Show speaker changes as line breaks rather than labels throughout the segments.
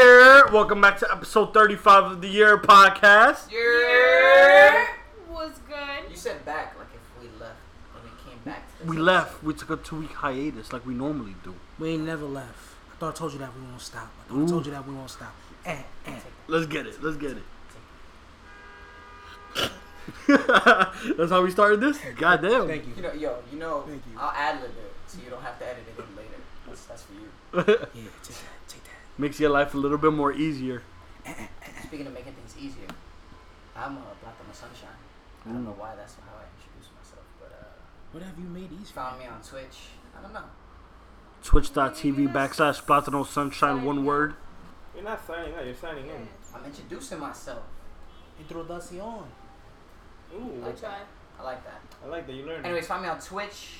Welcome back to episode 35 of the Year podcast.
Year.
was good.
You said back like if we left when we came back. To this
We
episode.
left. We took a two week hiatus like we normally do.
We ain't never left. I thought I told you that we won't stop. I thought I told you that we won't stop. Eh, eh.
Let's get it. Let's get it. That's how we started this? Goddamn.
Thank you.
You know, yo, you know,
Thank you.
I'll ad lib it so you don't have to edit it in later. That's, that's for you.
Yeah, take that. Take that.
Makes your life a little bit more easier.
Speaking of making things easier, I'm uh, Black on the Sunshine. I don't know why that's how I introduced myself, but uh,
What have you made these?
you
for?
found me on Twitch. I don't know.
Twitch.tv backslash Platino Sunshine, one word.
You're not signing out, you're signing in.
I'm introducing myself.
Introduction.
Ooh,
Good try.
I like that.
I like that you learned.
Anyways, find me on Twitch.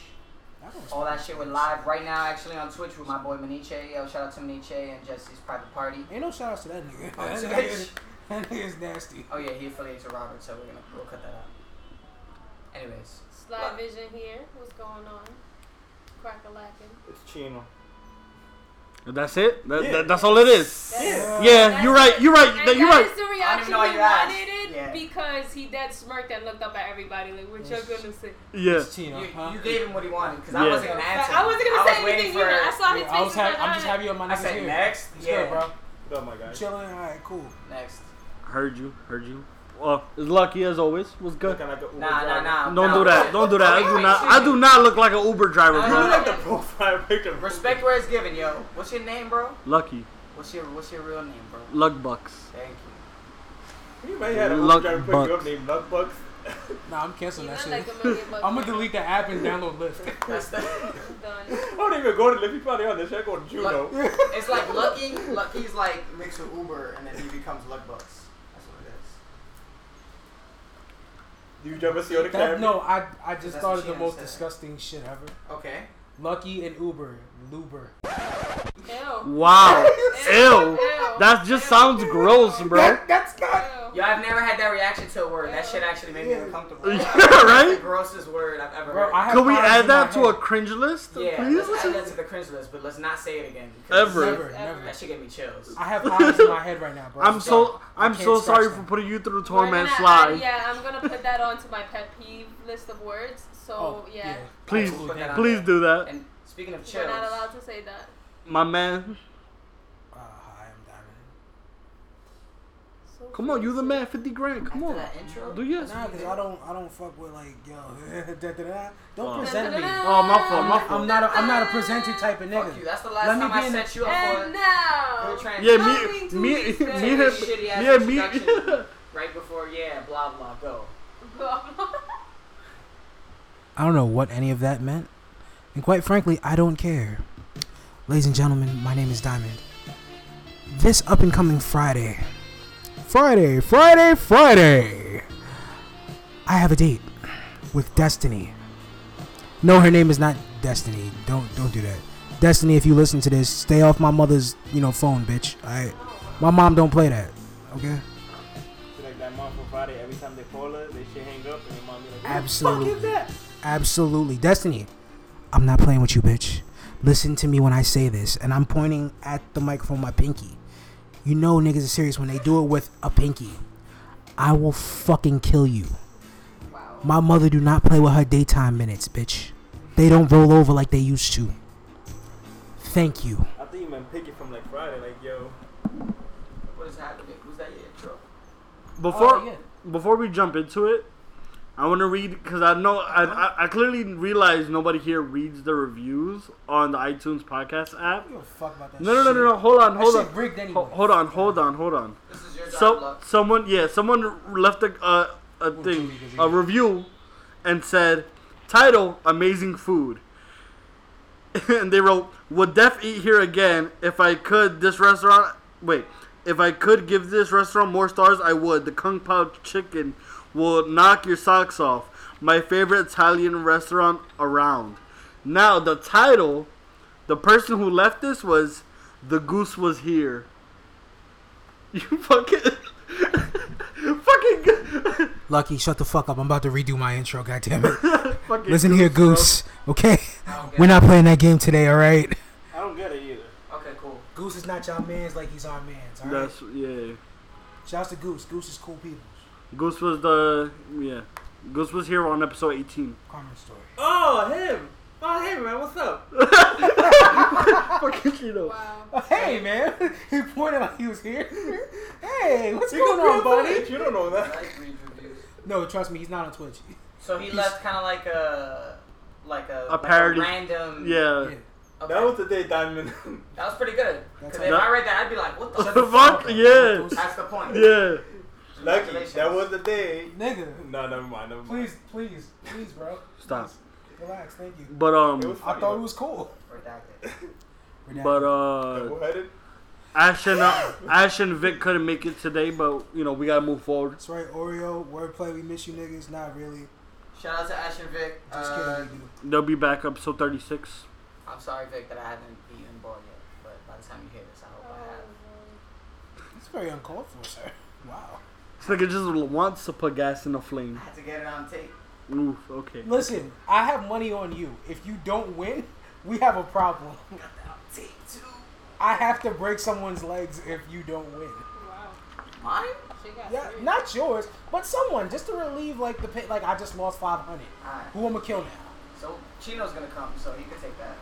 That was
All that shit we're live right now, actually on Twitch with my boy Maniche. Yo, shout out to Maniche and Jesse's private party.
Ain't no shout outs to that nigga.
On
That
Twitch.
nigga's- that nigga's nasty.
Oh yeah, he affiliates with Robert, so we're gonna we'll cut that out. Anyways,
Sly Vision here. What's going on? Crack a lacking.
It's Chino.
That's it? That,
Yeah.
that- that's all it is.
Yeah.
Yeah, you're right. You're right.
And
That- You're
that
right.
is the
I didn't
reaction
know
he
you asked.
wanted it
Yeah.
because he that smirk that looked up at everybody like, what you gonna say?
Yeah.
It's Chino,
you,
huh?
you gave him what he wanted because I
Yeah.
wasn't gonna answer.
I wasn't gonna say
was waiting
anything. you know, I saw his
Yeah,
face.
I was
was
happy.
like,
I'm just
"Alright."
happy with my
I
niggas
said
here.
next.
It's
Yeah,
good, bro.
What's up, my guy?
Chilling. All right, cool.
Next.
Heard you. Heard you. Well, it's lucky as always. Was good.
Looking like a Uber
Nah, nah,
driver.
nah.
Don't
nah.
do that. Don't do that. I do not. I do not look like an Uber driver,
Nah,
You look
bro.
like the profile picture. of
Respect where it's given, yo. What's your name, bro?
Lucky.
What's your What's your real name, bro?
Luck bucks.
Thank you.
Uber. You might have had an
Luck
Uber driver put you
Bucks.
up named Luck Bucks.
Nah, I'm
You
canceling that
look
shit.
like a million bucks.
I'm gonna delete the app and download Lyft.
That's the.
Done.
I don't even go to Liffy Party on this. I go to Juno.
It's like Lucky. Lucky's like mixed with Uber, and then he becomes Luck Bucks. That's what it is.
Do you ever see on the camera?
That, no, I I just
That's
thought
what
of the
Chino
most
said.
disgusting shit ever.
Okay.
Lucky and Uber, Luber.
Ew.
Wow. Ew.
Ew.
That just sounds gross, bro.
That, that's not.
Yo, I've never had that reaction to a word. That shit actually made me uncomfortable.
Yeah,
That's
right?
The grossest word I've ever
Bro,
heard.
I have
Could we
cars
add
in
that
my
to a
head.
cringe list,
Yeah,
please?
let's add that to the cringe list, but let's not say it again. 'cause
Ever.
Never,
Ever.
never.
That should give me chills.
I have eyes in my head right now, bro.
I'm so I'm
can't
so
scratch
sorry
that.
for putting you through
We're
torment,
gonna add-
Sly.
Yeah, I'm gonna put that onto my pet peeve list of words. So Oh,
Oh,
yeah,
Please,
Absolutely.
Yeah.
please do that,
And speaking of
we're
chills,
not allowed to say that.
my man.
Uh, I am diamond.
So
Come on, you the man. Fifty grand. Come on.
after that intro,
Do yes.
Nah, cause I don't, I don't fuck with like yo. da, da, da. Don't
Oh.
present me.
Oh, my fault. My fault.
I'm not, a, I'm not a presenting type of
fuck you.
nigga.
That's the last
Let me
time I
get in
set you up for.
And now,
We're trying
Yeah,
Coming
me,
to
me, me,
these days.
and
Shitty ass
me, and me.
introduction. right before, yeah, blah blah, go.
I don't know what any of that meant, and quite frankly, I don't care. Ladies and gentlemen, my name is Diamond. This up and coming Friday, Friday, Friday, Friday, I have a date with Destiny. No, her name is not Destiny. Don't don't do that. Destiny, if you listen to this, stay off my mother's you know phone, bitch. I my mom don't play that. Okay.
She like that mom from Friday. Every time they call her, they shit hang up, and your mom be like, "What the
Absolutely.
fuck is that?"
Absolutely. Destiny, I'm not playing with you, bitch. Listen to me when I say this. And I'm pointing at the microphone, with my pinky. You know niggas are serious when they do it with a pinky. I will fucking kill you.
Wow.
My mother do not play with her daytime minutes, bitch. They don't roll over like they used to. Thank you.
I think you meant Piggy from like Friday. Like, yo,
What is happening? Who's that? Yeah, intro.
Before
Oh, yeah.
before we jump into it, I want to read because I know I, I I clearly realize nobody here reads the reviews on the iTunes podcast app.
fuck about Oh, that
No, no, no, no, no. Hold on, hold on,
rigged
Ho- hold on, hold on, hold on.
This is your job,
So
luck.
someone, yeah, someone left a a, a thing, a review, and said, "Title: Amazing Food." and they wrote, "Would def eat here again if I could? This restaurant. Wait, if I could give this restaurant more stars, I would. The kung pao chicken will knock your socks off. My favorite Italian restaurant around. Now the title, the person who left this was, the goose was here. You fucking, fucking,
Lucky, shut the fuck up. I'm about to redo my intro, goddammit.
fucking.
Listen here,
bro.
Goose. Okay?
Okay.
We're not playing that game today, alright?
I don't get it either.
Okay, cool.
Goose is not y'all man's like he's our man's. All right.
That's yeah.
Shouts to Goose. Goose is cool people.
Goose was the yeah. Goose was here on episode 18.
Carmen story.
Oh, him. Oh, hey, man. What's up?
Fucking Cheeto.
Wow.
Oh, hey man, he pointed like he was here. hey, what's
You
going on, buddy?
You don't know that.
Like read reviews.
No, trust me, he's not on Twitch.
So he left kind of like a like a, like
parody.
random.
Yeah.
Yeah.
Okay.
That was the day Diamond.
That was pretty good. Because
That's
if
all.
I read that, I'd be like, what the
Fuck yeah.
That's the point.
Yeah.
Lucky.
Congratulations.
That was the day.
Nigga,
No, never mind. Never mind.
please, please, please, bro.
Stop.
Relax, thank you.
But
It
um
was
I
funny,
thought it was cool.
Redacted.
but
though.
uh
Double-headed.
Ash and uh, Ash and Vic couldn't make it today, but you know, we gotta move forward.
That's right, Oreo, wordplay, we miss you niggas. Not really.
Shout out to Ash and Vic.
Just
Uh,
kidding, we do.
They'll be back episode 36.
I'm sorry, Vic, that I haven't eaten ball yet. But by the time you hear this, I hope I have.
Oh. It's very uncalled for, sir. Wow.
This nigga just wants to put gas in the flame.
I had to get it on tape.
Oof, okay.
Listen, I have money on you. If you don't win, we have a problem.
Got that on tape too.
I have to break someone's legs if you don't win.
Wow.
Mine?
She got
Yeah,
serious.
not yours, but someone just to relieve like the pit. Like I just lost five hundred.
Alright.
Who I'ma kill now?
So Chino's gonna come, so he can take that.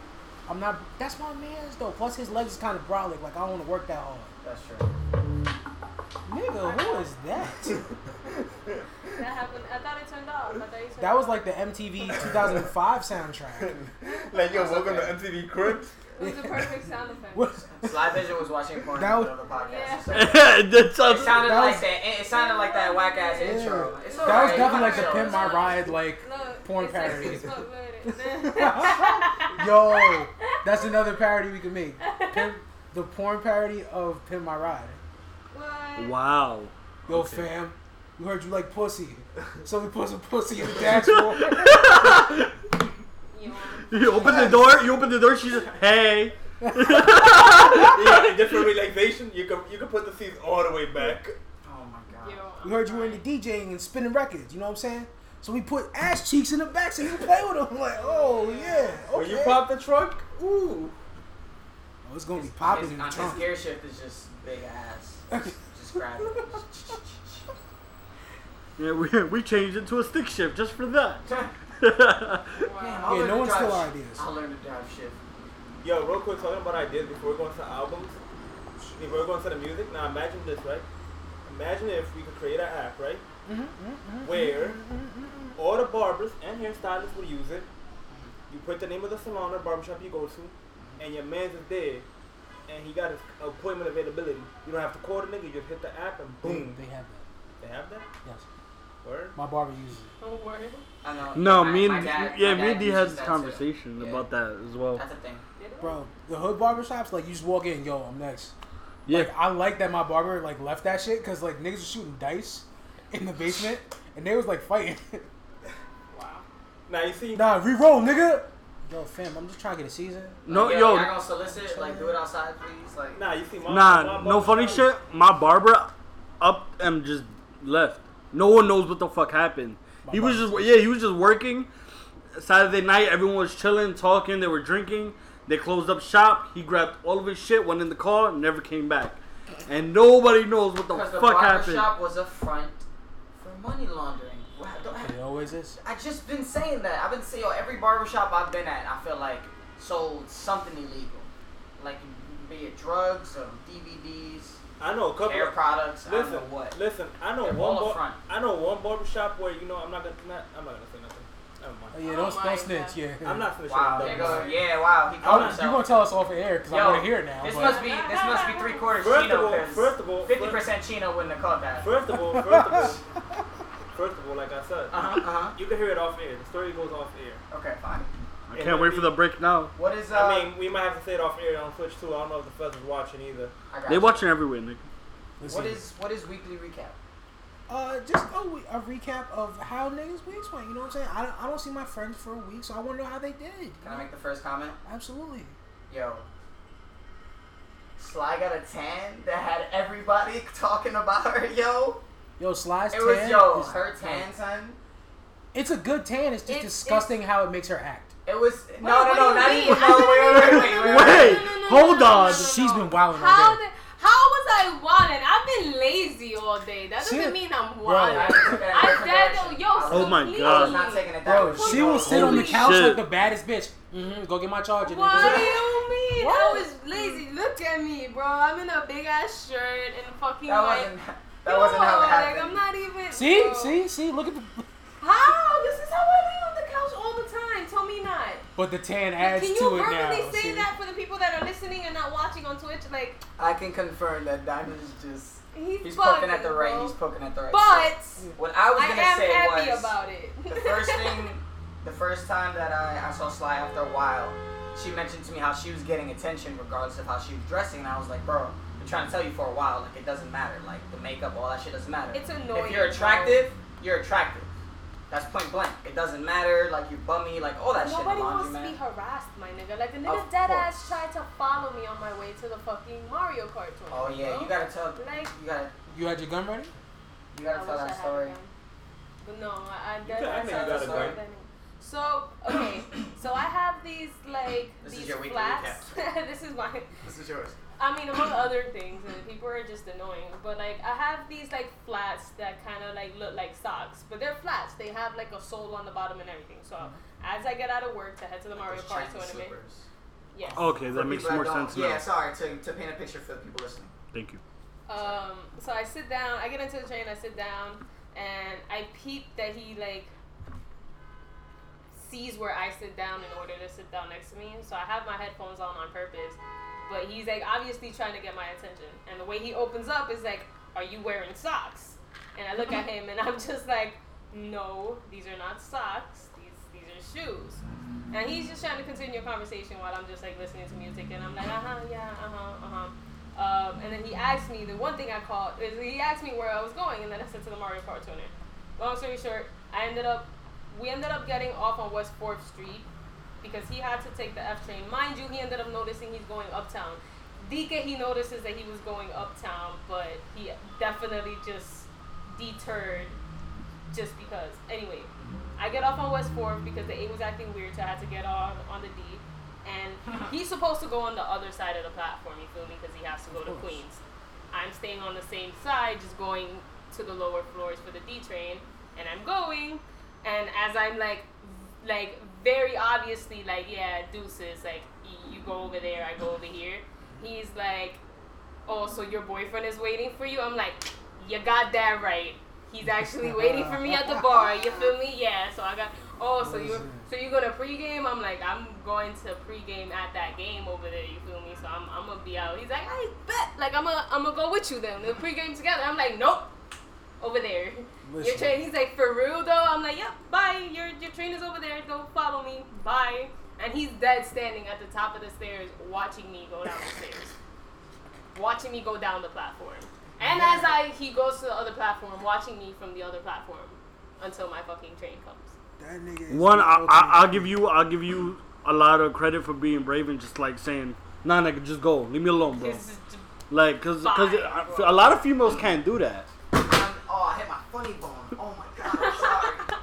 I'm not. That's my man's though. Plus his legs is kind of brolic. Like I don't want to work that hard.
That's true.
Nigga, who is that?
That happened. I thought it turned off. I thought you turned
That was
off.
like the MTV 2005 soundtrack.
Like, yo, welcome to MTV Cribs.
It was the perfect sound effect.
What-
Live Vision was watching porn
That was-
on the podcast.
Yeah.
So
That
it
sounds-
sounded
That
like
was-
that. It sounded like that whack ass
Yeah.
intro. It's
That was
alright,
definitely like the
show
pin
us.
my ride. Like
Look,
Porn
it's sexy
parody.
as fuck, look at it.
yo, that's another parody we can make. Pin, the porn parody of pin my ride.
What?
Wow.
Yo,
Okay.
fam, we heard you like pussy, so we put some pussy in the dashboard.
You know,
You open the door, you open the door, she's just, hey.
yeah, just for relaxation, you can you can put the seats all the way back.
Oh my god.
you know,
We heard you were into DJing and spinning records. You know what I'm saying? So we put ass cheeks in the back so you can play with them. Like, oh yeah,
When
okay.
you pop the trunk, ooh.
oh, it's gonna be
His,
popping in the
uh, his
trunk.
gear shift is just big ass. Just, just grab it.
Yeah, we, we changed it to a stick shift just for that.
wow.
I'll
Yeah,
learn
no
to
one
drive
steal
sh-
our ideas.
I'll learn to drive shift.
Yo, real quick, talking about ideas before we go into albums. If we're going to the music, now imagine this, right? Imagine if we could create an app, right? Where all the barbers and hairstylists would use it. You put the name of the salon or barbershop you go to, and your man's is there, and he got his appointment availability. You don't have to call the nigga, you just hit the app and boom.
They have that.
They have that?
Yes,
Word?
my barber uses
Don't worry.
I know.
No,
my-
me
my
and
dad-
yeah,
my
me
dad
and D
uses
had this
that too.
conversation
Yeah.
about that as well.
That's a thing.
Did it?
it, bro. The hood barber shops, like you just walk in, yo, I'm next.
Yeah,
Like, I like that my barber like left that shit because like niggas was shooting dice in the basement and they was like fighting.
Wow.
Now you see,
nah, re-roll, nigga. Yo, fam, I'm just trying to get a season.
no,
Like,
yo,
Y'all gonna solicit? Like, do it outside, please. Like,
nah, you see, my,
nah,
my
no funny
barbershop-
shit. My barber up and just left. No one knows what the fuck happened. he was just yeah, he was just working. Saturday night, everyone was chilling, talking. They were drinking. They closed up shop. He grabbed all of his shit, went in the car, and never came back. And nobody knows what the
because the
fuck
barber
happened.
shop was a front for money laundering. Wow, don't-
It always is.
I just been saying that. I've been saying yo, every barbershop I've been at, I feel like sold something illegal, like be it drugs or DVDs,
I know a couple
hair
of-
products. I don't
Listen,
know what.
listen. I know
They're all
one.
up
Bar-
front.
I know one barbershop where you know I'm not gonna. Not, I'm not gonna say nothing. Never
Oh,
mind.
yeah,
Oh
don't,
my
don't snitch.
God.
Yeah,
I'm not finishing.
Wow.
that
There you
though.
go. Yeah. Wow. He
I
called
was, you
himself.
gonna tell us off the air because I
Yo,
want to hear it now.
This
but-
must be this must be three quarters
First
Chino
of all-
because
first of all-
fifty percent Chino wouldn't have caught that.
First of all, first of all, first of all, like I said,
Uh-huh, uh-huh.
you can hear it off air. The story goes off air.
Okay, fine.
I can't wait for the break now.
What is uh?
I mean, we might have to say it off air on Twitch too. I don't know if the feds is watching either.
I got
They
you.
watching everywhere, nigga.
Listen,
What is what is weekly recap?
Uh, just a, we- a recap of how niggas weeks went. You know what I'm saying? I don't, I don't see my friends for a week, so I want to know how they did. you
Can I
know?
make the first comment?
Absolutely.
Yo. Sly got a tan that had everybody talking about her, yo.
Yo, Sly's
It was
tan
yo,
is-
her tan son
It's a good tan. It's just
It's-
disgusting how it makes her act.
It was no,
Wait,
no,
what
no,
do
not
you
even.
mean?
No, wait, wait, wait, wait, wait.
Wait, hold on.
She's been wilding all
How
day.
did, how was I wanted? I've been lazy all day. That doesn't
She-
mean I'm
I
wanted.
took that in a
I
different
dead.
direction.
Yo,
I
Oh
was
my
please.
God.
not taking it that
Bro,
way.
she will sit on the
Holy
couch
shit.
like the baddest bitch. hmm go get my charger.
What do
nigga.
you mean?
What?
I was lazy. Look at me, bro. I'm in a big ass shirt and fucking
That
like.
wasn't. That wasn't how it
Yo, like,
happened.
I'm not even.
See,
Yo.
see, see. Look at the.
How? This is how I lay on the couch all the time. Tell me not.
But the tan adds
Can
to
you
it now.
verbally say
see?
that for the people that are listening and not watching on Twitch? Like,
I can confirm that Diamond is just.
he's,
He's
bugging,
poking at the right.
bro.
He's poking at the right.
But
So what I was
I
gonna
am
say
happy
was
about it.
the first thing, the first time that I, I saw Sly after a while, she mentioned to me how she was getting attention regardless of how she was dressing, and I was like, bro, I've been trying to tell you for a while, like it doesn't matter, like the makeup, all that shit doesn't matter.
It's annoying,
If you're attractive, you're attractive. That's point blank. It doesn't matter, like you're bummy, like all that shit.
Nobody wants
Laundry
to be
man.
harassed, my nigga. Like the
Of
nigga dead
course.
ass tried to follow me on my way to the fucking Mario Kart tour.
Oh yeah,
bro.
you gotta tell,
Like,
you gotta,
You had your gun ready?
you gotta
I
tell
wish I
that
had
story.
them. But no, I, I
can- I
dead
think
tell
you
the
got it,
story.
right?
then. So okay, so I have these like
This is
these
your weekly
flats. this is my.
This is yours.
I mean, among other things, and people are just annoying. But like, I have these like flats that kind of like look like socks, but they're flats. They have like a sole on the bottom and everything. So as I get out of work to head to the Mario
Mm-hmm. Those
Kart
Chinese
tournament,
slippers.
yes.
Okay,
For
that makes
people
more
that don't-
sense now.
Yeah, sorry to, to paint a picture for the people listening.
Thank you.
Um, so I sit down. I get into the train. I sit down, and I peep that he like sees where I sit down in order to sit down next to me. So I have my headphones on on purpose, but he's like obviously trying to get my attention. And the way he opens up is like, "Are you wearing socks?" And I look at him, and I'm just like, "No, these are not socks. These these are shoes." And he's just trying to continue a conversation while I'm just like listening to music, and I'm like, "Uh huh, yeah, uh huh, uh huh." Um, and then he asked me the one thing I called is he asked me where I was going, and then I said to the Mario Kart tuner. Long story short, I ended up we ended up getting off on West Fourth Street because he had to take the F train. Mind you, he ended up noticing he's going uptown. DK he notices that he was going uptown, but he definitely just deterred just because. Anyway, I get off on West Fourth because the eight was acting weird, so I had to get on on the D. And he's supposed to go on the other side of the platform. You feel me? Because he has to go to Queens. I'm staying on the same side, just going to the lower floors for the D train, and I'm going. And as I'm like, v- like very obviously, like yeah, deuces, like y- you go over there, I go over here. He's like, oh, so your boyfriend is waiting for you? I'm like, you got that right. He's actually waiting for me at the bar. You feel me? Yeah. So I got. Oh, so you so you go to pregame? I'm like, I'm going to pregame at that game over there. You feel me? So I'm, I'm gonna be out. He's like, I bet. Like I'm gonna I'm gonna go with you then. We'll pregame together. I'm like, nope. Over there. Your
Listen.
train. He's like, for real though. I'm like, yep. Bye. Your your train is over there. Don't follow me. Bye. And he's dead standing at the top of the stairs, watching me go down the stairs watching me go down the platform. And as I he goes to the other platform, watching me from the other platform until my fucking train comes.
That nigga is
One,
the
I, I,
ultimate-
I'll give you, I'll give you a lot of credit for being brave and just like saying, "Nah, nigga, just go, leave me alone, bro."
This is d-
Like, cause, cause
Bye,
I-
bro.
a lot of females can't do that.
Um, oh, I hit my funny bone. Oh my god,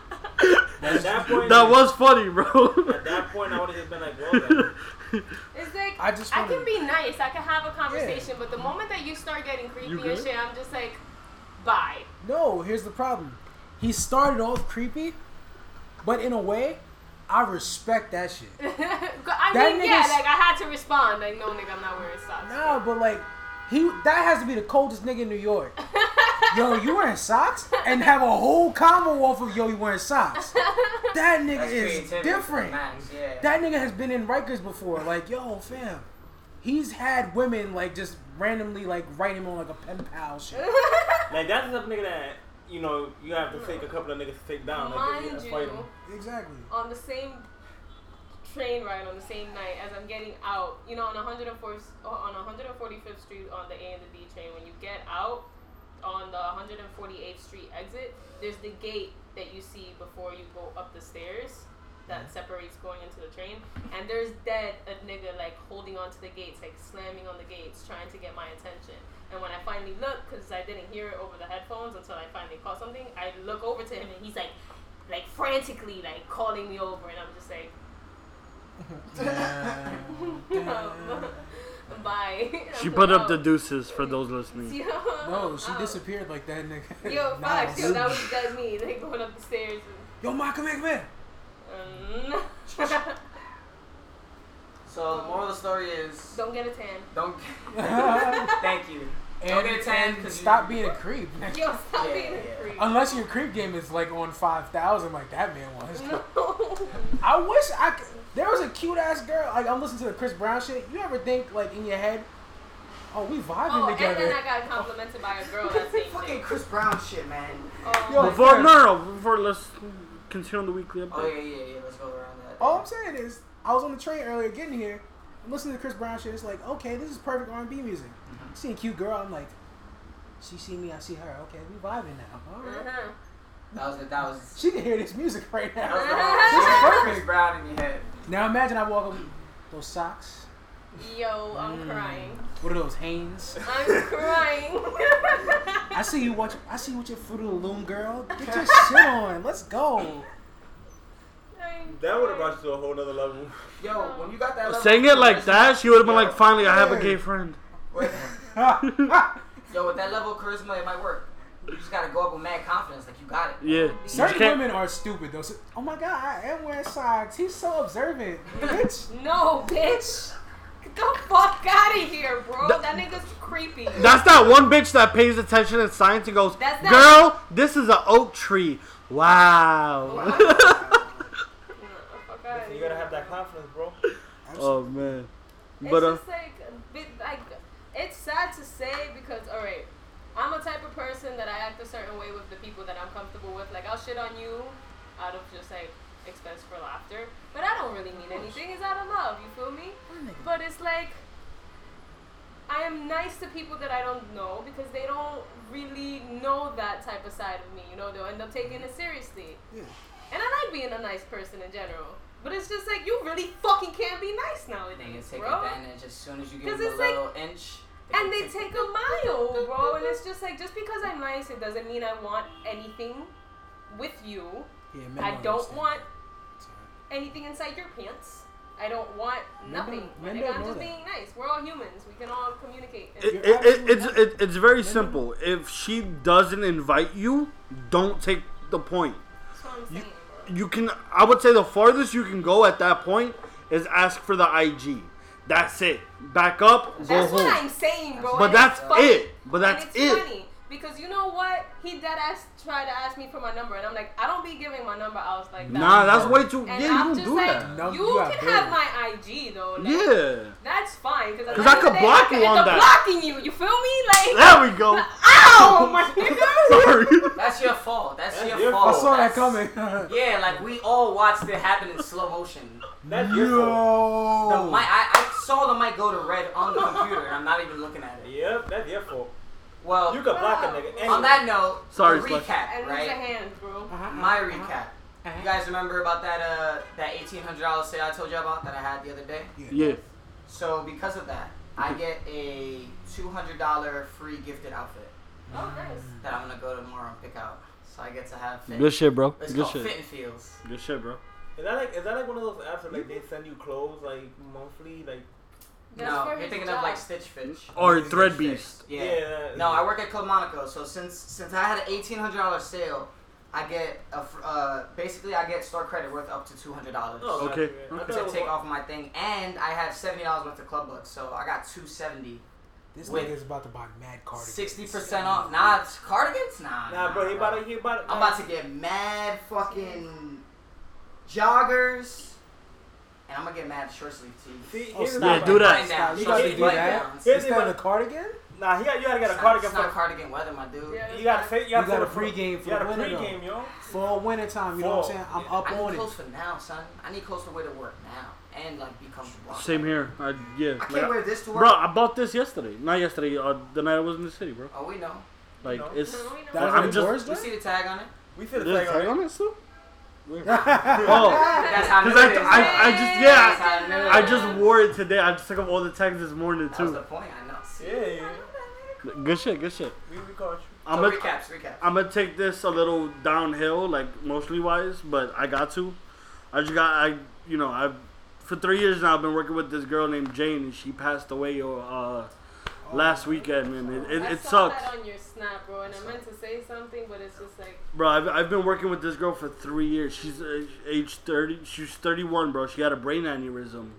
I'm sorry.
At that point,
That was funny, bro.
At that point, I would have just been like, well, then.
it's like
I
I,
just
can
wanna-
be nice, I can have a conversation, but the moment that you start getting
You
creepy
good?
and shit, I'm just like, bye.
No, here's the problem. He started off creepy, but in a way, I respect that shit.
I
That
mean, yeah,
nigga's-
like I had to respond, like no, nigga, I'm not wearing socks.
No, but like he that has to be the coldest nigga in New York. Yo, you wearing socks and have a whole combo off of yo, you wearing socks. That nigga
That's
is
creativity
different.
Max, yeah.
That nigga has been in Rikers before. Like, yo, fam, he's had women like just randomly like write him on like a pen pal shit.
like that's the type of nigga that you know you have to take a couple of niggas to take down. Like,
Mind
that's
you,
fighting.
Exactly.
on the same train ride on the same night as I'm getting out, you know, on 104th, on 145th Street on the A and the B train, when you get out on the 148th Street exit, there's the gate that you see before you go up the stairs that separates going into the train, and there's dead a nigga like holding onto the gates, like slamming on the gates, trying to get my attention. And when I finally look, because I didn't hear it over the headphones until I finally caught something, I look over to him and he's like, like frantically like calling me over, and I'm just like, um, bye.
She
I'm
put
like,
up
"Oh."
the deuces for those listening.
Yo,
No, she
oh.
disappeared like that, nigga.
Yo, facts. Yo,
Nah.
that was that me. They going up the stairs.
Yo, Ma, come here, come here.
And, um,
So the moral of the story is
don't get a tan.
don't. Thank you. Don't
and,
get a tan
and
'cause you-
stop being a creep.
Yo, stop
Yeah,
being a
yeah.
creep.
Unless your creep game is like on five thousand, like that man
Mm-hmm.
was.
no.
I wish I could. There was a cute ass girl. Like I'm listening to the Chris Brown shit. You ever think like in your head, oh we vibing
Oh, and
together?
then I got complimented by a girl that same
Fucking
day.
Chris Brown shit, man.
Oh,
Yo,
Before no, no, no, before let's continue on the weekly
Oh
update.
yeah, yeah, yeah. Let's go around that.
All
Oh.
I'm saying is, I was on the train earlier getting here, I'm listening to Chris Brown shit. It's like, okay, this is perfect R&B music. Seeing cute girl, I'm like, she see me, I see her. Okay, we vibing now. All right.
uh-huh.
That was the, that was.
She can hear this music right
That was
now.
the moral of the story. Chris
Perfect.
Brown in your head.
Now imagine I walk up, with those socks.
Yo, I'm
Mm.
crying.
What are those Hanes?
I'm crying.
I see you watch. I see you with your Fruit of the Loom girl. Get your shit on. Let's go.
I'm
That would have
crying.
brought you to a whole nother level.
Yo, when you got that. level-
Saying it like that, she would have been like, "Finally, I have a gay friend."
Yo, with that level of charisma, it might work. You just gotta go up with mad confidence, like you got it.
Yeah, you just
Certain
can't-
women are stupid though. So, oh my god, I am wearing socks. He's so observant, bitch.
No, bitch. Get the fuck out of here, bro. That, nigga's creepy.
That's that one bitch that pays attention in science and goes,
That's that-
"Girl, this is an oak tree." Wow.
Fuck outta
You gotta
here.
have that confidence, bro.
oh man.
It's
But uh,
just like, a bit, like, it's sad to say because, all right, I'm a type of person that I act a certain way with the people that I'm comfortable with. Like, I'll shit on you out of just like expense for laughter, but I don't really mean anything. It's out of love. You feel me? But it's like I am nice to people that I don't know because they don't really know that type of side of me. You know, they'll end up taking it seriously.
Yeah.
And I like being a nice person in general. But it's just like you really fucking can't be nice
And
nowadays,
they take
bro.
advantage as soon as you give
'Cause
them a
it's like-
little inch.
And they take a mile, bro. And it's just like just because I'm nice, it doesn't mean I want anything with you.
Yeah, men
I don't
understand.
want anything inside your pants. I don't want
Men
nothing.
don't-
My
men
nigga,
don't
I'm
know
just
that.
being nice. We're all humans. We can all communicate.
it,
You're
it, it,
absolutely
it's it, it's very simple. If she doesn't invite you, don't take the point.
That's what I'm saying, bro.
You can. I would say the farthest you can go at that point is ask for the IG. That's it. Back up. Go
That's
home.
what I'm saying, bro.
But
and it's
that's
funny.
it. But
And
that's
it's
it.
funny because you know what? He dead ass tried to ask me for my number, and I'm like, I don't be giving my number out like that.
Nah, that's way too.
And
yeah,
I'm
you don't
just
do
like,
that.
No,
you
you are
can
big.
have my IG though. Like,
Yeah.
That's fine because
'Cause I could block you on that.
Blocking you, you feel me? Like,
There we go.
ow, my nigga.
Sorry.
That's your fault. That's,
That's
your,
your
fault.
fault.
I saw that
That's-
coming.
Yeah, like we all watched it happen in slow motion.
That's your fault.
The
Yo.
mic, I, I saw the mic go to red on the computer, and I'm not even looking at it.
Yep, that's your fault.
Well,
You could block a nigga.
on
anyway.
that note,
Sorry,
the
Flush.
recap,
And right. a
right?
hand, bro.
My recap. You guys remember about that uh that eighteen hundred dollar sale I told you about that I had the other day?
Yeah.
So because of that, I get a two hundred dollar free gifted outfit
Oh, nice.
that I'm gonna go tomorrow and pick out. So I get to have fit.
Good shit, bro.
It's
Good
called Fit
shit.
and Feels.
Good shit, bro.
Is that like is that like one of those apps that like they send you clothes like monthly like
That's
no,
for
you're
his
thinking
job.
of like Stitch Fitch
Or
Stitch
Thread
Fix.
Beast.
Yeah.
Yeah.
No, I work at Club Monaco, so since since I had an eighteen hundred dollar sale, I get a fr- uh, basically I get store credit worth up to two hundred dollars.
Oh,
Okay.
that's weird. I
To
thought it
take
was-
off my thing, and I have seventy dollars worth of club bucks, so I got two seventy.
This
Wait.
nigga's about to buy mad cardigans.
Sixty percent off. Nah, it's cardigans. Nah.
Nah, bro, he about to he about to.
I'm about to get mad fucking joggers, and I'm gonna get mad short sleeve tees.
See,
Oh,
here's the
stop.
thing.
do that.
Button down,
You
got
short
to
sleeve
do
button
that.
downs.
Here's
Instead
the-
of a cardigan,
Nah, he got, you gotta get a
It's not-
cardigan
It's not
for.
cardigan weather, my dude.
Yeah.
You gotta say you gotta
You got
put
a free game for
You got
the
a
winner,
free
though.
game, yo.
fall winter time. You know what I'm saying? I'm up
I
on
need
it.
clothes for now, son. I need clothes to wear to work now and like be comfortable.
Same here. I, yeah.
I can't
like,
wear this to work.
Bro, I bought this yesterday. Not yesterday. Uh, the night I was in the city, bro.
Oh, we know.
Like
No.
it's.
No, we know.
That was
I'm
like
just-
yours,
You
though?
see the tag on it?
We feel
There's
the
a tag
thing.
on it still? oh,
That's how I knew
because I,
it is.
I, I just yeah,
That's how I knew it
I
is.
just wore it today. I just took up all the tags this morning
That was the
too.
point. I know. See?
Yeah, yeah.
Good shit, good shit.
We we caught you.
I'm
so
gonna,
recaps, recaps.
I'm gonna take this a little downhill, like mostly wise, but I got to. I just got I you know I've for three years now I've been working with this girl named Jane, and she passed away uh last weekend, man. It, it,
I
it
saw
sucks,
that on your snap, bro, and I meant to say something, but it's just like uh,
bro. I've, I've been working with this girl for three years. She's uh, age thirty. She's thirty one, bro. She had a brain aneurysm,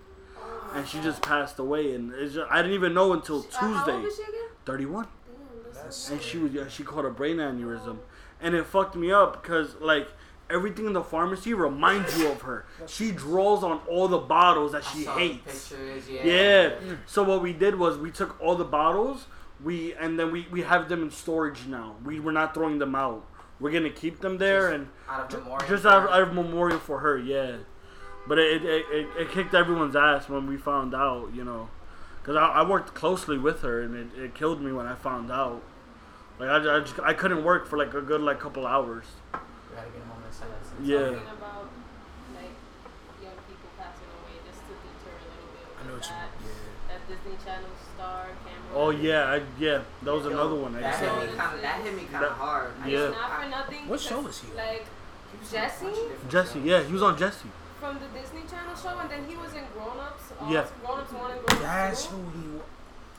and she just passed away. And it's just, I didn't even know until
Uh, How old
Tuesday.
was she again?
Thirty one.
Damn, that's
and she was yeah, she caught a brain aneurysm, and it fucked me up because like everything in the pharmacy reminds you of her. She draws on all the bottles that she
saw the Mm.
hates.
pictures, yeah.
Yeah. So what we did was we took all the bottles, we and then we we have them in storage now. We we're not throwing them out. We're gonna keep them there
Just
and
Out of memorial.
just out of, out of memorial for her. Yeah. But it it, it it kicked everyone's ass when we found out, you know, because I, I worked closely with her and it, it killed me when I found out. Like I, ju- I, just, I couldn't work for like a good like couple hours.
We gotta get a moment of silence.
Yeah.
something about like young people passing away just to deter a little bit.
I know what you
that,
mean.
that Disney Channel star Cameron.
Oh yeah, I, yeah. That was
Yo,
another one.
That
Actually.
saw.
hit me kind of. That hit me kind of
That-
hard. I
yeah.
just-
Not
I-
for nothing.
What show
because,
was he on?
Like
he was in a bunch
Jesse
of different
Jesse.
shows.
Yeah, he was on Jesse.
from the Disney Channel show, and then he was in Grown Ups. all-
Yeah.
Grown Ups One and Grown
That's
Ups
who
Two.
he was.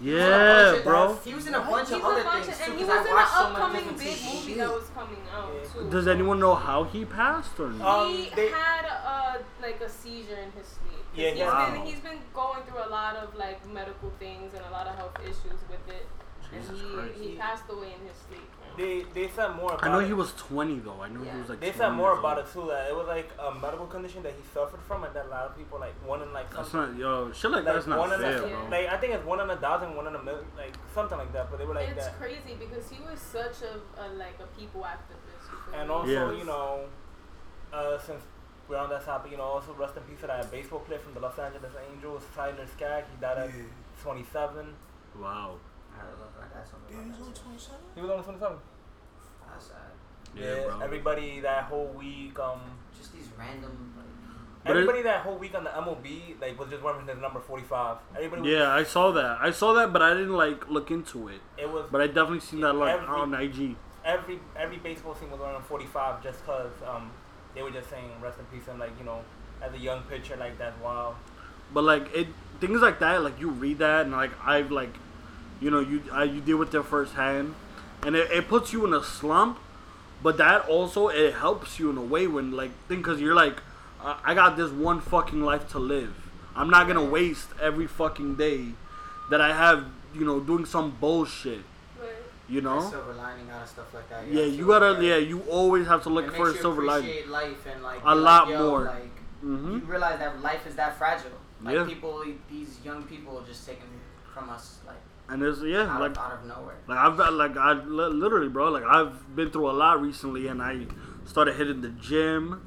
Yeah,
He was in a bunch of-
bro.
He was in a
What?
bunch
He's
of
a
other
bunch
things
of,
too,
and he
because
was
I
in an
watched so much
upcoming
different
big
TV.
movie that was coming out
Yeah.
too.
Does anyone know how he passed or not?
Um,
he
they-
had a, like a seizure in his sleep. 'Cause
Yeah,
he's
wow.
been he's been going through a lot of like medical things and a lot of health issues with it,
Jesus
and
Christ.
he, he passed away in his sleep.
They they said more. About
I know
it.
he was 20 though. I know he was like.
They
20
said more
years
about
old.
it too. That it was like a medical condition that he suffered from, and that a lot of people like one in like
That's
some-
not yo shit like,
like
that's not
one in
fair,
a,
bro.
like I think it's one in a thousand, one in a million, like something like that. But they were like
it's
that,
crazy because he was such a, a like a people activist. you feel
and
me?
also
Yeah.
you know, uh, since we're on that topic, you know, also rest in peace to that baseball player from the Los Angeles Angels, Tyler Skaggs. He died at
Yeah.
27.
wow.
I don't know, I got something
Yeah,
about
he was
that
only
too.
27?
He was only 27.
That's sad.
Yeah, bro.
Everybody that whole week, um,
Just these random. Like,
But it-
everybody that whole week on the MLB like was just wearing his number 45. Everybody. Was,
Yeah, I saw that. I saw that, but I didn't like look into it.
It was
But I definitely seen that like
Every-
on IG.
every every baseball team was wearing 45 just 'cause um, they were just saying rest in peace and like you know as a young pitcher like that's wow.
But like it, things like that, like you read that, and like I've like, you know, you I, you deal with it firsthand, and it, it puts you in a slump. But that also it helps you in a way when like think because you're like, I, I got this one fucking life to live. I'm not gonna waste every fucking day that I have, you know, doing some bullshit.
But
You know.
silver lining out of stuff like that.
Yeah, you
too,
gotta.
right?
Yeah, you always have to
It
look
makes
for a
you
silver lining.
appreciate life and like
A
be like,
lot
yo,
more.
Like,
hmm
You realize that life is that fragile. Like
Yeah.
people, these young people are just taken from us like
And it's yeah,
out,
like
of, out of nowhere.
like I've got- like I li- literally, bro. Like I've been through a lot recently, and I started hitting the gym.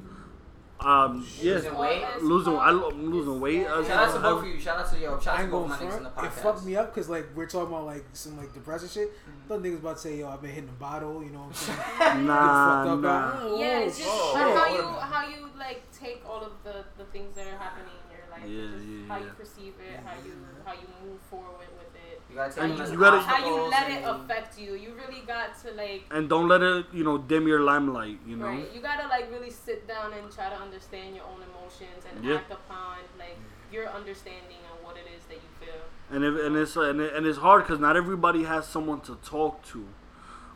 Um, yeah,
Losing weight?
losing. I, lo- I'm losing weight. I
Shout out to
don't
both
have-
of you. Shout out to yo. Shout out
I
to
ain't
both
going
my niggas in the
front. It
podcast.
fucked me up because like we're talking about like some like depressing shit. Those niggas about to say, yo, I've been hitting the bottle. You know what I'm saying?
Nah,
Get fucked up,
Ah, nah.
oh, yo.
Yeah, it's just
Whoa,
Oh,
like
whoa,
how
whoa.
you how you like take all of the, the things that are happening in your life,
Yeah,
and just
yeah,
how you
yeah.
perceive it, how you how you move forward with it,
You gotta
how
take
you,
them as
You gotta-
how you
obstacles
let it
and-
affect you. You really got to like
And don't let it, you know, dim your limelight. You know.
right. You gotta like really sit down and try to understand your own emotions and
Yeah.
act upon like your understanding of what it is that you feel.
and if, and it's and, it, and it's hard because not everybody has someone to talk to.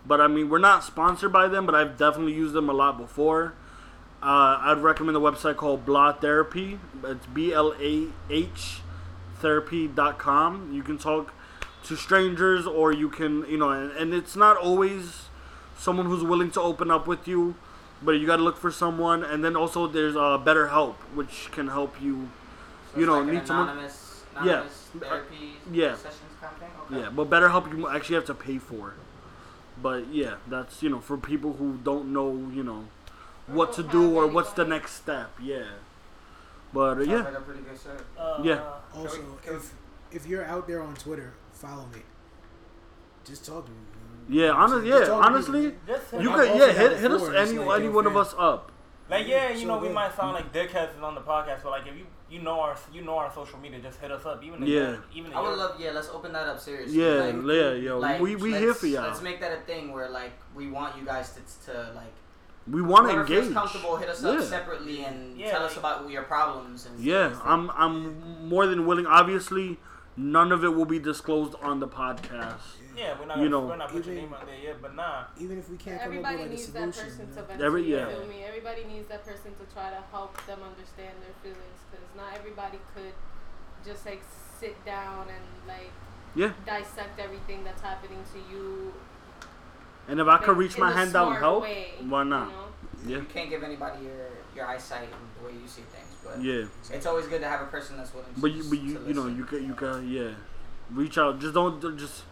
But I mean, we're not sponsored by them, but I've definitely used them a lot before. Uh, I'd recommend a website called Blah Therapy. It's B L A H therapy.com. You can talk to strangers, or you can, you know, and, and it's not always someone who's willing to open up with you, but you got to look for someone. And then also, there's uh, Better Help, which can help you.
So
you
it's
know,
like an
need someone-
anonymous,
Yeah.
anonymous
Uh,
therapy
yeah.
sessions kind of thing. Okay.
Yeah, but BetterHelp you actually have to pay for. But yeah, that's you know for people who don't know you know what to do or what's the next step. Yeah, but uh,
Sounds
yeah,
Like a pretty good show.
Uh,
Yeah.
Also,
Can we-
if if you're out there on Twitter, follow me. Just talk to me. you know?
yeah, honest,
Just
yeah,
talk to me,
honestly,
man.
Just
you
I've
could
also
yeah
done
hit
that
hit us
before, and it's
any
like,
any
yo,
one of
fam.
us up.
Like yeah, you
So
know we
good.
might sound like dickheads on the podcast, but like if you you know our you know our social media, just hit us up. Even if
Yeah.
you're- even if
I
you're-
would love, yeah, let's open that up seriously.
Yeah,
Like,
yeah, yo,
like,
we we
let's-
here for y'all.
Let's make that a thing where like we want you guys to, to like
we want to
whoever feels
engage.
comfortable hit us up
Yeah.
separately and
Yeah,
tell
like-
us about your problems and
Yeah, I'm I'm more than willing. Obviously, none of it will be disclosed on the podcast.
yeah, we're not
you
you
know,
we're not putting your
even-
name out there yet, but nah.
Even if we can't come up
Everybody
with like a
needs that
solution.
person
you
to
know?
vent
Every-
to. You
yeah.
feel me? Everybody needs that person to try to help them understand their feelings because not everybody could just like sit down and like
Yeah,
dissect everything that's happening to you.
and if I could
like,
reach
in
my
a
hand out and
smart
help,
way,
why
you
not?
know?
Yeah,
you can't give anybody your your eyesight and the way you see things, but
yeah.
it's always good to have a person that's willing. To,
But you, but
to
you, you know,
listen.
you can, you can, yeah. Reach out. Just don't, just,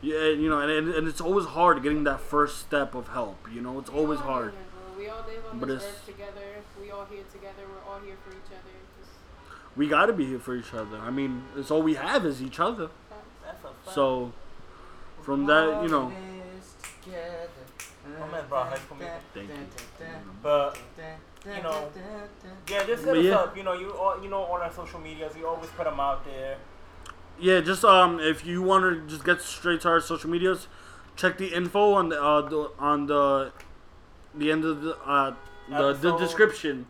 yeah. You know, and, and, and it's always hard getting that first step of help. You know, it's
We
always
all
hard.
human, bro. We all live on
But
this
it's-
earth together. We all here together. We're all here for each other. Just
We gotta be here for each other. I mean, it's all we have is each other.
facts.
That's a fact.
So, from that, you
Oh,
know,
My man brought high school music.
Thank you.
But you know, yeah, just hit
But
us
yeah.
up. You know, you all you know on our social medias, we always put them out there.
yeah. Just um, if you want to just get straight to our social medias, check the info on the uh the, on the the end of the uh the, the
Episode.
description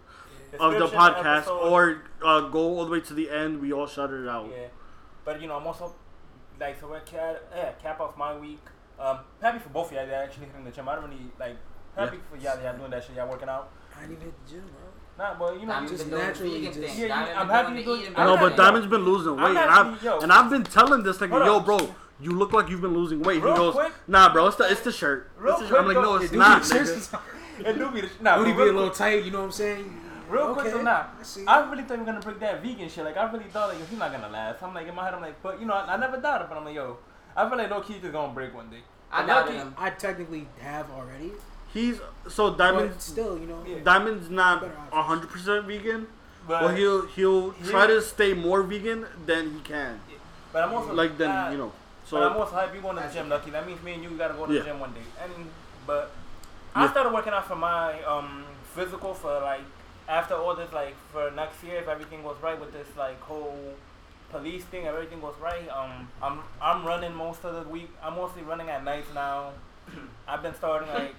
of the
Description,
podcast,
episode.
or uh, go all the way to the end. We all shout it out.
Yeah, but you know, I'm also like so we're cat, yeah, cap off my week. Um, happy for both of y'all. They're actually hitting the gym. I don't really like happy for y'all. They're doing that shit. Y'all working out.
I ain't even hit the gym, bro.
Nah, but you know,
Diamond's
just,
been doing the
naturally
vegan
just-
thing.
Yeah,
Diamond's
I'm
been doing
happy you
the E
do-
eating
I'm
No,
not-
but
diet.
Diamond's been losing weight, and I've,
actually- yo.
and I've been telling this nigga,
Hold
yo,
on.
bro, you look like you've been losing weight.
Real
he goes,
quick.
nah, bro, it's the it's the shirt. It's
Real
the shirt. I'm
quick,
like,
yo,
no, it's
it
Dude,
not.
your
nigga."
shirts is-
it do be the, nah,
Booty
but
be a
real
little
quick-
tight, you know what I'm saying?
Real quick, so
Okay,
nah,
I see.
I really thought we were gonna break that vegan shit. Like, I really thought like he's not gonna last. I'm like in my head, I'm like, but you know, I, I never doubted, but I'm like, yo, I feel like low key just gonna break one day.
I
But
doubt
low-key-
him.
I technically have already,
He's so
but
Diamond's
still, you know,
Yeah.
Diamond's not
Better options.
100 percent vegan,
But,
but he'll he'll
He-
try to stay more vegan than he can.
but I'm also
Like
uh,
then you know,
but I'm
so
also hype you going to the gym, Lucky. That means me and you gotta go to
Yeah.
the gym one day. And but
Yeah.
I started working out for my um physical for like after all this like for next year if everything goes right with this like whole police thing if everything goes right um I'm I'm running most of the week I'm mostly running at nights now I've been starting like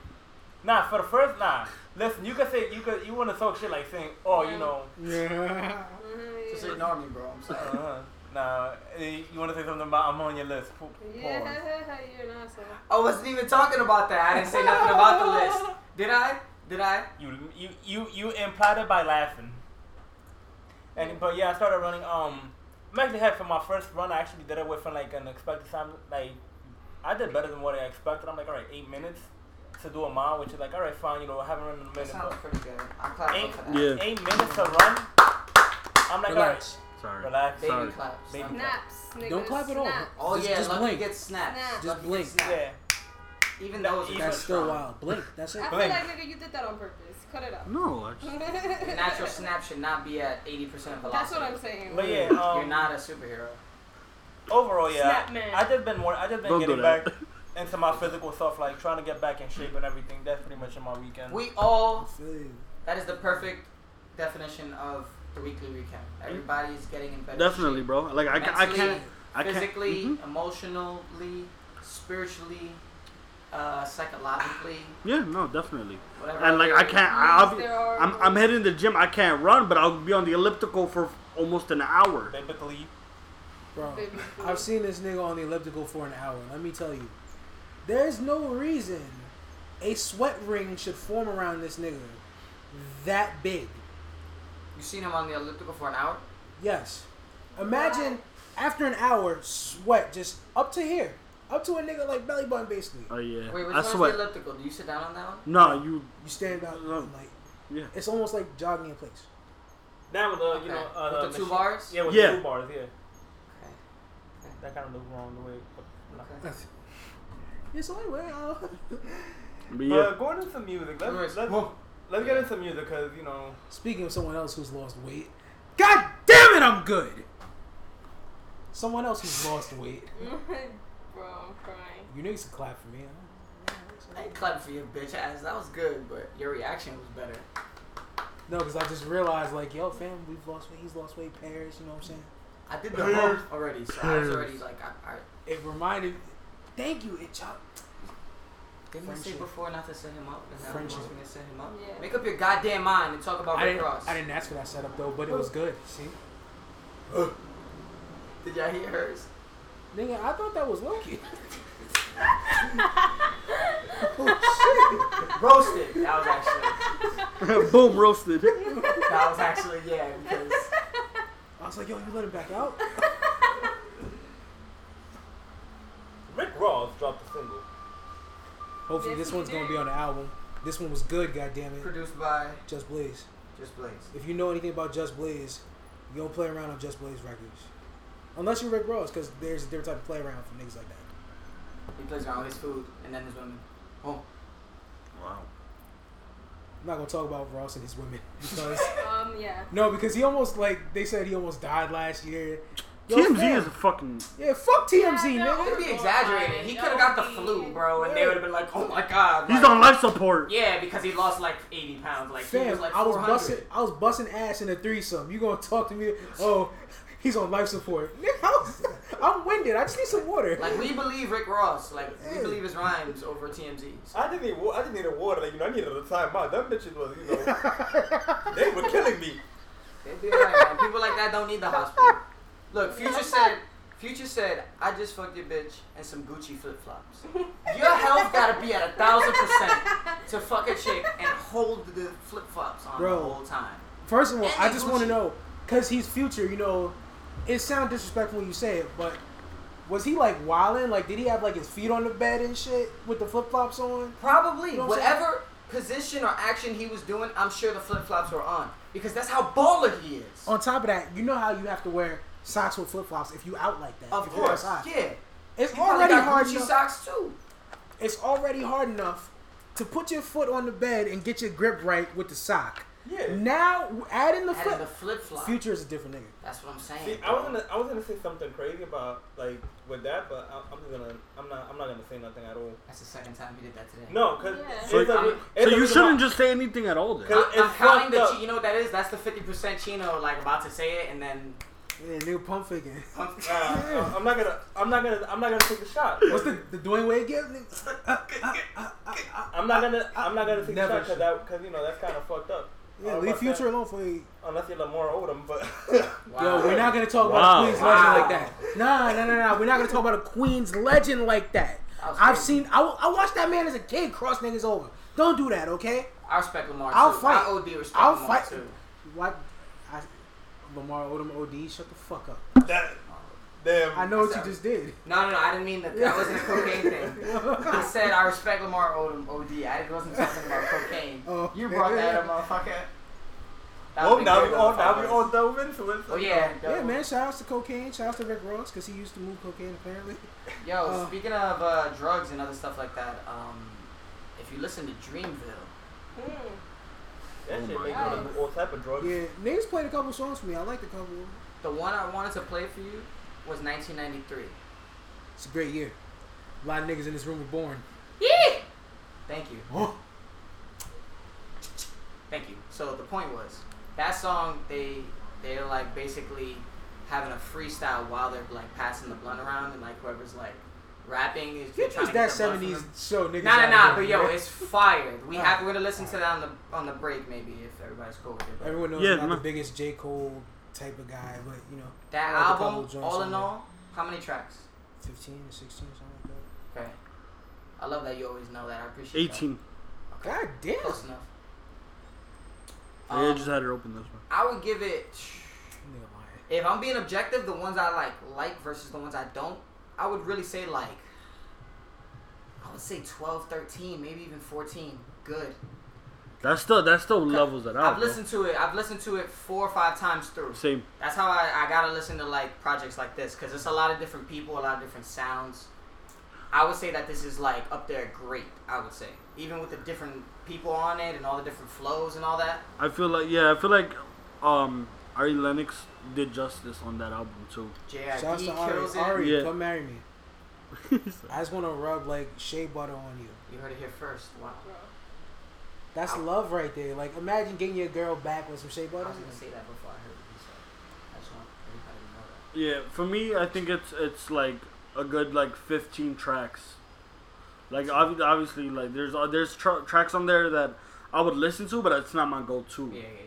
nah for the first nah listen you could say you could you want to talk shit like saying oh you know
yeah.
Mm-hmm.
Just ignore me, bro. I'm sorry.
uh, nah eh, you want to say something about I'm on your list Pa- pause.
Yeah, you're an asshole.
I wasn't even talking about that. I didn't say nothing about the list. Did I? Did I?
You you you you implied it by laughing. And but yeah, I started running. Um, I'm actually happy for my first run. I actually did it within like an expected time. Like I did better than what I expected. I'm like, all right, eight minutes to do a mile, which is like, all right, fine. You know, I haven't run in a
That
minute.
sounds
But
pretty good. I clap
eight,
for that.
Yeah.
eight minutes to run. I'm like,
Relax.
all
sorry.
right, relax.
Baby
Sorry.
claps.
Baby
Okay.
Snaps, nigga.
Don't clap at all.
snaps.
Oh
Just-
yeah,
just
Lucky
blink.
gets snaps.
Snap.
Lucky
Just
gets
blink.
snaps.
Yeah.
Even though it's
That's
That's still
strong.
wild. Blink, that's it.
I feel
Blink.
like nigga, you did that on purpose. Cut it off.
no, I just-
Natural snap should not be at 80% velocity.
That's what I'm saying.
But yeah, um,
You're not a superhero.
overall, yeah,
Snap man.
I just been more. I just been
Don't do
getting
that.
back into my physical stuff, like trying to get back in shape and everything. That's pretty much in my weekend.
We all,
Feel you.
that is the perfect definition of the weekly recap. Everybody's getting in better
Mm-hmm. definitely,
shape.
bro. Like I, ca- I
Mentally,
can't, I can't.
Physically,
mhm.
emotionally, spiritually, uh, psychologically,
Yeah, no, definitely.
whatever.
And like I can't, I,
Yes,
I'll be,
there are
I'm I'm heading to the gym. I can't run, but I'll be on the elliptical for almost an hour.
Biblically,
Bro,
Baby food.
I've seen this nigga on the elliptical for an hour. Let me tell you, there's no reason a sweat ring should form around this nigga that big.
You've seen him on the elliptical for an hour?
Yes. Imagine after an hour, sweat just up to here, up to a nigga like belly button basically.
Oh yeah,
Wait, which
I
one's
sweat.
the elliptical? Do you sit down on that one?
no, you.
You stand up and like,
Yeah.
it's almost like jogging in place.
That with the you know
Okay.
uh,
With the two bars?
Yeah, with
Yeah.
the two bars. Yeah,
Okay.
that kind of looked wrong the way. But, nah.
Okay.
It's like well,
But
Uh,
But
yeah,
going into music, let's
Anyways,
let's,
whoa.
let's get into music because you know
Speaking of someone else who's lost weight, God damn it, I'm good. Someone else who's lost weight.
Bro, I'm crying.
You niggas can clap for me.
I ain't clapping for your bitch ass. That was good, but your reaction was better.
No, because I just realized, like, yo, fam, we've lost weight. He's lost weight. Paris, you know what I'm saying?
I did the hump already, so I was already like, I, I
It reminded. Thank you, it chopped.
didn't we say
Friendship.
before not to send him up? And now we're
Friendship.
gonna send him up.
Yeah.
Make up your goddamn mind and talk about
I
Rick
didn't.
Ross.
I didn't ask for that setup though, but it was good. See,
Did y'all hear hers?
nigga, I thought that was Loki.
Roasted. That was actually.
Boom, roasted.
That was actually yeah because
I was like, yo, you let him back out?
Rick Ross dropped a single.
Hopefully,
Yes,
this
he
one's gonna be
did.
on the album. This one was good, goddammit.
produced by
Just Blaze.
Just Blaze.
If you know anything about Just Blaze, you don't play around on Just Blaze records, unless you're Rick Ross, because there's a different type of play around for niggas like that.
He plays around with his food and then his women. Oh,
Wow.
I'm not gonna talk about Ross and his women because
Um, yeah.
no, because he almost like they said he almost died last year. Yo,
TMZ
fam,
is a fucking.
yeah, fuck TMZ,
Yeah,
nigga.
no.
it'd be exaggerated. He could have got the flu, bro, and they would have been like, oh my god.
He's
like-
on life support.
Yeah, because he lost like 80 pounds. Like he
Fam,
was like
I was
400.
busting, I was busting ass in a threesome. You gonna talk to me? Oh, he's on life support. Nigga, I was- I'm winded. I just need some water.
Like we believe Rick Ross. Like we
Yeah.
believe his rhymes over TMZ's.
I just need, wa- I just needed water. Like, you know, I needed a time out. Them bitches was, you know, they were killing me.
They'd be alright, man. People like that don't need the hospital. Look, Future said. Future said, "I just fucked your bitch and some Gucci flip flops." Your health gotta be at a thousand percent to fuck a chick and hold the flip flops on
Bro.
the whole time.
First of all, I just
Gucci.
want to know, cause he's future. You know, it sounds disrespectful when you say it, but was he like wilding? Like, did he have like his feet on the bed and shit with the flip flops on?
Probably
know what I'm saying?
whatever position or action he was doing, I'm sure the flip flops were on because that's how baller he is.
On top of that, you know how you have to wear socks with flip flops if you out like that.
Of
if you're
course,
outside.
yeah.
It's
He probably
already
got
hard
Gucci
enough.
socks too.
it's already hard enough to put your foot on the bed and get your grip right with the sock.
Yeah.
Now add in the
And
flip.
the flip flop.
Future is a different nigga.
That's what I'm saying.
See, I was gonna, I was gonna say something crazy about like with that, but I, I'm just gonna, I'm not, I'm not gonna say nothing at all.
That's the second time he did that today.
No, cause
Yeah.
it's
So-
a-
I'm-
it's
So
a
you
reason
shouldn't
why-
just say anything at all. Then.
Cause
I-
it's
I'm counting
fucked
the
up.
chi- you know what that is? That's the 50% Chino like about to say it and then
Yeah, nigga pump faking.
Nah, I'm not gonna, I'm not gonna, I'm not gonna take the shot.
What's the the Dwayne Wade gift?
I'm not gonna, I'm not gonna take the
Never
shot because
should.
that, because you know that's kind of fucked up. I
Yeah,
don't
leave
know about
Future alone for you.
that. Unless you're Lamar Odom, but
Yo, we're not gonna talk
Wow.
about a Queen's
Wow.
legend like that. Nah, nah, nah, nah. We're not gonna talk about a Queen's legend like that.
That was
I've
crazy.
seen. I, I watched that man as a kid cross niggas over. Don't do that, okay?
I respect Lamar
I'll
too.
fight.
I OD respect
I'll
Lamar
fight.
too.
What? I, Lamar Odom OD, shut the fuck up.
that, damn.
I know what you just did.
No, no, no, I didn't mean that. That wasn't a cocaine thing. I said I respect Lamar Odom OD. I wasn't talking about cocaine.
Oh.
You brought that up, motherfucker. That
Oh,
would've been
now
great
we all,
motherfuckers.
now we all dove into it. so-
Oh yeah.
Yeah,
yo.
man. Shout outs to cocaine. Shout outs to Rick Ross because he used to move cocaine apparently.
Yo,
Uh.
speaking of uh, drugs and other stuff like that, um, if you listen to Dreamville,
Mm.
That
Oh
shit
my
make you wanna
God.
do all type of drugs.
Yeah, niggas played a couple songs for me. I liked a couple.
the one I wanted to play for you was 1993.
It's a great year. A lot of niggas in this room were born.
Yeah.
Thank you.
Oh,
Thank you. So the point was that song they they're like basically having a freestyle while they're like passing the blunt around and like whoever's like rapping is
it was
trying to
that
get the blunt from
'70s
them.
show, niggas.
Nah, nah,
outta
nah.
here,
But yo,
man.
it's fire. We
Alright.
have we're gonna listen to that on the on the break maybe if everybody's cool with it. but
everyone knows
Yeah,
I'm not
man.
the biggest J Cole type of guy, but you know,
that
I like a couple
album,
of joints
all
on
in
there.
all, how many tracks?
15, 16, something like that.
Okay. I love that you always know that. I appreciate that.
18.
God damn.
Close enough.
yeah, I
Um,
just had her open this one.
I would give it.
Nigga lying.
If I'm being objective, the ones I like like versus the ones I don't, I would really say like I would say 12, 13, maybe even 14. Good.
That's still that's still levels it out.
I've
bro.
listened to it. I've listened to it four or five times through.
Same.
That's how I, I gotta listen to like projects like this because it's a lot of different people, a lot of different sounds. I would say that this is like up there great. I would say even with the different people on it and all the different flows and all that.
I feel like yeah, I feel like um Ari Lennox did justice on that album too.
JID
Shout out to Ari.
kills it.
Ari,
Yeah.
come marry me. I just want to rub like shea butter on you.
You heard it here first. Wow.
Bro.
That's love right there. Like imagine getting your girl back with some shea
I
butter.
was gonna say that before I heard what you said. I just want everybody to know that.
Yeah, for me, I think it's it's like a good like fifteen tracks. Like obvi- obviously, like there's uh, there's tra- tracks on there that I would listen to, but it's not my go-to.
Yeah, yeah, yeah.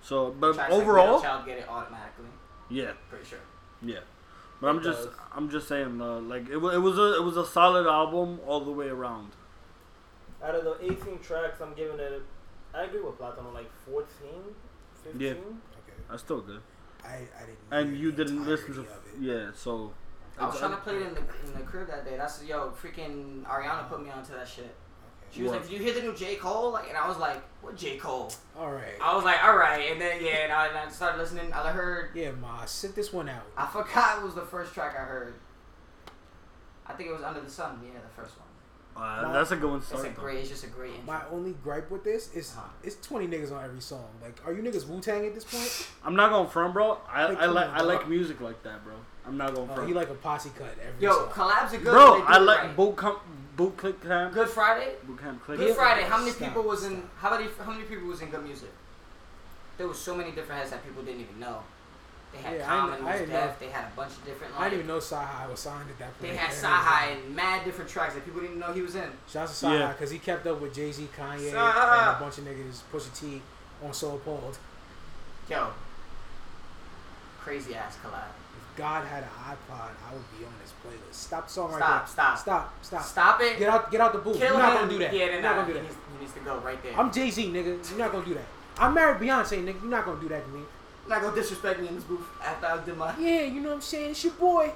So, but
Tracks like
Um, overall,
Real Child get it automatically.
yeah,
Pretty sure.
yeah. But I'm just
Because-
I'm just saying, uh, like it, wa- it was a it was a solid album all the way around.
Out of the 18 tracks, I'm giving it. I agree with Platano, like 14, 15.
Yeah.
Okay.
That's still good.
I, I didn't.
And
hear
you
the
didn't listen to,
entirety of it.
yeah. So
I was
it's-
trying to play it in the, in the crib that day. That's yo, freaking Ariana put me onto that shit. She was
What?
like, "Did you hear the new J Cole?" Like, and I was like, "What J Cole?"
All right.
I was like, "All right." And then yeah, and I, and I started listening. I heard.
Yeah, ma, sit this one out.
I forgot it was the first track I heard. I think it was Under the Sun. Yeah, the first one.
uh, that's a good one. to
It's
Start
a
though.
great. It's just a great intro.
My only gripe with this is
Uh-huh.
Huh.
it's twenty niggas on every song. Like, are you niggas Wu Tang at this point?
I'm not going front, bro. I,
Like,
I
come
like
on,
I like
dog.
music like that, bro. I'm not going
Oh,
front.
you like a posse cut every
Yo,
song.
collabs are good. when
Bro,
they do
I
it
like
right.
boot camp, boot click camp,
Good Friday.
boot camp click.
Good Friday. How many
Stop,
people was in? How many? How many people was in good music? There was so many different heads that people didn't even know. They had
Yeah, I
Common,
kn-
was
I didn't
Def, They had a bunch of different.
I
Like,
didn't even know Sahai was signed at that point.
They had
Yeah.
Sahai and mad different tracks that people didn't even know he was in.
Shouts to Sahai
Yeah.
because he kept up with Jay Z, Kanye,
Sahai.
and a bunch of niggas Pusha T on Soul Pulled.
Yo, crazy ass collab.
If God had an iPod, I would be on his playlist. Stop the song
Stop,
right there.
stop.
Stop. Stop.
Stop it.
Get out. Get out the booth.
Kill
You're
him.
not gonna do that.
Yeah,
You're
they're
not
not.
gonna do
He
that.
needs, he needs to go right there.
I'm Jay Z, nigga. You're not gonna do that. I married Beyonce, nigga. You're not gonna do that to me.
not gonna disrespect me in this booth after I did my.
Yeah, you know what I'm saying? It's your boy.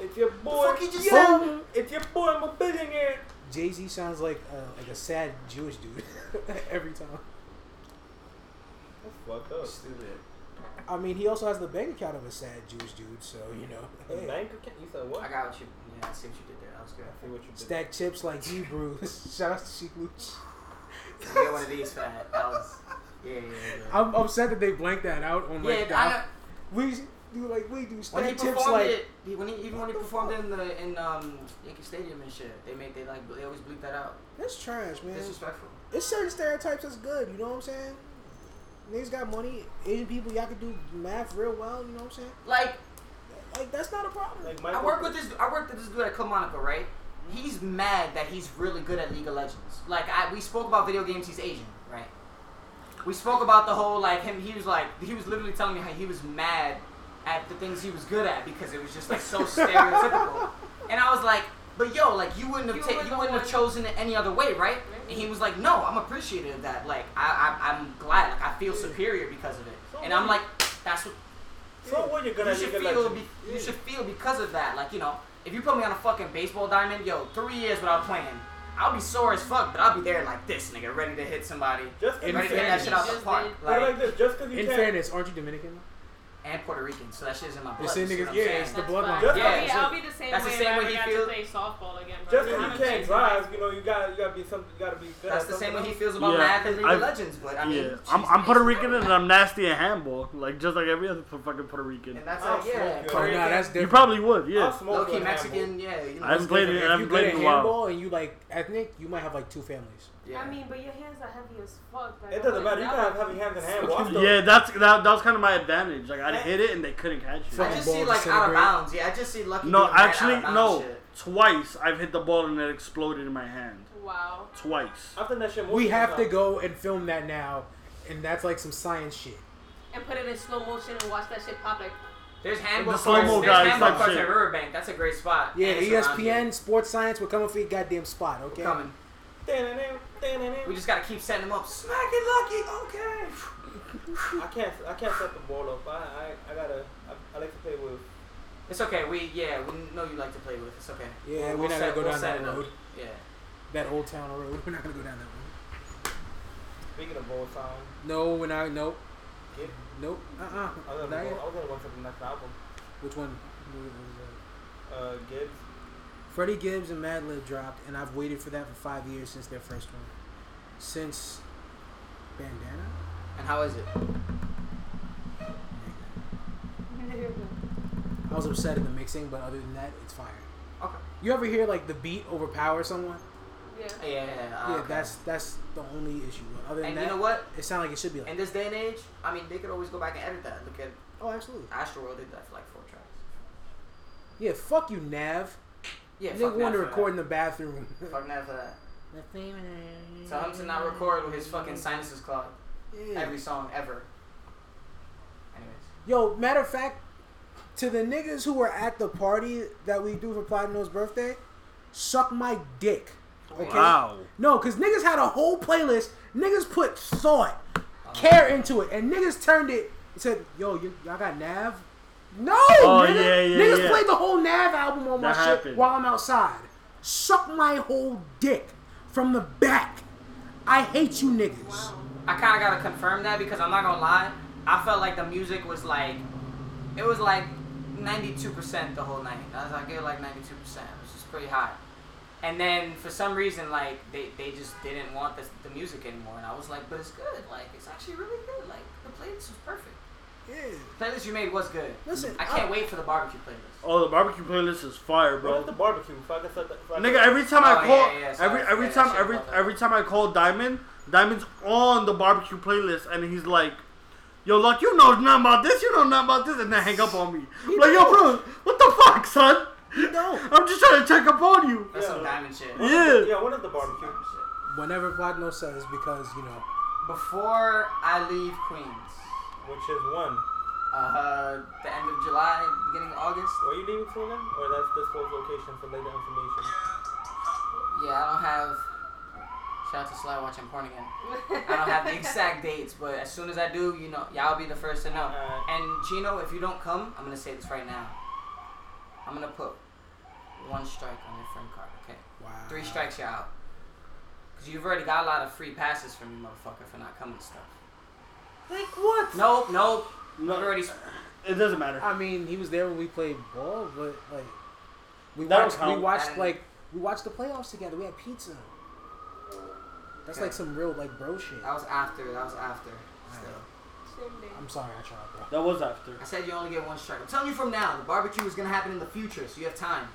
It's your boy.
fuck you just
Yo, It's your boy. I'm a billionaire.
Jay Z sounds like uh, like a sad Jewish dude every time.
That's fucked up.
I mean, he also has the bank account of a sad Jewish dude, so you know. Hey.
Bank account? You said what?
I got what you. Yeah, I see what you did there. That was good.
see what you did.
Stack chips like Hebrews. Shout out to Sheik Luch.
You get one of these for that. That was. Yeah, yeah, yeah. yeah.
I'm upset that they blanked that out on like
yeah,
the-
I know.
we do like we do
When he
stack chips
performed
like
it, he, when he, even when he performed in the in um Yankee Stadium and shit, they made they like they always bleep that out.
that's trash, man.
Disrespectful.
It's certain stereotypes that's good, you know what I'm saying? Niggas got money, Asian people, y'all can do math real well, you know what I'm saying?
Like
Like that's not a problem.
Like
I work with this I worked with this dude at Club Monaco, right? He's mad that he's really good at League of Legends. Like I we spoke about video games. He's Asian, right? We spoke about the whole like him. He was like he was literally telling me how he was mad at the things he was good at because it was just like so stereotypical. And I was like, but yo, like you wouldn't have
You
ta-
were
you
the
wouldn't have
one-
chosen it any other way, right?
Right.
And he was like, no, I'm appreciative of that. Like I, I I'm glad. Like I feel superior because of it.
So
And I'm
what?
like, that's what
So what you're gonna
you should
nigga
feel
like
be, you should feel because of that. Like you know, if you put me on a fucking baseball diamond, yo, three years without playing, I'll be sore as fuck, but I'll be there like this, nigga, ready to hit somebody,
Just in
ready to hit that
fairness.
shit out the
Just
park,
did-
Like, like
like,
this, just 'cause you
in
can't.
fairness, aren't you Dominican?
and Puerto Rican. So that shit's in my blood.
You're saying
you see
niggas,
what I'm
yeah,
saying?
it's the
That's
bloodline.
fine.
Just-
I'll, be,
yeah,
I'll be the same
that's the
way
same
if I
way
ever
he
got
feels-
to play softball again, bro.
Just 'cause
I'm a
you can't
cheater.
drive, you know, you got you gotta be some, you gotta be good.
That's
at
the same way
something
he
else.
feels about
Yeah,
math and League
I've-
of Legends, but I mean,
Yeah, I'm,
she's
I'm Puerto
based-
Rican and I'm nasty at handball, like just like every other pu- fucking Puerto Rican.
and that's
I'll
like yeah,
smoke you.
Puerto
Oh,
no,
Rican,
that's different.
You probably would,
I'll
yeah.
smoke
low-key
you an apple.
Mexican, yeah, you know,
I haven't played it. I
if you
haven't
good
played
at
in a while.
handball and you like ethnic, you might have like two families.
yeah.
I mean, but your hands are heavy as fuck. Like,
It doesn't
I'm
matter. You
like,
can have
that-
heavy hands and handball. I'm still-
Yeah, that's that, that was kind of my advantage. Like I
That-
hit it and they couldn't catch
I
it.
just see like out of bounds. Yeah, I just see lucky.
No,
being mad out of
actually,
bounds
no.
shit.
Twice I've hit the ball and it exploded in my hand.
Wow.
Twice.
I've done that shit.
We
multiple
have to
times.
go and film that now, and that's like some science shit.
And put it in slow motion and watch that shit pop. Like,
There's handball
The
courts.
slow-mo
There's
guys
handball
type
courts
shit.
at Riverbank. That's a great spot.
Yeah, E
And it's around here.
ESPN, sports science, we're coming for your goddamn spot, okay?
coming.
Da-na-na, da-na-na.
We just gotta keep setting them up. Smack it, lucky. Okay.
I can't, I can't set the ball up. I, I, I gotta. I, I like to play with.
It's okay. We yeah. We know you like to play with. It's okay.
Yeah, we're
We'll
not
set-
gonna go
we'll
down
set
that
it up.
road.
Yeah.
That old town road. We're not gonna go down that road.
Speaking of ball sound,
No, we're not. Nope.
Get-
Nope. Uh uh
I was gonna,
Not
go,
yet.
I was gonna go for the next album.
Which one?
Uh, Gibbs.
Freddie Gibbs and Madlib dropped, and I've waited for that for five years since their first one. Since Bandana.
And how is it?
I was upset at the mixing, but other than that, it's fire.
Okay.
You ever hear like the beat overpower someone?
Yeah.
Yeah, yeah, yeah.
Yeah,
okay.
that's that's the only issue. Other than
And
that,
you know what?
it sounds like it should be like.
In this day and age, I mean, they could always go back and edit that. Look at
oh, absolutely.
Astroworld did that for like four tracks.
Yeah, fuck you, Nav.
Yeah,
Nigga
fuck Nav
wanted to
for
record in the bathroom.
that. Fuck Nav for that. Tell
Mm-hmm.
him to not record with his fucking sinuses clogged.
Yeah.
Every song ever. Anyways.
Yo, matter of fact, to the niggas who were at the party that we do for Platino's birthday, suck my dick. Okay.
Wow.
No, cause niggas had a whole playlist. Niggas put thought, care into it, and niggas turned it. and Said, "Yo, y- y'all got Nav." No, nigga.
Oh, yeah, yeah,
niggas
yeah.
played the whole Nav album on my
That
shit
happened.
while I'm outside. Suck my whole dick from the back. I hate you niggas.
I kind of gotta confirm that because I'm not gonna lie. I felt like the music was like, it was like 92% the whole night. I was like, it was like 92%, which is pretty high. And then for some reason, like they, they just didn't want the, the music anymore. And I was like, but it's good. Like it's actually really good. Like the playlist was perfect.
Yeah.
The playlist you made was good.
Listen,
I can't
I-
wait for the barbecue playlist.
Oh, the barbecue playlist is fire,
Bro,
bro.
the barbecue. If I could set that, if I
Nigga, every time
Oh,
I
yeah,
call,
yeah, sorry,
every
I
every
forgot
time
shit
every
about that.
every time I call Diamond, Diamond's on the barbecue playlist, and he's like, "Yo, luck, you know nothing about this. You know nothing about this," and then hang up on me. I'm like, yo, bro, what the fuck, son?
don't.
I'm just trying to check up on you.
That's some diamond shit.
Yeah.
yeah, one of the barbecue.
Whenever Platino says, because you know,
Before I leave Queens,
Which is one.
uh, the end of July, beginning of August.
Were you leaving for them, or that's this whole location for later information?
Yeah, I don't have. Shout out to Sly watching porn again. I don't have the exact dates, but as soon as I do, you know, y'all be the first to know.
Alright.
And Gino, if you don't come, I'm gonna say this right now. I'm gonna put one strike on your friend card, okay?
wow.
Three strikes, you're out. Cause you've already got a lot of free passes from you, motherfucker, for not coming to stuff.
Like what? Ah.
Nope, nope.
No.
You've already.
It doesn't matter.
I mean, he was there when we played ball, but like we
That
watched,
don't
we
count.
watched like we watched the playoffs together. We had pizza. That's
Okay.
like some real like bro shit.
That was after. That was after. Still.
I'm sorry, I tried, bro.
That was after.
I said you only get one strike. I'm telling you from now, the barbecue is gonna happen in the future, so you have time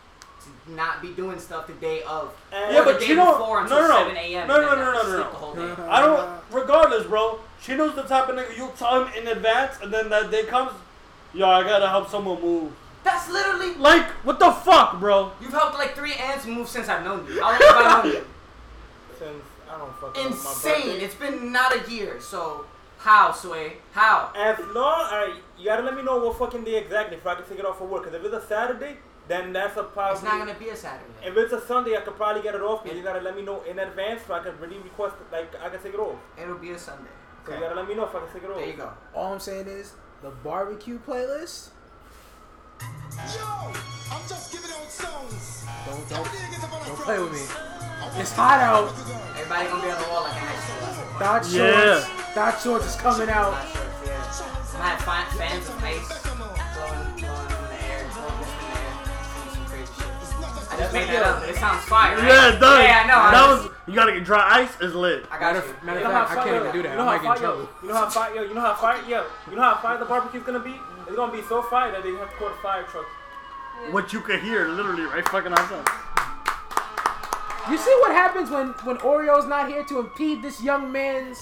to not be doing stuff the day of.
Yeah,
or
but
the day
you know-
before until
no, no, no.
7 a.m.
No,
and
no,
then
no,
have to
no, no,
sleep
no.
The whole day.
I
Uh.
don't. Regardless, bro, she knows the type of nigga. You tell him in advance, and then that day comes. Yo, I gotta help someone move.
That's literally.
Like, what the fuck, bro?
You've helped like three ants move since I've known you. How long have I known you?
Since I don't fucking know, my
Insane.
birthday.
It's been not a year. So how, Sway? How?
As long, alright, you gotta let me know what fucking day exactly if I can take it off for work. Cause if it's a Saturday, then that's a probably.
It's not gonna be a Saturday.
If it's a Sunday, I could probably get it off. But you gotta let me know in advance so I can really request it. Like I can take it off.
It'll be a Sunday.
So you gotta let me know if I can take it off.
There you go.
All I'm saying is the barbecue playlist.
Yo, I'm just giving out songs.
Don't don't
Don't
don't play with me. It's hot out.
Everybody gonna be on the wall like an extra.
Thought shorts.
Yeah.
Thought shorts is coming out.
Not sure if yeah. I had fan, fans of face blowing, blowing in the air, blowing this in the air, doing some crazy shit. I just made that up. It sounds fire. Right?
Yeah, it does.
Yeah, I know. I
That
just-
was. You gotta get dry ice. Is lit.
I got
Matter,
you.
of- matter
You
of
know how
fact, I
fire-
can't even do that.
You know
I
how
might get in
fire, yo,
trouble.
you know how fire, yo, you know how fire, yo, you know how fire the barbecue's gonna be. It's gonna be so fire that they have to call the fire truck.
What you could hear, literally, right fucking outside.
You see what happens when when Oreo's not here to impede this young man's.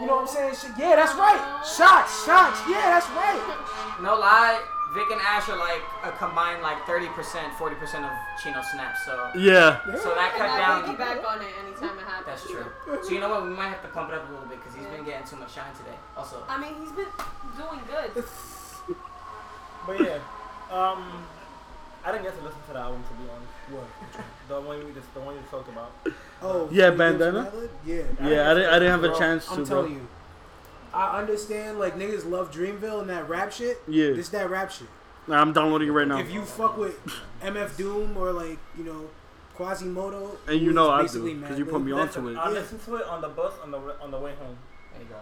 You know what I'm saying? Shit, Yeah, that's right. Shots, shots. Yeah, that's right.
No lie, Vic and Ash are like a combined like 30%, 40% of Chino snaps. So,
Yeah.
so that cut
I'll
down.
piggyback on it anytime it happens.
That's true. So you know what? We might have to pump it up a little bit because he's been getting too much shine today. Also,
I mean, he's been doing good.
But yeah, um, I didn't get to listen to the album to be honest. What? The one we just, the one you talked about.
Oh,
Yeah,
you give
bandana?
us another? Yeah.
Yeah, I didn't. I didn't have a
Bro,
chance to.
I'm
bro.
telling you. I understand like niggas love Dreamville and that rap shit.
Yeah.
This that rap shit.
Nah, I'm downloading it right now.
If you fuck with MF Doom or like, you know, Quasimodo
And you
who
know
is
I do,
basically
'cause you
Madlib,
put me on. Onto
Listen,
it.
I
Yeah.
listened to it on the bus on the on the way home.
there you go.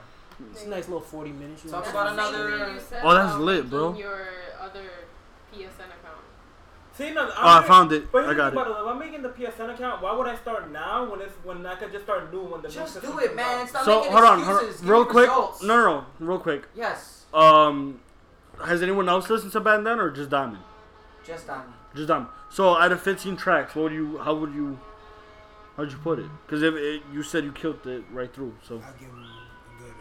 It's a nice little 40 minutes. You know
Talk
what I'm
about
saying?
another-
You said
Oh, that's
about
lit,
making
bro.
Your other PSN account.
See, no,
Oh, I found it.
But here's
I
the
got
thing
it.
about If I'm making the PSN account, why would I start now when it's when I could just start new when the new
Just
system
do
comes
it, man.
out?
Stop
So
making
hold on, hold on.
excuses. Give
real
me
quick.
results.
No, no, no, real quick.
Yes,
Um, has anyone else listened to Bandana or just Diamond?
just Diamond.
Just Diamond. So out of 15 tracks, what would you? How would you? How'd you put it? Because if it, you said you killed it right through, so
I'll give him a good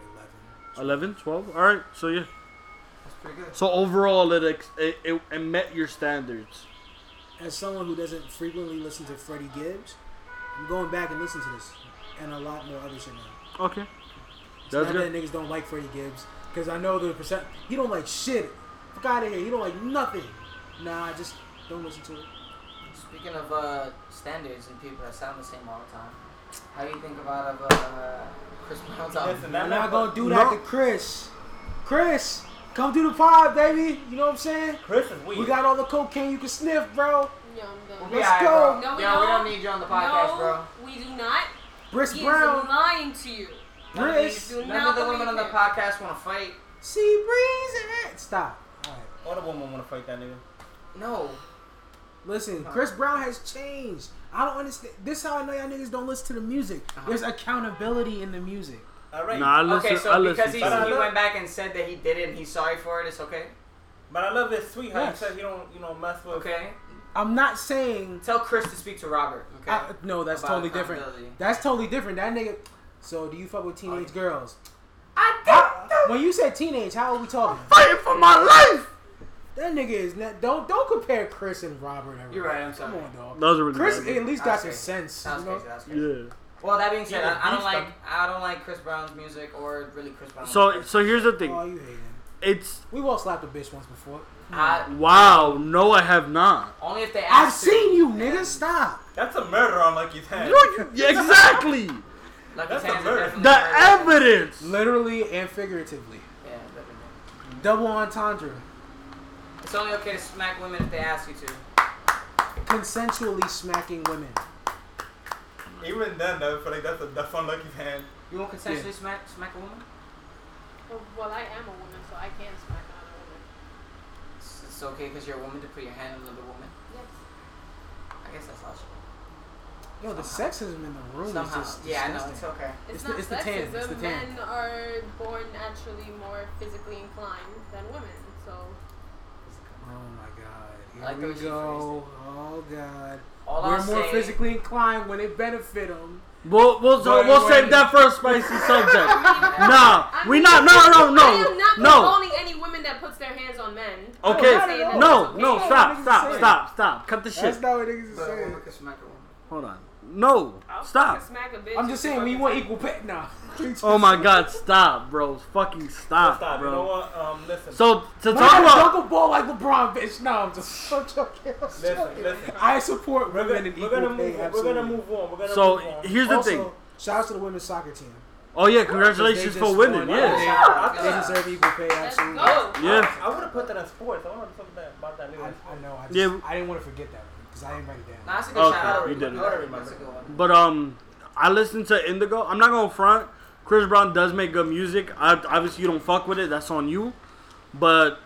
11.
11, 12? All right, so yeah.
That's pretty good.
So overall, it ex- it, it, it met your standards.
As someone who doesn't frequently listen to Freddie Gibbs, I'm going back and listening to this and a lot more other shit now.
Okay,
It's
that's
not
good.
that niggas don't like Freddie Gibbs, because I know the percent. He don't like shit. Fuck out of here. He don't like nothing. Nah, I just don't listen to it.
Speaking of uh, standards and people that sound the same all the time, how do you think about of uh, Chris Brown's album?
Listen,
I'm
that
not
man,
gonna do that
No.
to Chris. Chris, come do the pod, baby. You know what I'm saying?
Chris is weak.
We got all the cocaine you can sniff, bro.
Yo, I'm done.
We'll be
Let's
alright,
go.
Bro.
No, we
Yo, we
don't.
don't need you on the podcast,
No,
bro.
we do not.
Briss
He is
Brown,
lying to you.
None of
Chris.
these-
Do
None
not
of the women
believe
on the
him.
podcast want to fight.
Sea Breeze. eh? Stop. All right.
All the women want to fight that nigga.
No.
Listen, Chris Brown has changed. I don't understand. This is how I know y'all niggas don't listen to the music.
Uh-huh.
There's accountability in the music.
All right.
Nah, I listen.
Okay, so
I listen.
because he,
to
But I
it.
he
love-
went back and said that he did it and he's sorry for it, it's okay?
But I love his sweetheart.
Yes.
He said he don't, you know, mess with.
Okay?
I'm not saying.
Tell Chris to speak to Robert, okay?
I, no, that's
About
totally different.
accountability. Oh,
That's totally different. That nigga. So, do you fuck with teenage girls?
I
When you said teenage, how are we talking?
fighting for my life.
That nigga is not. Don't don't compare Chris and Robert. Everybody.
You're right, I'm sorry.
Come on, dog.
That was a really
Chris
bad
at least
That's
got some
crazy.
sense.
Sounds
you know?
crazy, that's crazy.
idea. Yeah.
Well, that being said,
Yeah,
I, I don't
beef
like
them.
I don't like Chris Brown's music or really Chris Brown.
So so here's the
Oh,
thing.
you hating?
It's
We all slapped a bitch once before.
I,
wow. No, I have not.
only if they
I've
ask to.
seen you, nigga. Stop.
That's a murder on Lucky's
No,
head.
you, yeah, exactly.
Like
That's
his hands
a
are definitely
bird.
The
murdered.
evidence.
Literally and figuratively.
Yeah, definitely.
Double entendre.
It's only okay to smack women if they ask you to.
Consensually smacking women.
Even then, though, I feel like that's a death on Lucky's hand.
You won't consensually smack smack a woman?
Oh, Well, I am a woman, so I can smack another woman.
It's, it's okay because you're a woman to put your hand on another woman.
Yes.
I guess that's logical.
Yo, the sexism in the room
Somehow.
is just
yeah, I know.
disgusting.
It's okay.
It's,
It's the-
not
it's the tan,
sexism.
it's the tan.
Men are born naturally more physically inclined than women, so
Oh my god. Here
Like the way
we
she
go. Oh god.
All
We're
I'm
more
saying,
physically inclined when it benefit them.
We'll we'll,
Wait,
we'll
wait.
save that for a spicy subject.
I
Nah,
I'm-
we not. No, no,
am
no,
not
no. Oh,
condoning any women that puts their hands on men.
Okay.
not at all.
No, no.
That's
Stop,
not what
stop,
I'm
stop, stop. Cut the shit.
That's not what niggas is
but a
saying.
woman can smack a woman.
Hold on. No.
I'll
Stop.
fucking Smack a bitch
I'm just
if
saying,
she
we
fucking-
want equal pay. Nah.
Oh my God. Stop, bro. Fucking
Stop,
stop,
You know
bro.
what? Um, listen.
So to
Nah,
talk about.
dunk a ball like LeBron, bitch. Nah, I'm just so joking. I'm joking.
listen, listen.
I support
We're
women
gonna,
in
we're
equal pay.
gonna move. We're
absolutely.
gonna move on. We're gonna
So
move on.
here's the
also,
thing.
Shout out to the women's soccer team.
Oh yeah, congratulations
They
for
just
winning.
won.
Yeah.
Yeah.
They deserve equal pay.
Let's
Absolutely.
go.
Yeah.
I would have put that in sports. I wanted to talk that- about that
I,
later.
I know. I, just,
Yeah.
I didn't want to forget that because I didn't write it down.
Nah, that's a good
Okay,
shot.
you did it.
I already remember. That's a good one.
But um, I listen to Indigo. I'm not gonna front. Chris Brown does make good music. I, obviously, you don't fuck with it. That's on you. But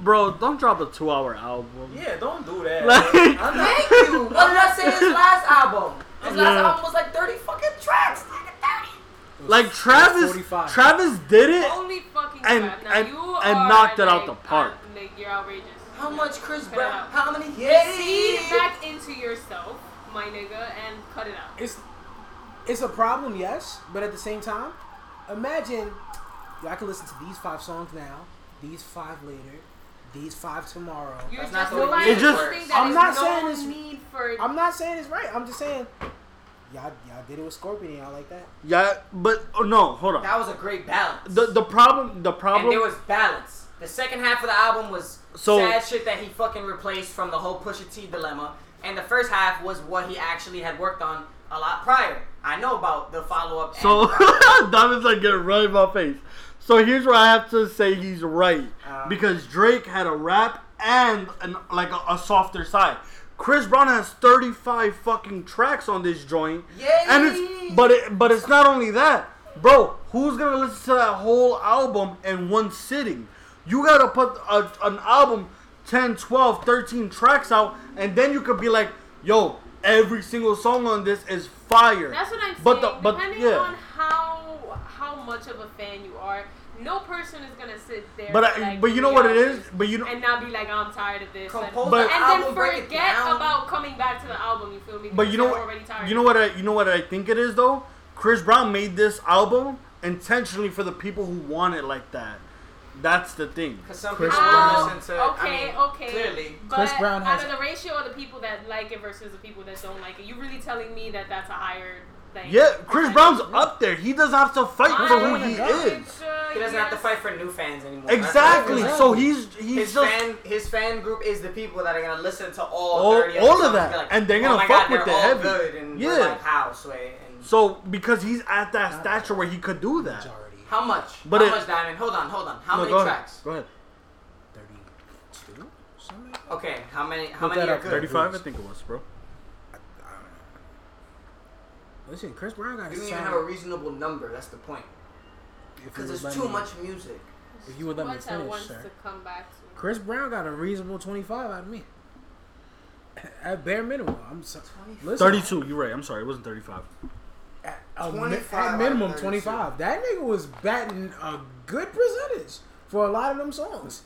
bro, don't drop a two-hour album.
Yeah, don't do that.
Like-
I'm not,
Thank you. What did I say? His last album. His last
Yeah.
album was like 30 fucking tracks. Like 30.
Like Travis,
45.
Travis did it.
Only fucking
And-
crap. Now,
and-
you
and
are,
knocked it out
like,
the park.
out- like, you're outrageous.
How much Chris
Cut it
Brown?
out.
How many
Feed
years?
it back into yourself, my nigga, and cut it out.
It's it's a problem, yes, but at the same time, imagine yo, I can listen to these five songs now, these five later, these five tomorrow.
You're
That's
just
not the way
lying
it
for
works.
something that
I'm
is
not
no
saying it's-
need for.
I'm not saying it's right. I'm just saying y'all y'all did it with Scorpion. Y'all like that?
Yeah, but oh, no, hold on.
That was a great balance.
The the problem, the
and there
problem.
was balance. The second half of the album was
So-
sad shit that he fucking replaced from the whole Pusha T dilemma, and the first half was what he actually had worked on a lot prior. I know about the follow up.
So Diamond's like getting right in my face. So here's where I have to say he's right because Drake had a rap and an, like a, a softer side. Chris Brown has 35 fucking tracks on this joint.
Yay!
And it's but it but it's not only that. Bro, who's going to listen to that whole album in one sitting? You got to put a, an album 10, 12, 13 tracks out and then you could be like, "Yo, every single song on this is fire."
That's what I'm saying.
But the- but-
Depending
yeah.
on how how much of a fan you are, no person is gonna sit there.
But
for,
I,
like,
but you know
three
what it
hours
is. But you know,
And not be like, I'm tired of this. and-
But-
Compose the
and then
album, break it
forget
down.
about coming back to the album. You feel me?
But
Because
you know
you're
what?
already tired.
You know what I? You know what I think it is though. Chris Brown made this album intentionally for the people who want it like that. That's the thing.
Because some
Chris
people will
Oh,
listen to. I
okay,
mean,
okay.
Clearly,
But
Chris Brown has-
out of the ratio of the people that like it versus the people that don't like it, you really telling me that that's a higher thing?
Yeah, Chris Brown's up there. He doesn't have to fight for who he is.
he doesn't have to fight for new fans anymore. That's
Exactly.
what it is.
So he's
His
he's just
fan, his fan group is the people that are gonna listen to all,
All-
30
all of
songs
that.
be like,
And they're
"Oh
gonna
my
fuck
God,
with
they're
the
all
heavy."
Good and we're
Yeah.
like, how sway and
so because he's at that stature where he could do that.
Majority.
how much?
But
how
it-
much diamond? Hold on, hold on. How
No,
many
go ahead.
tracks?
Go ahead.
32? Something?
Okay, how many? How
Look
many
that
are
up.
good?
35, I think it was, bro.
Listen, Chris Brown got
You
his
don't even have a reasonable number. That's the point.
If you
Because
would
there's
let
too
me-
much music.
If you would let me
What's that
finish,
wants
sir.
to come back to?
Chris Brown got a reasonable 25 out of me. At bare minimum, I'm so, listen,
32, you're right. I'm sorry. It wasn't 35.
At, a mi-
25 out
at
of
minimum
32.
25. That nigga was batting a good percentage for a lot of them songs.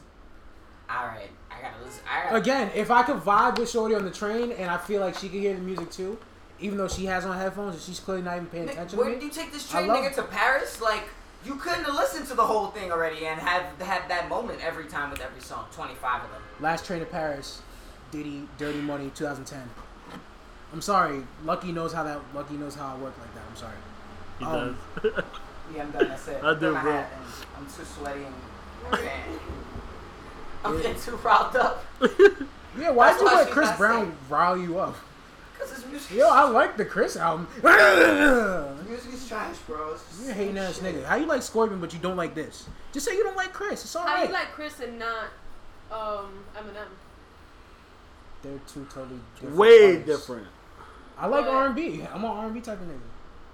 All right, I gotta listen. I gotta,
Again, if I could vibe with Shorty on the train and I feel like she could hear the music too, even though she has on headphones and she's clearly not even paying
Nick,
attention
where
to
did
me.
you take this
I
train,
love
nigga,
it.
to Paris? Like, you couldn't have listened to the whole thing already and have had that moment every time with every song. 25 of them.
Last Train to Paris, Diddy, Dirty Money, 2010. I'm sorry, Lucky knows how that. Lucky knows how I work like that. I'm sorry.
He
Um,
does.
Yeah, I'm done. That's it.
I
Put
do,
my
bro.
hat in. I'm too sweaty and I'm bad. I'm getting too riled up
Yeah, why
That's
did you
why
let
she's
Chris
not
Brown
saying-
rile you up?
because this music.
Yo, I like the Chris album. you
music is trash, bro. It's just
hating ass
shit.
nigga. How you like Scorpion but you don't like this? Just say you don't like Chris. It's
How
alright.
you like Chris and not um, Eminem?
They're two totally different.
Way
artists.
different.
I like
But-
R and B. I'm an R and B type of nigga.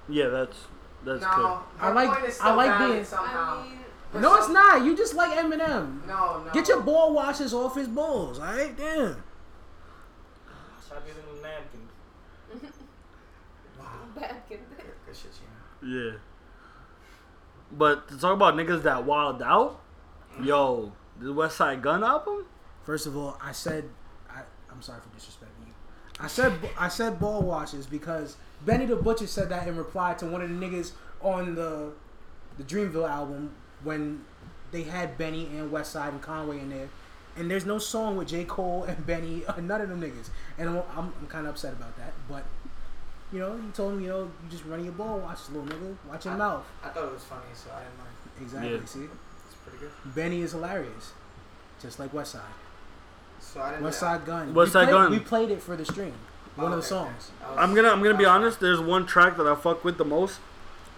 Yeah, that's that's
No,
good.
her
I like-
point is
I like
still valid
being-
somehow.
I mean,
But
No, it's
some-
not. You just like Eminem.
No, no.
Get your ball washes off his balls. Alright, damn.
Stop using those napkins.
back in the
Good, good shit, you.
Yeah. But to talk about niggas that wild out, yo, the West Side Gun album?
First of all, I said I, I'm sorry for disrespecting you. I said I said ball washes because Benny the Butcher said that in reply to one of the niggas on the the Dreamville album when they had Benny and Westside and Conway in there. And there's no song with J. Cole and Benny, none of them niggas. And I'm, I'm, I'm kind of upset about that. But, you know, he told me, yo, you just running your ball, watch this little nigga. Watch your
I-
mouth.
I thought it was funny, so I didn't mind.
Exactly,
Yeah.
see?
It's pretty good.
Benny is hilarious. Just like Westside.
So I didn't.
West Side Gun.
West
we
Side
played,
Gun.
We played it for the stream.
Oh,
One of the
okay,
songs.
okay. I was-
I'm gonna I'm gonna be
I was-
honest, there's one track that I fuck with the most.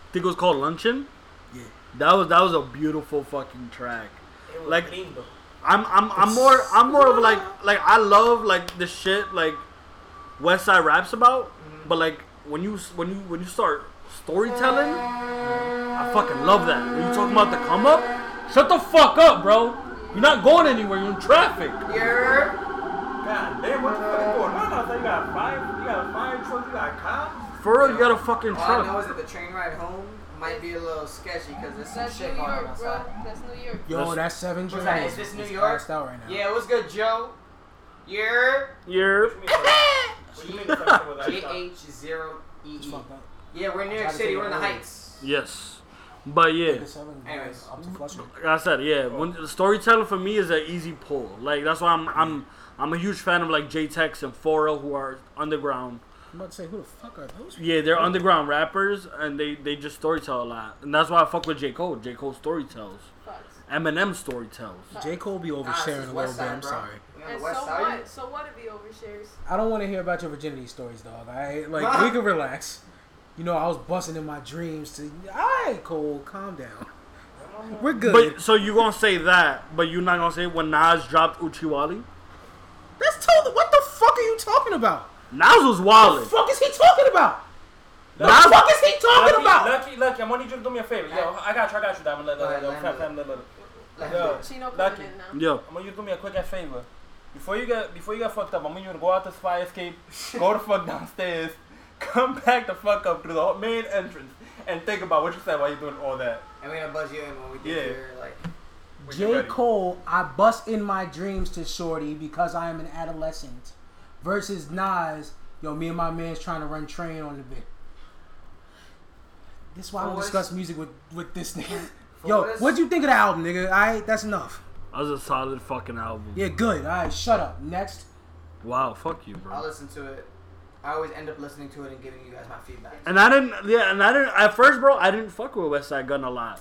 I think it was called Luncheon.
Yeah.
That was that was a beautiful fucking track.
It was
Like-
clean though.
I'm I'm I'm more I'm more of like like I love like the shit like West Side raps about,
Mm-hmm.
but like when you when you when you start storytelling, I fucking love that. When you talking about the come up, shut the fuck up, bro. You're not going anywhere. You're in traffic.
You're
God damn, what the fuck is going on? I thought you got fire, you got fire trucks, you got cops.
For real, you got a fucking
All Oh, I know
truck.
is that the train ride home might be a little sketchy because there's some
That's New
shit going on
York, bro.
outside.
That's New York.
Yo,
That's-
that's seven
What's
dreams.
that? Is this New
It's
York?
passed out right now.
Yeah, what's good, Joe? You're
Yeah.
What you mean? What you mean? the fuck was that truck?
It's
JH0EE.
fucked up.
E Yeah, we're in New York
tried to
City.
say
We're in the
earlier.
Heights.
Yes. But yeah,
The seven
Anyways.
dreams up to Fletcher.
like I said, yeah. When the storytelling for me is an easy pull. Like that's why I'm I'm I'm a huge fan of like J Tex and Pharrell who are underground.
I'm about to say, who the fuck are those?
Yeah, they're underground rappers and they they just storytell a lot, and that's why I fuck with J Cole. J Cole storytells.
Fucks.
Eminem storytells.
J. Cole be
Nah, it's
oversharing
just
a
West Side,
little bit. I'm
bro.
sorry.
We're on
And
the
so
West Side.
what? So what if he overshares?
I don't want to hear about your virginity stories, dog. I like
Huh?
we can relax. You know, I was busting in my dreams to. Alright, Cole, calm down. We're good.
But so you gonna say that, but you're not gonna say when Nas dropped Uchiwali.
that's totally. What the fuck are you talking about?
Nas was
The
wildin'.
fuck is he talking about?
Nas,
The fuck is he talking
Lucky,
about?
lucky, lucky. I'm only you to do me a favor. Yo, I got you, I got you, Diamond. Let, let, let, let, let, let, let.
Like,
Yo.
Chino
Lucky.
coming in now.
yeah.
I'm gonna you to do me a quick ass favor. Before you get before you get fucked up, I'm gonna you to go out this fire escape, go the fuck downstairs, come back the fuck up through the main entrance, and think about what you said while you're doing all that.
And we're gonna buzz you in when we get
Yeah.
here. Like,
When you're
J.
ready.
Cole, I bust in my dreams to Shorty because I am an adolescent. Versus Nas, yo, me and my man's trying to run train on the bit. This is why I don't
Boys.
discuss music with, with this nigga. Yo,
Boys.
what'd you think of the album, nigga? Alright, that's enough.
That was a solid fucking album.
Yeah, good. Alright, shut up. Next.
Wow, fuck you,
I'll
bro.
listen to it. I always end up listening to it and giving you guys my feedback.
And I didn't, yeah, and I didn't. At first, bro, I didn't fuck with West Side Gun a lot,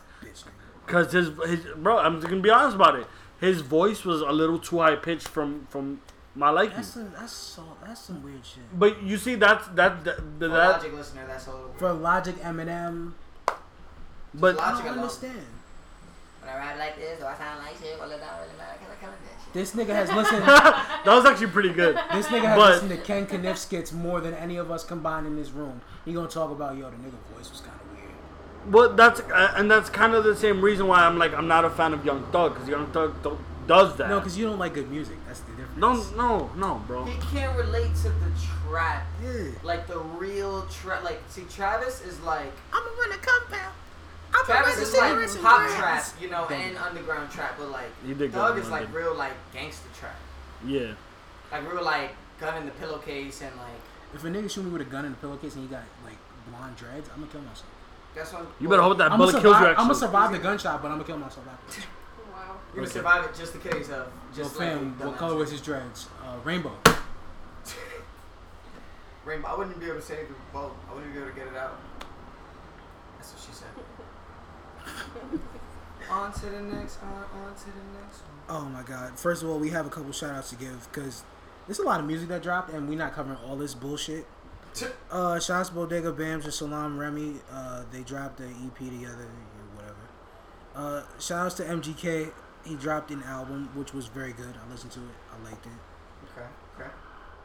cause his, his, bro. I'm just gonna be honest about it. His voice was a little too high pitched from from my liking.
That's some, that's so, that's some weird shit.
But you see, that's that that,
For
that
Logic listener, that's a little.
For Logic, Eminem,
but
I
Logic
don't
alone.
understand.
When I ride like this, or I sound like shit, well, it don't really matter. 'cause I kinda that shit.
This nigga has listened.
that was actually pretty good.
This nigga has
But-
listened to Ken Kniff skits more than any of us combined in this room. He gonna talk about yo, the nigga voice was kind of weird.
Well, that's uh, and that's kind of the same reason why I'm like I'm not a fan of Young Thug because Young Thug do- does that.
No, cause you don't like good music. That's the difference.
no, no, no, bro.
He can't relate to the trap,
Yeah.
like the real trap. Like, see, Travis is like
I'm gonna run a compound. I'm
Travis is like pop trap, you know, and underground trap, but
You
like
did go
Thug is
on
like
that.
real like gangster trap,
Yeah,
like real like gun in the pillowcase and like
If a nigga shoot me with a gun in a pillowcase and he got like blonde dreads, I'm gonna kill myself.
that's one.
you better hope that
I'm
bullet
gonna survive.
kills you.
I'm
Actually,
gonna survive the gunshot, but I'm gonna kill myself after.
Wow.
You gonna
Okay.
survive it just to kill yourself.
Yo,
Just like
fam,
the
what
dumbass.
color was his dreads? Uh, rainbow.
Rainbow. I wouldn't be able to say anything with both. I wouldn't be able to get it out. That's what she said. on to the next. On, on to the next. one.
Oh my god. First of all, we have a couple shout outs to give because there's a lot of music that dropped and we're not covering all this bullshit. Uh, Shots Bodega Bams and Salam Remy, uh, they dropped the EP together, or whatever. Uh, shout outs to MGK. He dropped an album which was very good. I listened to it, I liked it.
Okay. Okay.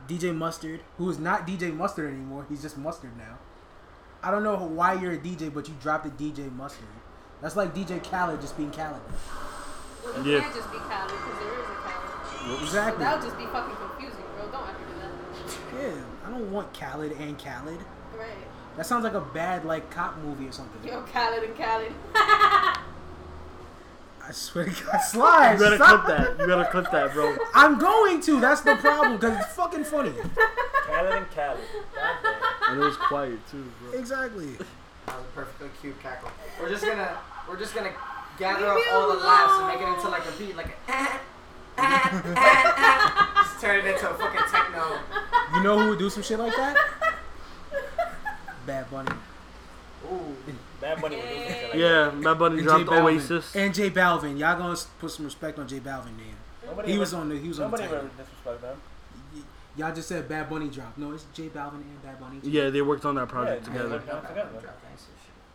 DJ Mustard, who is not DJ Mustard anymore, he's just Mustard now. I don't know why you're a DJ, but you dropped a DJ Mustard. That's like DJ Khaled just being Khaled.
Well, you
Yeah.
can't just be Khaled because there is a Khaled. So
Exactly.
that would just be fucking confusing, bro. Don't ever do that.
Yeah, I don't want Khaled and Khaled.
Right.
That sounds like a bad like cop movie or something.
Yo, Khaled and Khaled.
I swear to God, Sly,
you gotta
stop.
clip that. You gotta clip that, bro.
I'm going to. That's the problem because it's fucking funny.
Khaled and Khaled. God damn.
And it was quiet too, bro.
Exactly.
That was a perfectly cute cackle. We're just gonna we're just gonna gather up
Leave me
all the laughs and
alone.
make it into like a beat, like a eh, eh, eh, eh. just turn it into a fucking techno.
You know who would do some shit like that? Bad Bunny.
Ooh.
Bad Bunny would do some shit like
Yeah, Bad Bunny
And
dropped
J Balvin.
Oasis.
And J Balvin. Y'all gonna s- put some respect on J Balvin name.
that. Nobody
He
ever-
was on the he was on the
Nobody
title.
ever disrespect them.
Y'all just said Bad Bunny drop. No, it's J Balvin and Bad Bunny.
Yeah, they worked on that project
Yeah, they
together.
worked on it together.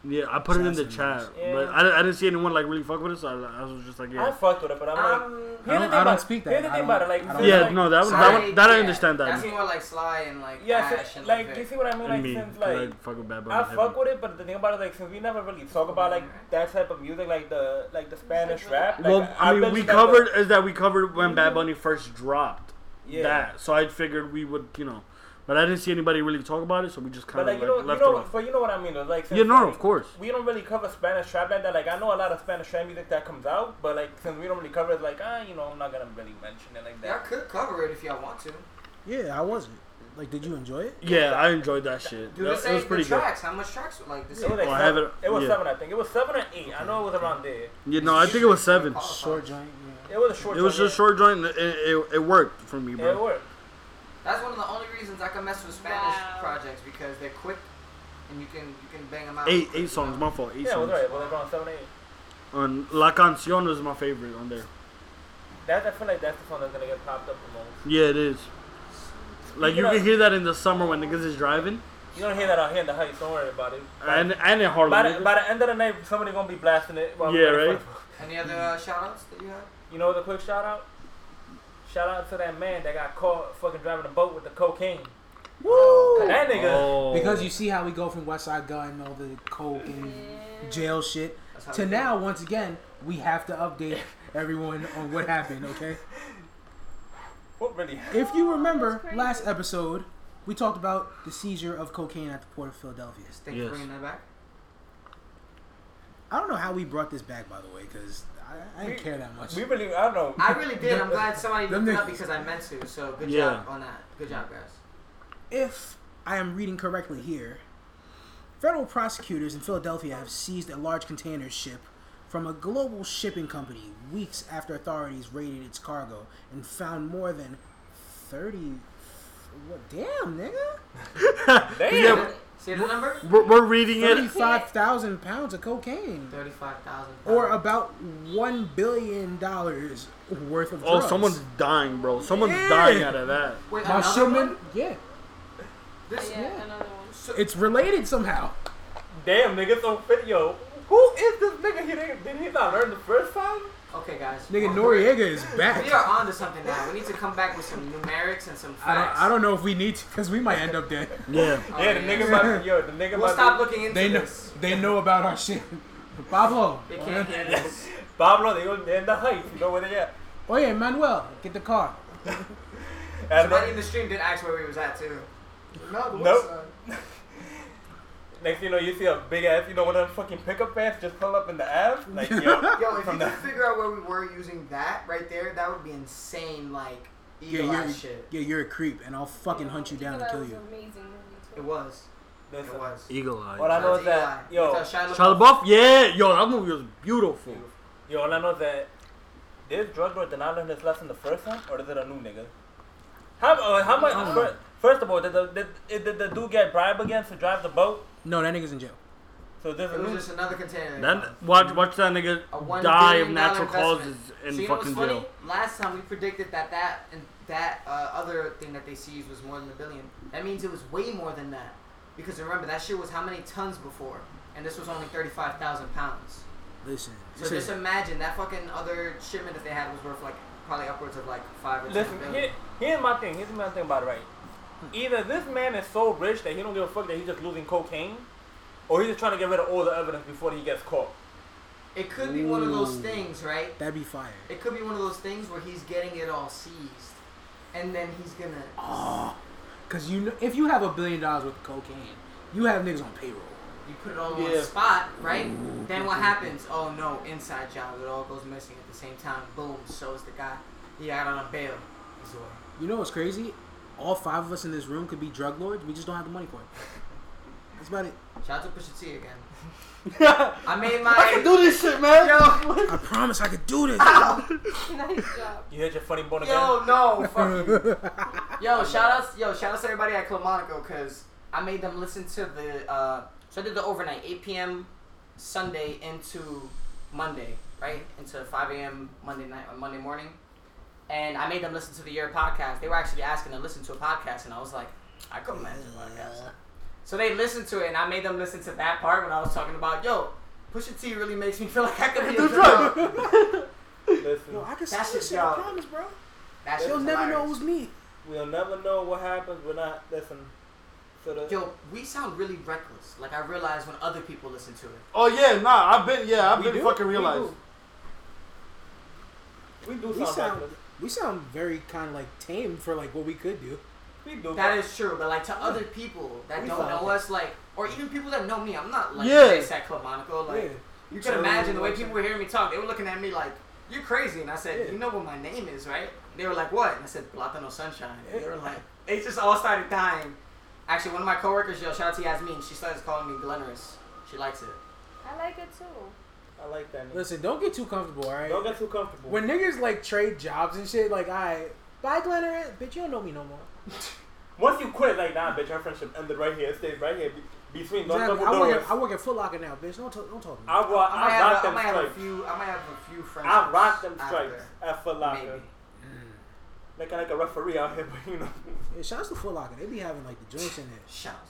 Yeah, I put it in the
Assassin.
chat,
Yeah.
but I, I didn't see anyone like really fuck with it, so I, I was just like,
I
yeah,
fucked with it, but I'm like,
Um,
here's
I
the
don't-
thing
I don't
about-
speak that.
Here's the
I
thing
don't-
about it, like,
I don't-
since,
yeah,
like-
no, that was that,
Sly-
was- that I
yeah,
understand that.
That's more like Sly and like
Yeah,
Ash
so,
and
like, you
Vic.
see what I mean? Like,
and me,
since
'cause
like,
I fuck with Bad Bunny.
I
heavy.
fuck with it, but the thing about it, like, since we never really talk about like that type of music, like the like the Spanish rap. Like,
well, I mean,
bet
we
you that
covered
the- Mhm.
is that we covered when Bad Bunny first dropped
Yeah.
that, so I figured we would, you know, but I didn't see anybody really talk about it, so we just
But
kind of
like
like,
you know, you
left it
know,
off.
but you know what I mean. Though. Like, since,
Yeah, no,
like,
of course.
We don't really cover Spanish trap like that. Like, I know a lot of Spanish trap music that comes out, but like, since we don't really cover it, like, ah, you know, I'm not gonna really mention it like
Y'all
that.
could cover it if y'all want to.
Yeah, how was it? Like, did you enjoy it?
Yeah, I enjoyed that shit.
Do
That-
the
it
same
was pretty
the
good.
tracks. How much tracks like this?
It was, like,
Well, I
seven,
haven't-
it was
yeah.
seven, I think. It was seven or eight. I know it was around there.
Yeah, no, I think it was seven.
Short joint.
It was a short.
It was
song,
just short joint. and It, it, it worked for me,
Yeah. Yeah, it
bro.
worked.
That's one of the only reasons I can mess with Spanish
Wow.
projects because they're quick and you can you can bang them out.
Eight eight songs, my fault. Eight
Yeah, it was
songs.
right. It was around seven, eight.
On La Cancion is my favorite on there.
That I feel like that's the song that's gonna get popped up the most.
Yeah, it is. Like you
Yeah.
can hear that in the summer when niggas is driving,
You don't hear that out here in the heights. Don't worry about it.
and and in Harlem.
By the,
nigga.
by the end of the night, somebody gonna be blasting it. while we're
Yeah,
ready
right?
for it.
Any other uh, shout outs that you have?
You know the quick shout out. Shout out to that man that got caught fucking driving a boat with the cocaine.
Woo!
That nigga.
Oh.
Because you see how we go from West Side Gun, all the coke and jail shit,
That's how
to
we
now. Once again, we have to update everyone on what happened. Okay.
What really?
If you remember
That's crazy.
last episode, we talked about the seizure of cocaine at the port of Philadelphia.
Stick
Yes.
three in the back.
I don't know how we brought this back, by the way, because I, I didn't
We-
care that much.
We believe. I don't know.
I really did. I'm glad somebody
Them
looked it up
niggas.
because I meant to. So good
Yeah.
job on that. Good job, guys.
if I am reading correctly here, federal prosecutors in Philadelphia have seized a large container ship from a global shipping company weeks after authorities raided its cargo and found more than 30 what damn nigga
Damn.
Yeah.
See the number?
We're, we're reading it.
35,000 pounds of cocaine
Thirty-five thousand.
or about 1 billion dollars worth of
Oh,
drugs.
someone's dying, bro. Someone's
Yeah.
dying out of that.
Wait,
my
another
shipment
one?
yeah
This
Yeah, another one.
it's related somehow
Damn, nigga, so fit, yo. Who is this nigga? He didn't, did he not learn the first time?
Okay, guys.
nigga
We're-
Noriega is back
We are on to something now. We need to come back with some numerics and some
I
facts.
don't, I don't know if we need to because we might end up dead.
Yeah.
Oh,
yeah, the nigga about yo, the nigga
We'll
about
stop looking into
They know
this.
they know about our shit. Pablo.
They can't hear this.
Pablo, they gonna end the hype. You know where they at?
Oh yeah, Manuel, get the car.
And
Somebody
then,
in the stream did ask where we was at too.
No, the
Nope.
west side.
next thing you know, you see a big ass, you know, one of them fucking pickup vans just pull up in the ass. Like yo,
Yo, if you
From
could
the-
figure out where we were using that right there, that would be insane. Like
Yeah,
eagle
you're,
eye shit.
yeah, you're a creep, and I'll fucking hunt you
Yeah,
down and
that
kill
was
you.
an Amazing movie too.
It was. It
Listen,
was.
Eagle
What I
Eye.
know is that yo,
That's Shia
Shia
LaBeouf.
LaBeouf? Yeah. Yo, that movie was beautiful.
yo, all I know is that this drug lord did not learn his lesson the first time, or is it a new nigga? How uh, how much? fir- First of all, did the, did, did the dude get bribed again to drive the boat?
No, that nigga's in jail.
So this
It was
is
just another container.
That watch watch that nigga
a one
die of
billion
natural
dollar
causes
investment.
in
so you know what's
fucking
funny?
jail.
Last time we predicted that that and that uh, other thing that they seized was more than a billion. That means it was way more than that, because remember that shit was how many tons before, and this was only thirty-five thousand pounds.
Listen,
So
this
just
is,
imagine that fucking other shipment that they had was worth like probably upwards of like five or
Listen,
ten billion.
here, here's my thing. Here's my thing about it, right? Either this man is so rich that he don't give a fuck that he's just losing cocaine, or he's just trying to get rid of all the evidence before he gets caught.
It could be one of those things, right?
that'd be fire.
It could be one of those things where he's getting it all seized, and then he's gonna.
Cause you know, if you have a billion dollars worth of cocaine, you have niggas on payroll.
You put it all on
Yeah.
one spot, right? Then what happens? Oh no, inside job. It all goes missing at the same time. Boom, shows the guy. He got on a bail. He's away.
You know what's crazy? All five of us in this room could be drug lords. We just don't have the money for it. That's about it.
Shout out to Pusha T again. I made my.
Do this shit, man.
I promise I could do this.
Nice job.
You hit your funny bone again.
Yo, no, fuck you. Yo, shout outs, yo, shout outs to everybody at Clamonaco, cause I made them listen to the. Uh, so I did the overnight, 8 p.m. Sunday into Monday, right? Into 5 a.m. Monday night, or Monday morning, and I made them listen to the year podcast. They were actually asking to listen to a podcast, and I was like, I couldn't manage a podcast. So they listened to it, and I made them listen to that part when I was talking about, yo, Pusha T really makes me feel like I could be a drug.
Listen,
Yo, I can
That's
see this
a
shit. I
job.
promise, bro.
That shit
You'll
was
never know it
hilarious.
was me.
we'll never know what happens. We're not listen. So the,
Yo, we sound really reckless. Like I realize when other people listen to it.
Oh yeah, nah. I've been yeah. I've
We
been
do,
fucking
we
realized.
do. we do
We
sound
sound-
reckless.
We sound very kind of like tame for like what we could do.
We do.
That is true, but like to other people that
We
don't
sound
know
like-
us, like or even people that know me, I'm not like
Yeah.
this at Club Monaco. Like you can
So,
imagine the way
like-
people were hearing me talk. They were looking at me like, "You're crazy," and I said,
Yeah.
"You know what my name is, right?" They were like, "What?" And I said, "Platano Sunshine." And they
Yeah.
were like, they just all started dying. Actually, one of my coworkers, yo, shout out to Yasmin. She starts calling me Glenris. She likes it.
I like it too.
I like that. Nigga.
Listen, don't get too comfortable, all right?
Don't get too comfortable.
When niggas like trade jobs and shit, like I bye Glenner, bitch, you don't know me no more.
Once you quit, like nah, bitch, our friendship ended right here. It stayed right here be- between those
Exactly. I,
double
work
doors.
at, I work at Foot Locker now, bitch. Don't talk, don't talk to me.
I, ro-
I might,
I,
have,
rock
a, I
them
might have a
stripes.
few. I might have a few friends.
I rock them
out there.
stripes at Foot Locker.
Maybe.
Like, like a referee out here, but you know.
Yeah, shout out to Foot Locker. They be having like the joints in there.
Shout out to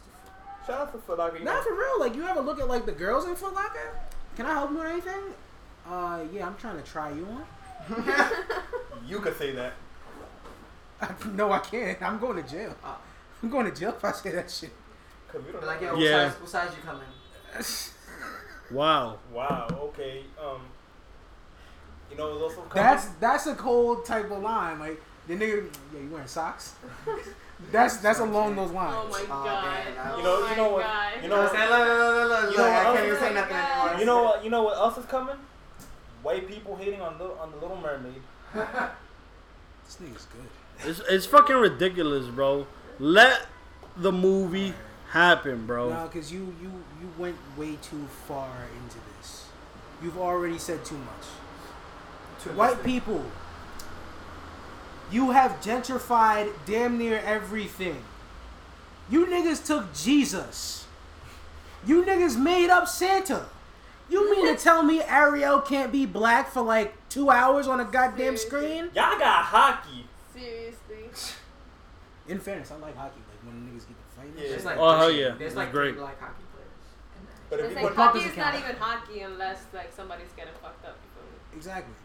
Shout out to Foot Locker. You
Not
know.
for real. Like you ever look at like the girls in Foot Locker? Can I help you with anything? Uh yeah, I'm trying to try you on.
You could say that.
no, I can't. I'm going to jail.
Oh.
I'm going to jail if I say that shit.
Cause we don't
Be Like, yo,
Yeah.
what, size, what size you come in?
Wow.
Wow. Okay. Um. You know, it was also
That's that's a cold type of line. Like The nigga, yeah, you wearing socks? That's that's along those
Oh
lines.
my
Oh,
god.
man, I-
Oh
You
know- you
my
know what-
God.
you
You know what I'm saying? Look, look, look, look,
You
look,
know
I
what
can't
else-
even say nothing anymore.
You know what? You know what else is coming? White people hating on little, on the Little Mermaid.
This nigga's good.
It's, it's fucking ridiculous, bro. Let the movie happen, bro.
No, because you you you went way too far into this. You've already said too much. To white people, you have gentrified damn near everything. You niggas took Jesus. You niggas made up Santa. You mean to tell me Ariel can't be black for like two hours on a goddamn screen?
Y'all got hockey.
Seriously.
In fairness, I like hockey. Like when niggas get to fighting.
Yeah.
There's like
Oh, hell
three-
yeah.
There's
It's
like
great.
three black hockey players.
But if you
It's like
put
hockey
Bumpers
is
account.
not even hockey unless like somebody's getting fucked up. you feel me?
Exactly.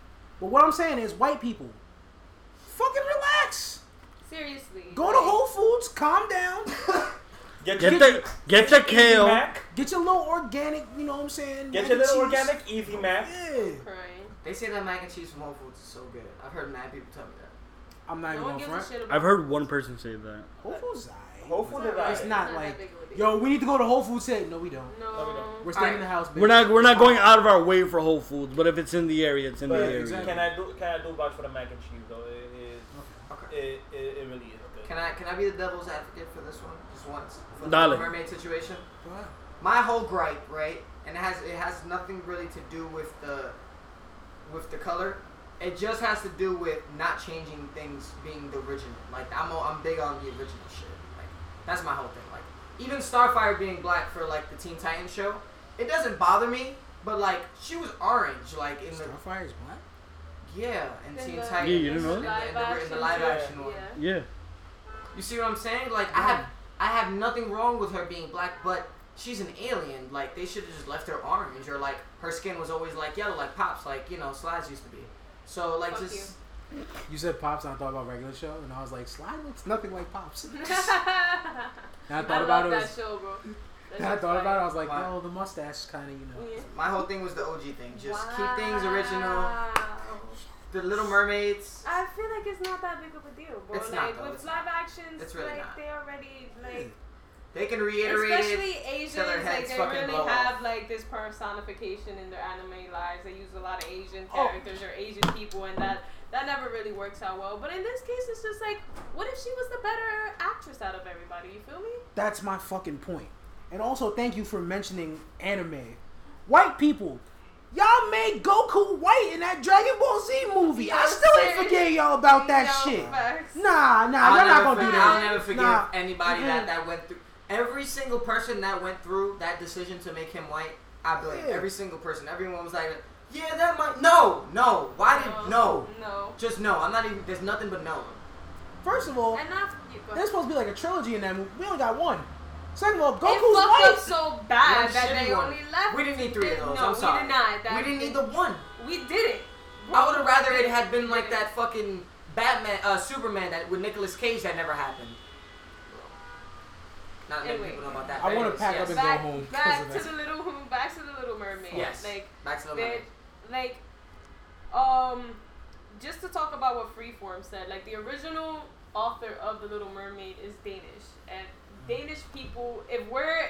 But what I'm saying is, white people, fucking relax.
Seriously.
Go to Whole Foods, calm down,
get,
Get
your-
the get the kale.
Mac.
get your little organic, you know what I'm saying?
Get
mac
your
and
little
cheese.
organic Easy Mac.
Yeah.
Crying.
They say that mac and cheese from Whole Foods is so good. I've heard mad people tell me that.
I'm not
No
even
one
going
gives
front.
a shit about
I've heard one person say that.
Whole Foods, aight.
Whole Foods is alright.
It's not
It's not
like,
that big of a deal.
yo, we need to go to Whole Foods today. No, we don't.
No.
We're staying in
Alright.
the house, bitch.
We're not we're not going out of our way for Whole Foods, but if it's in the area, it's in
But
the area.
exactly.
can I do can I do vouch for the mac and cheese though? It
Okay.
is it, it, it really is good.
Can I can I be the devil's advocate for this one just once for the
Dale.
mermaid situation?
Go ahead.
My whole gripe, right, and it has it has nothing really to do with the with the color. It just has to do with not changing things being the original. Like I'm o- I'm big on the original shit. Like that's my whole thing. Like even Starfire being black for like the Teen Titans show, it doesn't bother me. But like she was orange, like in the
Starfire's black.
yeah, in
In
Teen
the-
Titans.
Yeah, you didn't know
in
that?
the, in the, in the
Live
live
action,
action
Yeah.
one.
Yeah.
You see what I'm saying? Like I have I have nothing wrong with her being black, but she's an alien. Like they should have just left her orange or like her skin was always like yellow, like pops, like you know Slides used to be. So like
Fuck
just
You said Pops, and I thought about regular show, and I was like, Slide looks nothing like Pops. and I
I
thought about
love
it.
that
was-
show, bro. That
and I
shit's
thought about it. I was like,
Why?
no, the mustache kind of, you know.
fire. Yeah.
my whole thing was the OG thing. Just keep things original.
Wow.
The Little Mermaids.
I feel like it's not that big of a deal, bro.
It's not,
like
though.
with
It's
live actions,
It's really
like
not.
they already like,
They can reiterate it.
especially Asians,
their
like
heads
they
fucking
really
blow off.
have like this personification in their anime lives. They use a lot of Asian
Oh.
characters or Asian people, and that that never really works out well. But in this case, it's just like, what if she was the better actress out of everybody? You feel me?
That's my fucking point. And also, thank you for mentioning anime. White people, y'all made Goku white in that Dragon Ball Z movie. I
Yes,
still ain't
sir.
forget y'all about that
No
shit.
facts.
Nah, nah,
I'll
y'all not
never
gonna do
forget-
that.
I'll never forgive
Nah.
anybody
Mhm.
that, that went through. Every single person that went through that decision to make him white, I blame
Yeah.
every single person. Everyone was like, "Yeah, that might." No, no. Why did no?
No.
Just no. I'm not even. There's nothing but no.
First of all,
And that's you go.
there's supposed to be like a trilogy in that movie. We only got one. Second of all, Goku's
They fucked
white.
up so bad
One
that
shitty
they
one.
only left.
We didn't need three of
the-
those.
No,
I'm sorry.
we did not. That
we didn't need the one.
We did it.
I would have rather it had been like that fucking Batman, uh, Superman that with Nicolas Cage that never happened. Not many
Anyway.
people know about that.
I
but
wanna
anyways,
pack
yes.
up and-
Back,
go home 'cause
back
of
to
that.
the little Home- back to the Little Mermaid.
Yes.
Like
Back to the
that,
line.
like um just to talk about what Freeform said, like the original author of The Little Mermaid is Danish. And Danish people if we're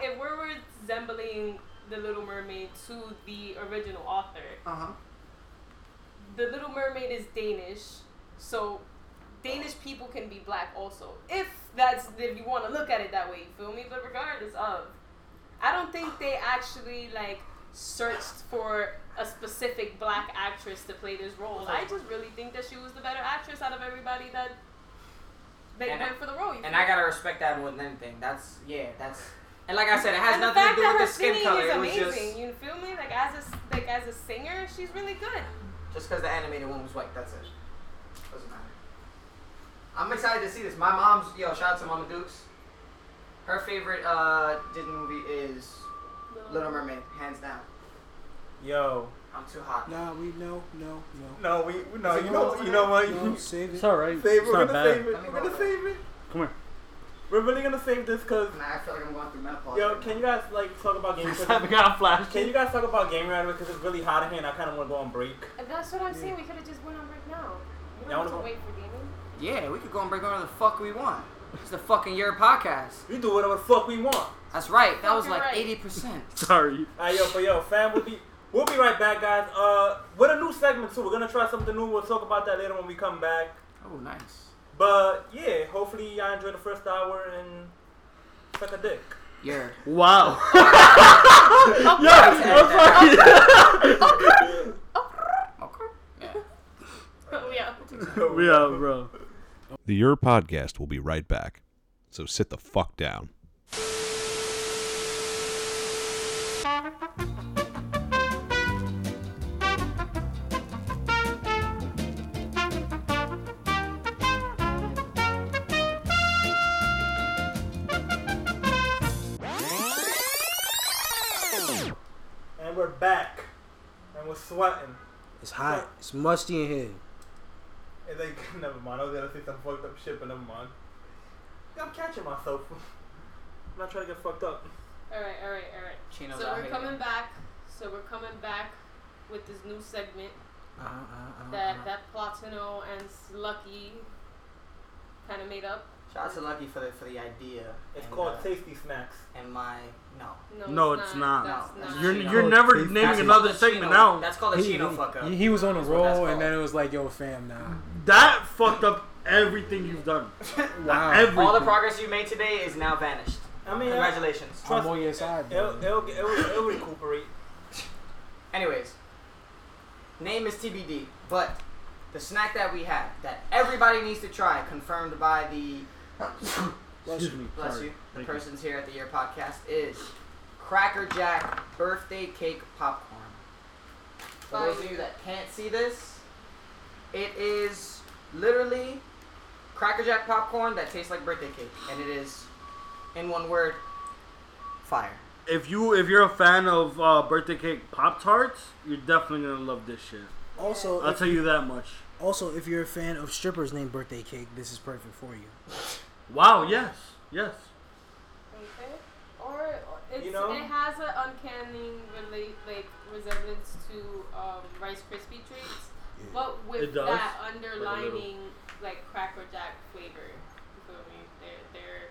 if we're resembling the Little Mermaid to the original author,
Uh-huh.
The Little Mermaid is Danish, so Danish people can be black also. If that's if you want to look at it that way, you feel me? But regardless of, I don't think they actually like searched for a specific black actress to play this role. I just really think that she was the better actress out of everybody that that
And I-
went for the role. You
And
feel
I
me?
gotta respect that more than anything. That's yeah, that's and like I said, it has
And the
nothing to
fact
do
that
with
her
the skin
singing
color.
is
It was
amazing.
just
You feel me? Like as a s- like as a singer, she's really good.
just because the animated one was white. That's it. Doesn't matter. I'm excited to see this. My mom's yo, shout out to Mama Dukes. Her favorite uh Disney movie is Little Mermaid, hands down.
Yo.
I'm too hot.
Nah, we no, no,
No, we we- no.
Is
Uh,
it
You know
cool?
you know what?
no. No, save
It's
it.
all right.
Save,
it's
we're
not
gonna
bad.
save it. We're gonna save it.
Come here.
We're really gonna save this because
Nah, I feel like I'm going through menopause.
yo,
right now.
can you guys like talk about gaming?
I got a flash.
Can you guys talk about gaming right away? Because it's really hot in here, and I kind of want to go on break.
And that's what I'm saying. We could have just went on break now.
Yeah,
We
I
don't have
wanna
to
go-
wait for gaming.
Yeah, we could go and break whatever the fuck we want. It's the fucking year podcast.
We do whatever the fuck we want.
That's right. That was
Fucking
like
right.
eighty percent.
Sorry.
Alright, yo, but yo, fam, we'll be we'll be right back, guys. Uh, with a new segment too. We're gonna try something new. We'll talk about that later when we come back.
Oh, nice.
But yeah, hopefully y'all enjoy the first hour and suck a dick.
Yeah.
Wow.
Okay. Yeah.
Oh, yeah.
yeah, bro.
The Your Podcast will be right back. So sit the fuck down.
And we're back. And we're sweating.
It's hot. It's musty in here.
And like, never mind. I was gonna say some fucked up shit, but never mind. I'm catching myself. I'm not trying to get fucked up.
All right, all right, all right.
Chino's
So
out
we're
here.
coming back. So we're coming back with this new segment
Uh, uh, uh,
Uh-huh.
that
uh.
that Platino and Lucky kind of made up.
Shout out to Lucky for the for the idea.
It's
and,
called
uh,
tasty snacks.
And my no.
No,
No,
it's,
it's
not.
not.
That's
No,
not.
You're
Chino.
you're never
Tasty.
naming
That's
another
That's called a
segment
Chino-
now.
That's called a
He,
Chino fuck up.
he, he was on a
That's what that's
roll, and then it
called.
was like, "Yo, fam, nah."
That fucked up everything you've done.
Wow.
Everything.
All the progress you made today is now vanished.
I mean, it'll,
Congratulations.
I'm on your side, bro.
it'll, it'll, it'll recuperate.
Anyways, name is TBD, but the snack that we had that everybody needs to try, confirmed by the
Excuse me,
bless
sorry.
you, the
Thank you.
persons here at the Year Podcast is Cracker Jack Birthday Cake Popcorn. For those of you that can't see this, it is literally Cracker Jack popcorn that tastes like birthday cake, and it is, in one word, fire.
If you if you're a fan of uh, birthday cake pop tarts, you're definitely gonna love this shit.
Also,
I'll
if,
tell you that much.
also, if you're a fan of strippers named Birthday Cake, this is perfect for you.
Wow. Yes. Yes.
Okay. Or it's,
You know?
it has an uncanny relate like resemblance to um, Rice Krispie treats, but with
It does,
that
little.
underlining like Cracker Jack flavor. You feel me? They're they're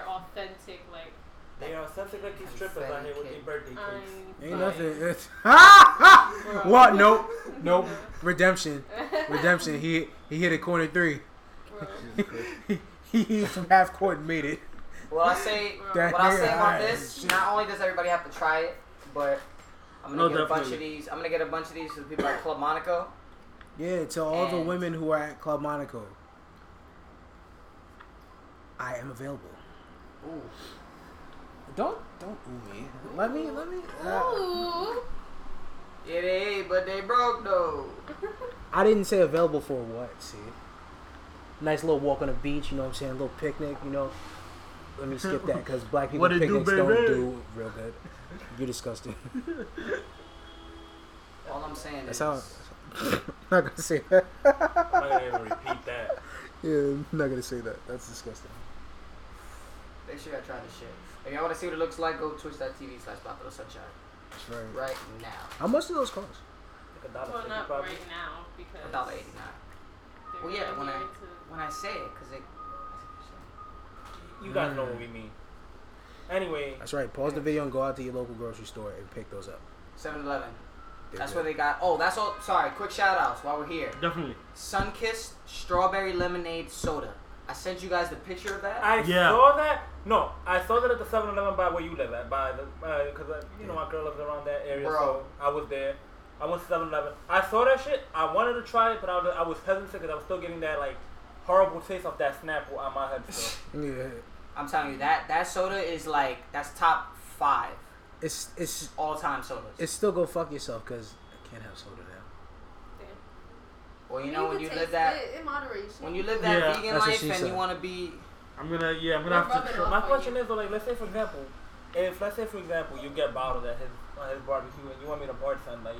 they're authentic like.
They are something like these strippers out here with their birthday cakes.
Ain't
I'm
nothing.
fine.
It's,
Bro.
what? Nope. Nope. Redemption. Redemption. He he hit a corner three.
Bro.
he hit from half court and made it.
Well, I say
That
what I say
nigga
about
high.
this. Not only does everybody have to try it, but I'm gonna
No,
get a bunch of
Oh, definitely.
these. I'm gonna get a bunch of these to the people at Club Monaco.
Yeah, to all the
And-
women who are at Club Monaco. I am available.
Ooh,
Don't don't ooh me. Let me let me. uh,
Ooh.
it ain't, but they broke though.
I didn't say available for what. See, nice little walk on the beach. You know what I'm saying? A little picnic. You know. Let me skip that because black people
What it do,
picnics do, not
baby?
do real good. You're disgusting.
All I'm saying
That's
is
how. not gonna say that.
I'm not gonna even repeat that.
Yeah, I'm not gonna say that. That's disgusting.
make sure y'all try this shit. If y'all wanna see what it looks like, go twitch.tv slash Popular Sunshine
That's right.
right now.
How much do those cost?
Like a dollar
Well,
fifty
not
probably.
right now because.
Dollar eighty nine.
they're
Well, yeah, when I-
going to-
When I say it, cause it.
You guys know what we mean. Anyway,
That's right. Pause the video and go out to your local grocery store and pick those up.
7-Eleven.
They're
That's
good.
where they got. Oh, that's all. Sorry, quick shout outs while we're here.
Definitely.
Sunkissed strawberry lemonade soda. I sent you guys the picture of that.
I
Yeah.
saw that. No, I saw that at the 7-Eleven by where you live at, by the because uh, you know my girl lives around that area,
Bro.
so I was there. I went to 7-Eleven. I saw that shit. I wanted to try it, but I was, I was hesitant because I was still getting that like horrible taste of that Snapple on my head. Still.
Yeah.
I'm telling you that that soda is like that's top five
It's it's
all time sodas.
it's still go fuck yourself because I can't have soda now.
well, you know when
can
you live
taste
that
it in moderation.
when you live that
Yeah,
vegan
that's what
life
she
and
said.
you want to be
I'm gonna. Yeah. I'm
They're
gonna have
rubbing
to.
off
my
on
question
you.
is though, like let's say for example, if let's say for example you get bottled at his at his barbecue and you want me to bartend, like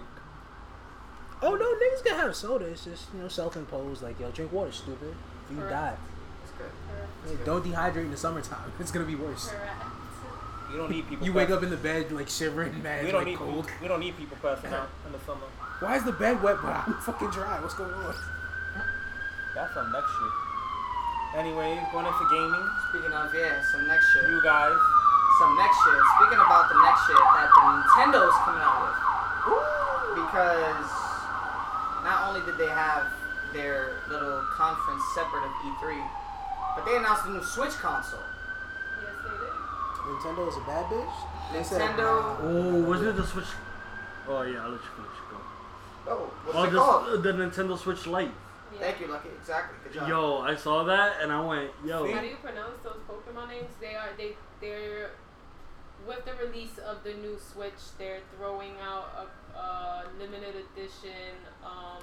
Oh no, niggas can have soda. It's just you know self imposed. Like yo, drink water, stupid. If you
Correct.
die,
it's good.
Hey, don't dehydrate in the summertime. It's gonna be worse.
Correct.
you don't need people.
You wake
passing-
up in the bed like shivering, mad,
We don't
like
need
cold.
we don't need people passing out in the summer.
Why is the bed wet? But I'm fucking dry. What's going on?
That's some next shit. Anyways, going into gaming,
Speaking of, yeah, some next shit.
you guys.
some next shit. Speaking about the next shit that the Nintendo's coming out with. Because not only did they have their little conference separate of E3, but they announced a new Switch console.
Yes, they did.
Nintendo is a bad bitch. They said,
Nintendo.
Oh, wasn't it the Switch? Oh yeah, I'll let you finish. Go.
Oh, what's
Oh,
it called?
the, the Nintendo Switch Lite.
Yeah.
Thank you, Lucky. Exactly. Good job.
Yo, I saw that and I went, yo.
How do you pronounce those Pokemon names? They are they they're with the release of the new Switch, they're throwing out a, a limited edition um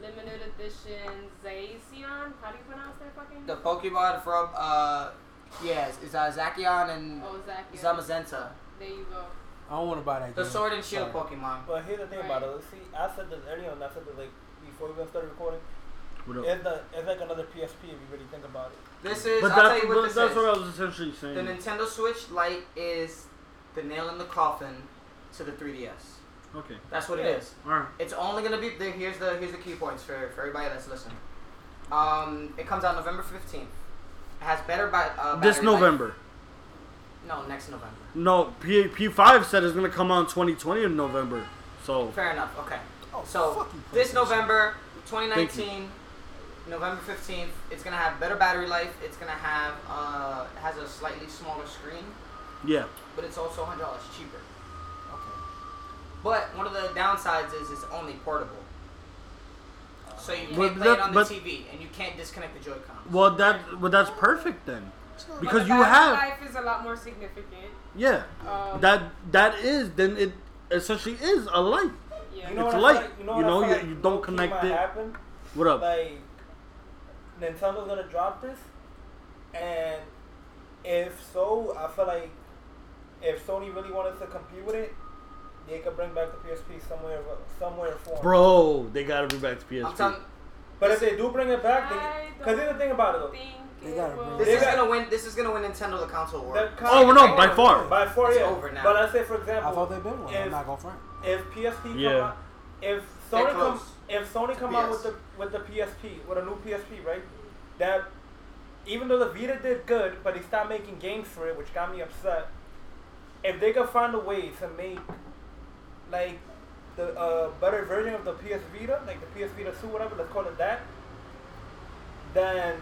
limited edition Zacian. How do you pronounce that fucking?
The Pokemon from uh, yes, it's uh, Zacian and
oh, Zacian.
Zamazenta.
there you go.
I don't want to buy that.
The
game.
Sword and Shield
Sorry.
Pokemon.
But here's the thing about it. See, I said this earlier, and I said this like before we even started recording.
What up?
It's, the, it's like another PSP if you really think about it.
This is.
But
I'll
that's,
tell you
but
what this
that's
is.
what I was essentially saying.
The Nintendo Switch Lite is the nail in the coffin to the 3DS.
okay,
That's what
Yeah.
it is.
alright.
It's only gonna be there. Here's the here's the key points for, for everybody that's listening. Um, it comes out November 15th. It has better by uh,
This
battery life-
November.
No, next November.
No, P- P5 said it's going to come out in 2020 in November. So,
Fair enough. Okay.
Oh,
So
fuck you,
this
PlayStation.
November 2019, November 15th, it's gonna have better battery life. It's gonna have uh, it has a slightly smaller screen,
yeah.
but it's also $100 cheaper.
Okay.
But one of the downsides is it's only portable.
Uh,
So you can't
But
play it
that-
on the
but-
TV, and you can't disconnect the Joy-Con.
Well, that well, that's perfect then.
But
Because
the
you
battery
have
life is a lot more significant.
yeah.
Um,
That that is then it essentially is a light.
yeah.
You know- It's
what I feel
light. You
what I
know,
feel
you- you don't
low-key
connect
might
it.
Happen?
What up?
Like Nintendo's gonna drop this, and if so, I feel like if Sony really wanted to compete with it, they could bring back the PSP somewhere, somewhere for.
Bro, they gotta be back to
I'm
PSP.
telling,
But if they do bring it back,
I
they because here's the thing about it though.
think
They
it
gotta
will.
this
They
is
got-
gonna win. This is gonna win Nintendo the console
The
war.
oh
con-
no, by far.
By four
It's
years.
over now.
But I say, for
I
example,
thought they'd been one.
if,
I'm not going to front.
if PSP come
Yeah.
out, if
They're
Sony come,
close.
if Sony come out
PS.
with the with the PSP with a new PSP, right? That even though the Vita did good, but they stopped making games for it, which got me upset. If they could find a way to make like the uh, better version of the PS Vita, like the PS Vita 2, whatever, let's call it that, then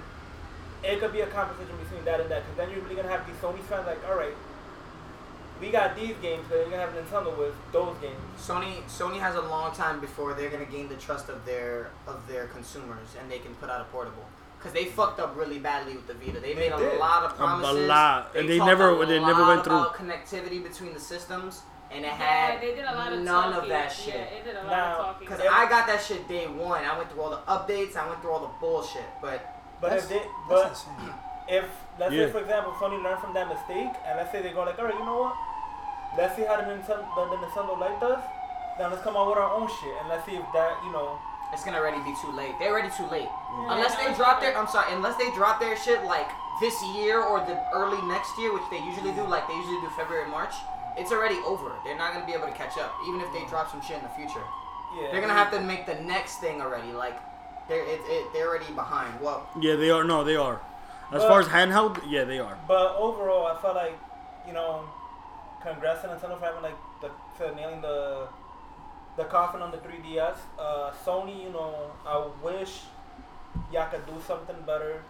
it could be a competition between that and that. Because then you're really going to have these Sony fans like, all right, we got these games, but you're going to have Nintendo with those games.
Sony Sony has a long time before they're gonna gain the trust of their of their consumers, and they can put out a portable. Cause they fucked up really badly with the Vita. They made a
did.
lot of
A
promises.
lot. And they
talked
never-
a
they never
lot
went through.
about connectivity between the systems, and it
Yeah,
had
they did a lot of
none
talking.
of that
Yeah,
shit.
they did a lot
Now,
of talking.
Because
Yeah.
I got that shit day one. I went through all the updates. I went through all the bullshit. But
But
That's,
if they,
that's
but
insane.
if let's
Yeah.
say for example Sony learned from that mistake, and let's say they go like, all right, you know what? Let's see how the Nintendo, the, the Nintendo Lite does. Then let's come out with our own shit, and let's see if that, you know,
it's gonna already be too late. They're already too late. Unless
Yeah.
they drop their, I'm sorry, unless they drop their shit like this year or the early next year, which they usually do, like they usually do February, March. It's already over. They're not gonna be able to catch up, even if they drop some shit in the future.
yeah.
They're gonna have to make the next thing already. Like, they're it, it, they're already behind. Well,
Yeah, they are. No, they are. As
But-
far as handheld, yeah, they are.
But overall, I felt like, you know, congrats to Nintendo for having like the for nailing the the coffin on the 3DS. Uh, Sony, you know, I wish y'all could do something better.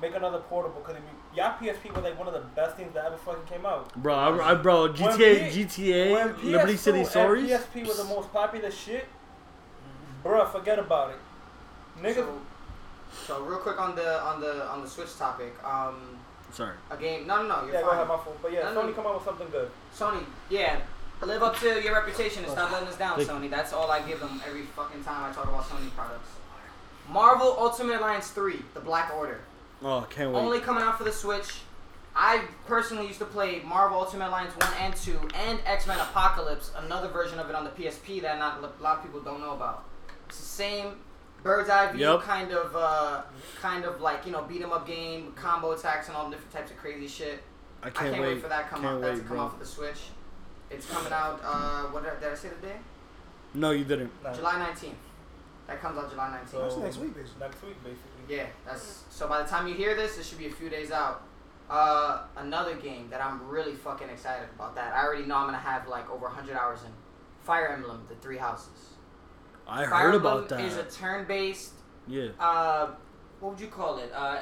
Make another portable because y'all PSP was like one of the best things that ever fucking came out.
Bro, I, I bro,
When
GTA,
P- when
GTA,
PS2
Liberty City
and
Stories.
PSP was the most popular shit. Bruh, forget about it. Niggas,
so, so real quick on the on the on the Switch topic. Um,
Sorry.
a game. No, no, no. You're
yeah,
fine.
go ahead, my fault. But yeah,
No, no.
Sony come out with something good.
Sony, yeah. Live up to your reputation and stop letting us down, Sony. That's all I give them every fucking time I talk about Sony products. Marvel Ultimate Alliance 3, The Black Order.
Oh, can't wait.
Only coming out for the Switch. I personally used to play Marvel Ultimate Alliance 1 and 2 and X Men Apocalypse, another version of it on the PSP that not a lot of people don't know about. It's the same bird's eye view
Yep.
kind of uh, kind of like, you know, beat 'em up game, combo attacks and all the different types of crazy shit.
I
I
can't,
can't wait, for that come
can't
out.
wait,
that to come
bro.
out for the Switch. It's coming out. Uh, what did I, did I say the day?
No, you didn't.
Nah.
July nineteenth. That comes out July 19th.
So-
That's next week, basically.
Next week, basically.
Yeah, that's so. By the time you hear this, it should be a few days out. Uh, another game that I'm really fucking excited about. That I already know I'm gonna have like over 100 hours in. Fire Emblem: The Three Houses.
I
Fire
heard about
Emblem is a
that.
turn-based.
Yeah.
Uh, what would you call it? Uh,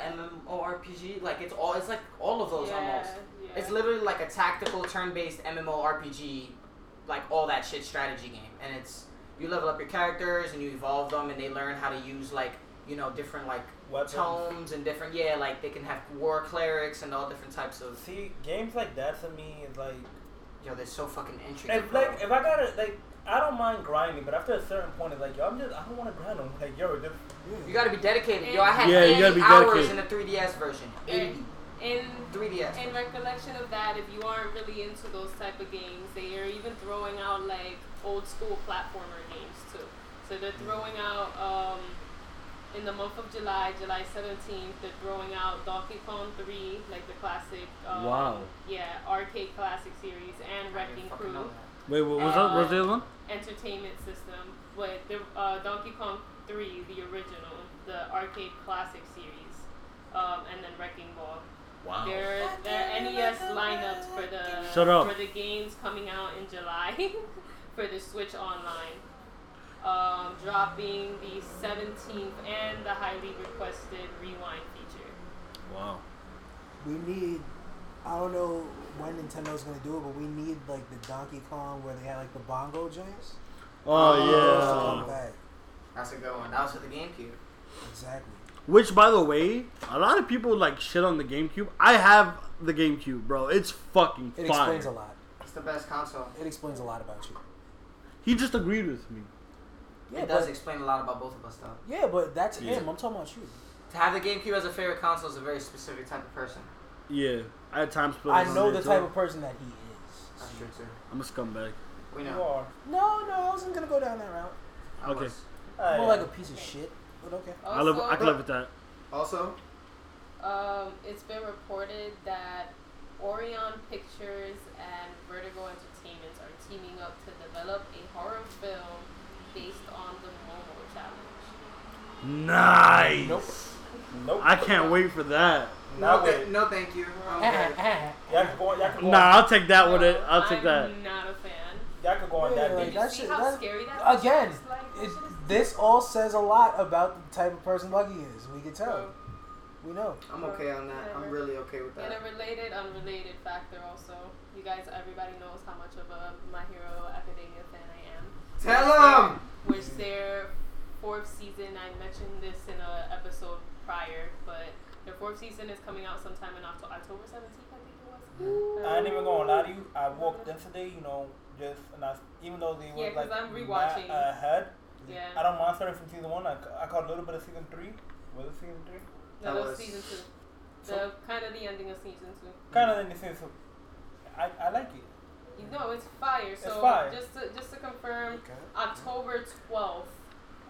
MMORPG. Like it's all. It's like all of those almost.
yeah.
It's literally like a tactical turn-based MMORPG, like all that shit strategy game. And it's you level up your characters and you evolve them, and they learn how to use like you know different like
Weapons.
tomes and different yeah, like they can have war clerics and all different types of.
See, games like that to me is like,
Yo, they're so fucking intricate.
if
bro.
like if I gotta like, I don't mind grinding, but after a certain point, it's like, yo, I'm just, I don't want to grind. I'm like, yo, this,
you gotta be dedicated. Yo, I had
Yeah,
80
you gotta be
hours
dedicated.
in the 3DS version.
Yeah.
80.
In
3DS.
in recollection of that, if you aren't really into those type of games, they are even throwing out like old school platformer games too. So they're throwing out um, in the month of July, July seventeenth, they're throwing out Donkey Kong three, like the classic. Um,
Wow.
Yeah, arcade classic series and
I didn't
Wrecking
fucking
Crew.
know that.
Wait, what was that? What was the other one?
entertainment system, but the uh, Donkey Kong 3, the original, the arcade classic series, um, and then Wrecking Ball.
Wow.
There, there are NES lineups for the
Shut up.
for the games coming out in July for the Switch Online. Um, dropping the 17th and the highly requested rewind feature.
Wow.
We need. I don't know when Nintendo's gonna do it, but we need like the Donkey Kong where they had like the bongo joints.
Um,
Oh yeah.
Back.
That's a good one. That was for the GameCube.
Exactly.
Which, by the way, a lot of people like shit on the GameCube. I have the GameCube, bro. It's fucking
It
fire.
explains a lot.
It's the best console.
It explains a lot about you.
He just agreed with me.
Yeah,
it does
but,
explain a lot about both of us, though.
yeah, but that's
Yeah.
him. I'm talking about you.
To have the GameCube as a favorite console is a very specific type of person.
Yeah. I had time split.
I know the type of person that he is.
That's true too.
I'm a scumbag.
We
you
know.
are.
No, no, I wasn't gonna go down that route.
I
Okay.
was.
More
Aight.
like a piece of shit. But okay.
I love. I
Also-
can live with that.
Also,
Um, it's been reported that Orion Pictures and Vertigo Entertainment are teaming up to develop a horror film based on the Momo Challenge.
Nice.
Nope. Nope.
I can't wait for that.
no,
Not
th-
wait.
no, thank you. Okay.
Y'all can go. Y'all can go.
Nah,
On,
I'll take that with it. I'll take
I'm
that.
not a fan.
y'all can go on
Yeah,
that.
like
bitch.
That
See
shit-
how
that-
scary that
Again,
picture is like? That
it,
shit is-
this all says a lot about the type of person Lucky is. We can tell. We know.
I'm okay on that. I'm really okay with
In a
that.
related, unrelated factor, also, you guys, everybody knows how much of a My Hero Academia fan I am.
Tell him.
which their fourth season i mentioned this in a episode prior but their fourth season is coming out sometime in Octo- october 17th i think it was
I ain't even gonna lie to you. I walked in today, you know, just and I, even though they were
Yeah, 'cause
like
I'm rewatching.
not ahead.
yeah
I don't mind starting from season one. I, ca- I caught a little bit of season three. Was it season three?
no,
That
that was
was-
season two the kind of the ending of season two
Kind of in the sense of, I, I like it.
You know, it's fire. So
fire.
just to just to confirm, October twelfth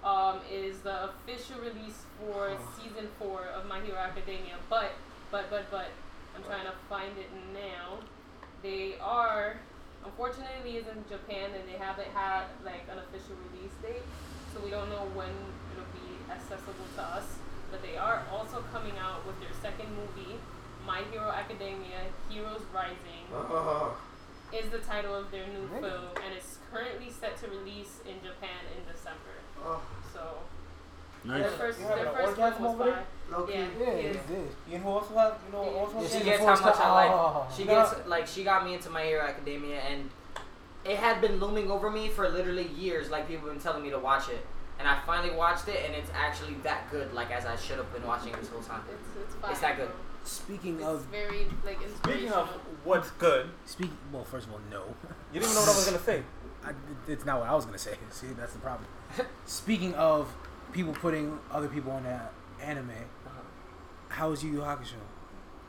um, is the official release for season four of My Hero Academia. But but but but I'm trying to find it now. They are unfortunately is in Japan and they haven't had like an official release date, so we don't know when it'll be accessible to us. But they are also coming out with their second movie, My Hero Academia: Heroes Rising
Oh.
is the title of their new
Really?
film, and it's currently set to release in Japan in December.
Oh.
So
Nice.
their first,
You having
their
an
first
orgasm
one
over
was
there?
Low
by
key.
yeah,
Yeah,
yeah.
it did.
You know who also has, you know,
Yeah.
also
Yeah,
has-
She
season
gets
four
how
is
much
the-
I
oh.
like. She
No.
gets like she got me into My Hero Academia, and it had been looming over me for literally years. Like people have been telling me to watch it, and I finally watched it, and it's actually that good. Like as I should have been watching it this whole time.
It's it's fire.
It's that good.
Speaking
It's
of
very like
Speaking
inspirational.
of what's good,
Speak. Well, first of all, no.
you didn't even know what I was gonna say.
I, it's not what I was gonna say. See, that's the problem. Speaking of people putting other people on that anime,
Uh-huh.
how was Yu Yu Hakusho?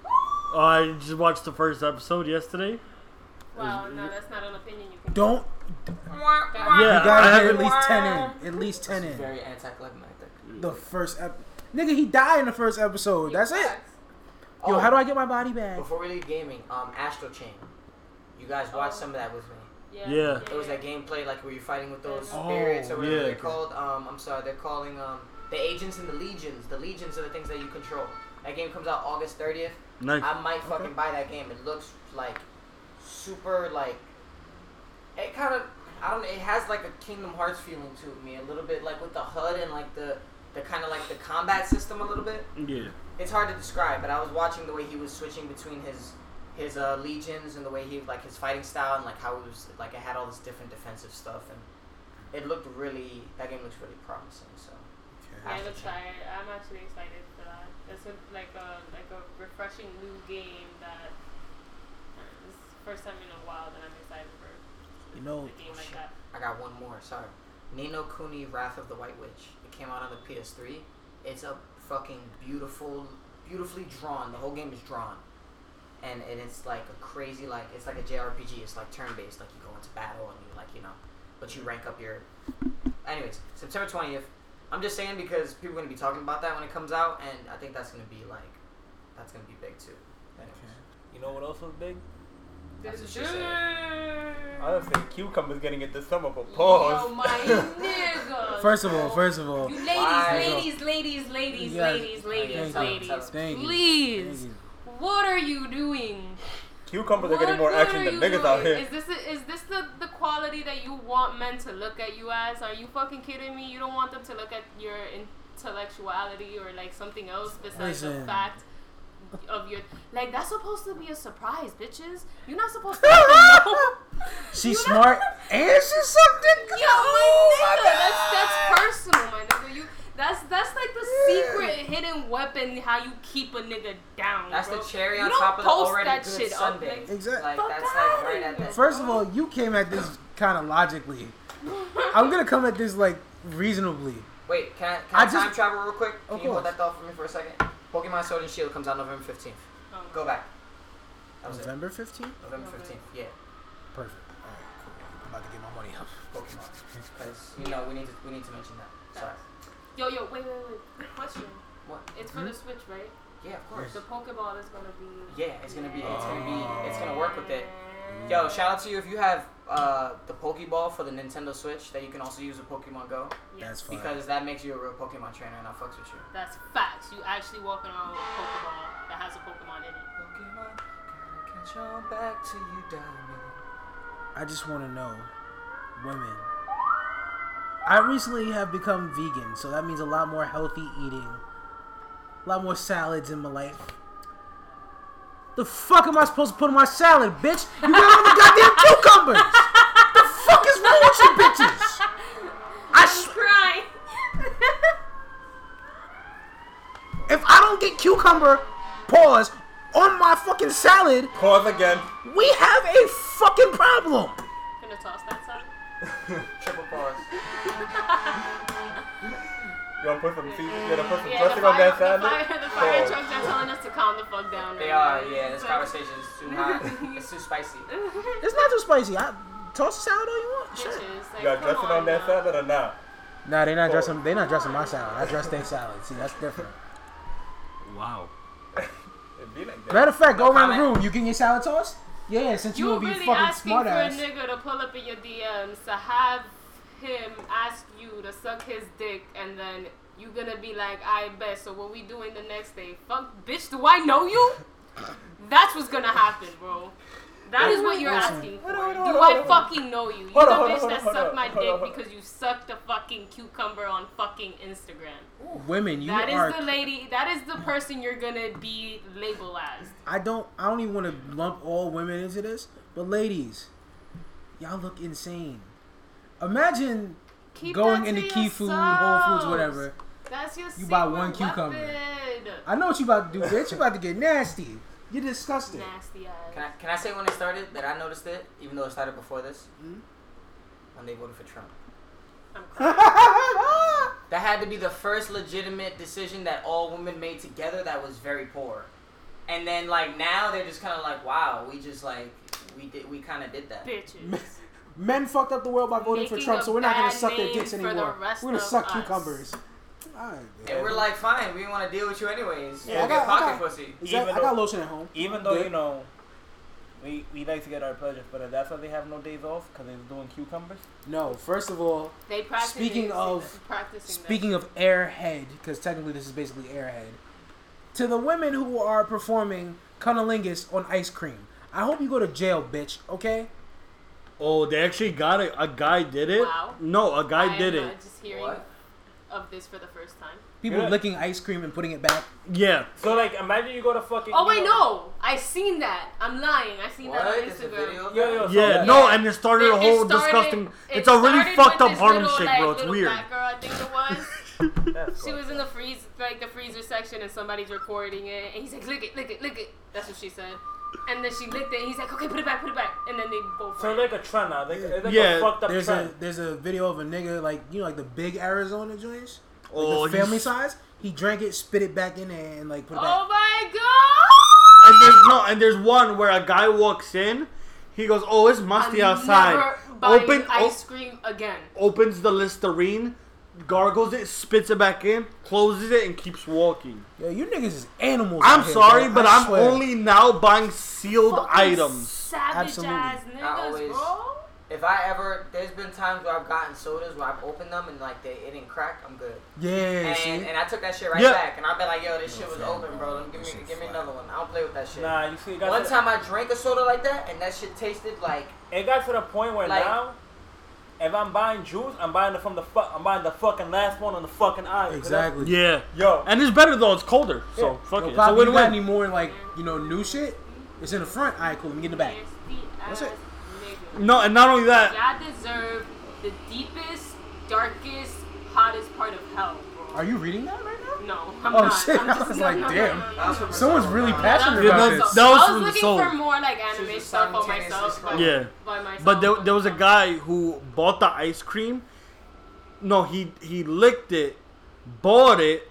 Oh, I just watched the first episode yesterday.
wow, no, that's not an opinion you can.
Don't
Yeah, Uh,
you gotta
I
get at
haven't-
least ten in. At least ten in.
Very anticlimactic.
The first ep. Nigga, he died in the first episode. That's it. Yo,
Oh.
how do I get my body back?
Before we leave gaming, um, Astral Chain. You guys watch some of that with me.
Yeah.
Oh. Yeah.
There was that gameplay like where you're fighting with those
Oh,
spirits or whatever
yeah,
they're
'cause-
called. Um, I'm sorry, they're calling um the agents and the legions. The legions are the things that you control. That game comes out August 30th.
Nice.
I might fucking buy that game. It looks like super like it kind of I don't know, it has like a Kingdom Hearts feeling to me a little bit like with the HUD and like the the kind of like the combat system a little bit.
Yeah.
It's hard to describe, but I was watching the way he was switching between his his uh, legions and the way he like his fighting style and like how it was like it had all this different defensive stuff and it looked really that game looks really promising. So
Yeah, it looks fire. I'm actually excited for that. It's a, like a like a refreshing new game that uh, it's the first time in a while that I'm excited for
You know,
a game like that.
I got one more. Sorry, Nino Kuni Wrath of the White Witch. It came out on the PS3. It's a fucking beautiful, beautifully drawn. The whole game is drawn, and it is like a crazy like it's like a JRPG. It's like turn based. Like you go into battle and you like you know, but you rank up your. Anyways, September twentieth. I'm just saying because people are gonna be talking about that when it comes out, and I think that's gonna be like, that's gonna be big too. Anyways.
You know what else was big?
That's what she
This
said.
is-
I was saying cucumbers getting it this summer, but
Yo,
pause.
my nigga.
first of all,
yo.
first of all,
You
Why?
ladies, ladies, ladies, ladies,
Yes.
ladies, ladies,
Thank you.
ladies.
thank you.
Please,
Thank you.
what are you doing?
Cucumbers are
What-
getting more
what
action
are
than
you
niggas out here.
doing? Is this a, is this the, the quality that you want men to look at you as? Are you fucking kidding me? You don't want them to look at your intellectuality or like something else besides the
Listen.
fact of your like that's supposed to be a surprise, bitches. You're not supposed to fucking know.
She's smart and she's something.
Yo, Oh
oh
my nigga, that's that's personal, my nigga. You that's that's like the secret hidden weapon how you keep a nigga down.
That's
bro.
the cherry
You
on
don't
top of the
post
already
that
good
shit up,
sundae.
nigga.
Exactly.
Like
Fuck
that's
outta
like right at
here.
that.
First of all, you came at this kind of logically. I'm gonna come at this like reasonably.
Wait, can I, can
I
I,
just-
time travel real quick? Can
Of
you hold
course.
that thought for me for a second? Pokemon Sword and Shield comes out November 15th.
Oh.
Go back. That was
November 15th?
it. November 15th. Yeah.
Perfect. All right, cool. I'm about to get my money up.
Pokemon. Because, you know, we need to, we need to mention that. Sorry.
Yo, yo, wait, wait, wait. Quick Question.
What?
It's for the Switch, right?
Yeah, of course.
The Pokeball is gonna be.
Yeah, it's gonna be, it's gonna be, it's gonna work with it. Yo,
Mm.
shout out to you if you have uh, the Pokeball for the Nintendo Switch that you can also use with Pokemon Go
Yeah.
That's fine.
because that makes you a real Pokemon trainer and I fucks with you.
That's facts. You actually walking around with a Pokeball that has a Pokemon in it.
Pokemon, gonna catch on back to you, Diamond.
I just want to know, women. I recently have become vegan, so that means a lot more healthy eating, a lot more salads in my life. The fuck am I supposed to put in my salad, bitch? You got all the goddamn cucumbers. The fuck is wrong with you, bitches? I s-
Crying.
if I don't get cucumber, pause on my fucking salad,
Pause again.
we have a fucking problem.
gonna toss that side.
Triple pause.
You gonna put some season, you gonna put some
Yeah, the
dressing on
fire,
that
the
salad?
fire, the fire
Pause.
trucks are telling us to calm the fuck down.
They are,
right now.
yeah. This
So-
conversation is too hot. It's too spicy.
It's not too spicy. I toss the salad all you want. Sure.
Bitches, like,
You got
come
dressing on that
now.
salad or not?
Nah, they not dressing. They not dressing my salad. I dress their salad. See, that's different.
Wow.
It'd be like that.
Matter of fact, go around the
comment.
room. You getting your salad tossed? Yeah, since you,
You
will be
really
fucking
asking
smart
for
ass.
a nigga to pull up in your DMs to have him ask you to suck his dick, and then you gonna be like, "I bet." So what we doing the next day? Fuck, bitch. Do I know you? That's what's gonna happen, bro. That is what you're asking for. Do I fucking know you? You're
Hold
the
on, hold
bitch
on,
that
hold on,
sucked my
hold on, hold
dick
on.
because you sucked the fucking cucumber on fucking Instagram.
Women, you
That
are.
is the lady. That is the person you're gonna be labeled as.
I don't. I don't even want to lump all women into this, but ladies, y'all look insane. Imagine
Keep
going
that
into
to
Key Food, Whole Foods,
yourselves.
whatever.
That's your
You buy
secret
one cucumber.
weapon.
I know what you about to do, bitch. You about to get nasty. You're disgusting.
Nasty
Can
ass.
I, can I say when it started that I noticed it, even though it started before this? When they voted for Trump.
I'm crying.
Ah!
That had to be the first legitimate decision that all women made together that was very poor. And then, like, now they're just kind of like, wow, we just, like, we did, we kind of did that.
Bitches.
Men fucked up the world by voting for
Making
Trump,
a
so we're not gonna
bad
suck their
name
dicks
for the
anymore. We're
rest
gonna
of
suck
us.
cucumbers. All right, man.
And we're like, fine, we want to deal with you anyways.
Yeah,
Yeah,
I
get
got- I
pocket
got-
pussy.
Is that,
Even
I got
though-
lotion at home.
Even though
Good.
you know, We, we like to get our pleasures, but that's why they have no days off because they're doing cucumbers.
No, first of all,
They practice.
Speaking
it,
of-
practicing.
Speaking of airhead, because technically this is basically airhead, to the women who are performing cunnilingus on ice cream, I hope you go to jail, bitch. Okay?
Oh, they actually got it. A guy did it.
Wow.
No, a
that.
guy did
am,
it.
uh, just hearing
What?
of this for the first time.
People
Yeah.
licking ice cream and putting it back.
Yeah.
So like, imagine you go to fucking.
Oh wait,
you
no, I seen that. I'm lying. I seen
What?
that on
Is it
Instagram.
video?
Yo, yo, so
Yeah,
like-
no, and it started a
It- it
whole
started-
disgusting.
it
It's a really
started
fucked
with
up
this
Harlem
little,
shake,
like,
bro. It's
little
weird.
Black girl, I think it was.
That's
She
cool.
was in the freeze, like the freezer section, and somebody's recording it. And he's like, "Lick it, lick it, lick it." That's what she said. And then she licked it. And he's like, "Okay, put it back, put it back." And then they both.
So
ran.
like a trend now, like, it's like
Yeah,
a fucked up
There's
trend.
a there's a video of a nigga like you know like the big Arizona joints, like
Oh,
the family
he's-
size. He drank it, spit it back in there, and like put it
oh
back.
my god!
And there's no, and there's one where a guy walks in. He goes, "Oh, it's musty
I'm
outside."
never buying
Open, o-
ice cream again.
opens the Listerine, gargles it, spits it back in, closes it, and keeps walking.
Yo, you niggas is animals.
I'm
out here,
sorry,
bro.
but
I
I'm
swear.
only now buying sealed
Fucking
items.
Savage
Absolutely.
ass
I
niggas,
always-
bro.
If I ever, there's been times where I've gotten sodas where I've opened them and like they it didn't crack. I'm good.
yeah. see?
And, and I took that shit right
Yeah.
back, and I've been like, yo, this shit was open, bro. Give me, give me another one. I don't play with that shit.
Nah, you see, it got,
One
to,
time I drank a soda like that, and that shit tasted like
it got to the point where
Like-
now, if I'm buying juice, I'm buying it from the fuck, I'm buying the fucking last one on the fucking aisle. 'cause that's-
exactly.
Yeah,
Yo,
and it's better though. It's colder, so
Yeah.
fuck
Yo,
it. It's a
Pop, you got any
win-win.
more like you know new shit? It's in the front. Alright, cool. Let me get in the back.
Nasty
That's
ass
it.
niggas.
No, and not only that,
Y'all deserve the deepest, darkest, hottest part of hell, bro.
Are you reading that right now?
No, I'm
Oh,
not.
shit,
I'm
I
just,
was
no,
like,
no, no,
damn.
No, no, no, no.
Someone's really passionate
Yeah,
about
that's-
this.
that was
I
from
was
the
looking
soul.
for more like
She
anime
was
stuff on
simultaneously
myself. But,
scrolling.
yeah.
by myself.
But there, there was a guy who bought the ice cream. No, he he licked it, bought it,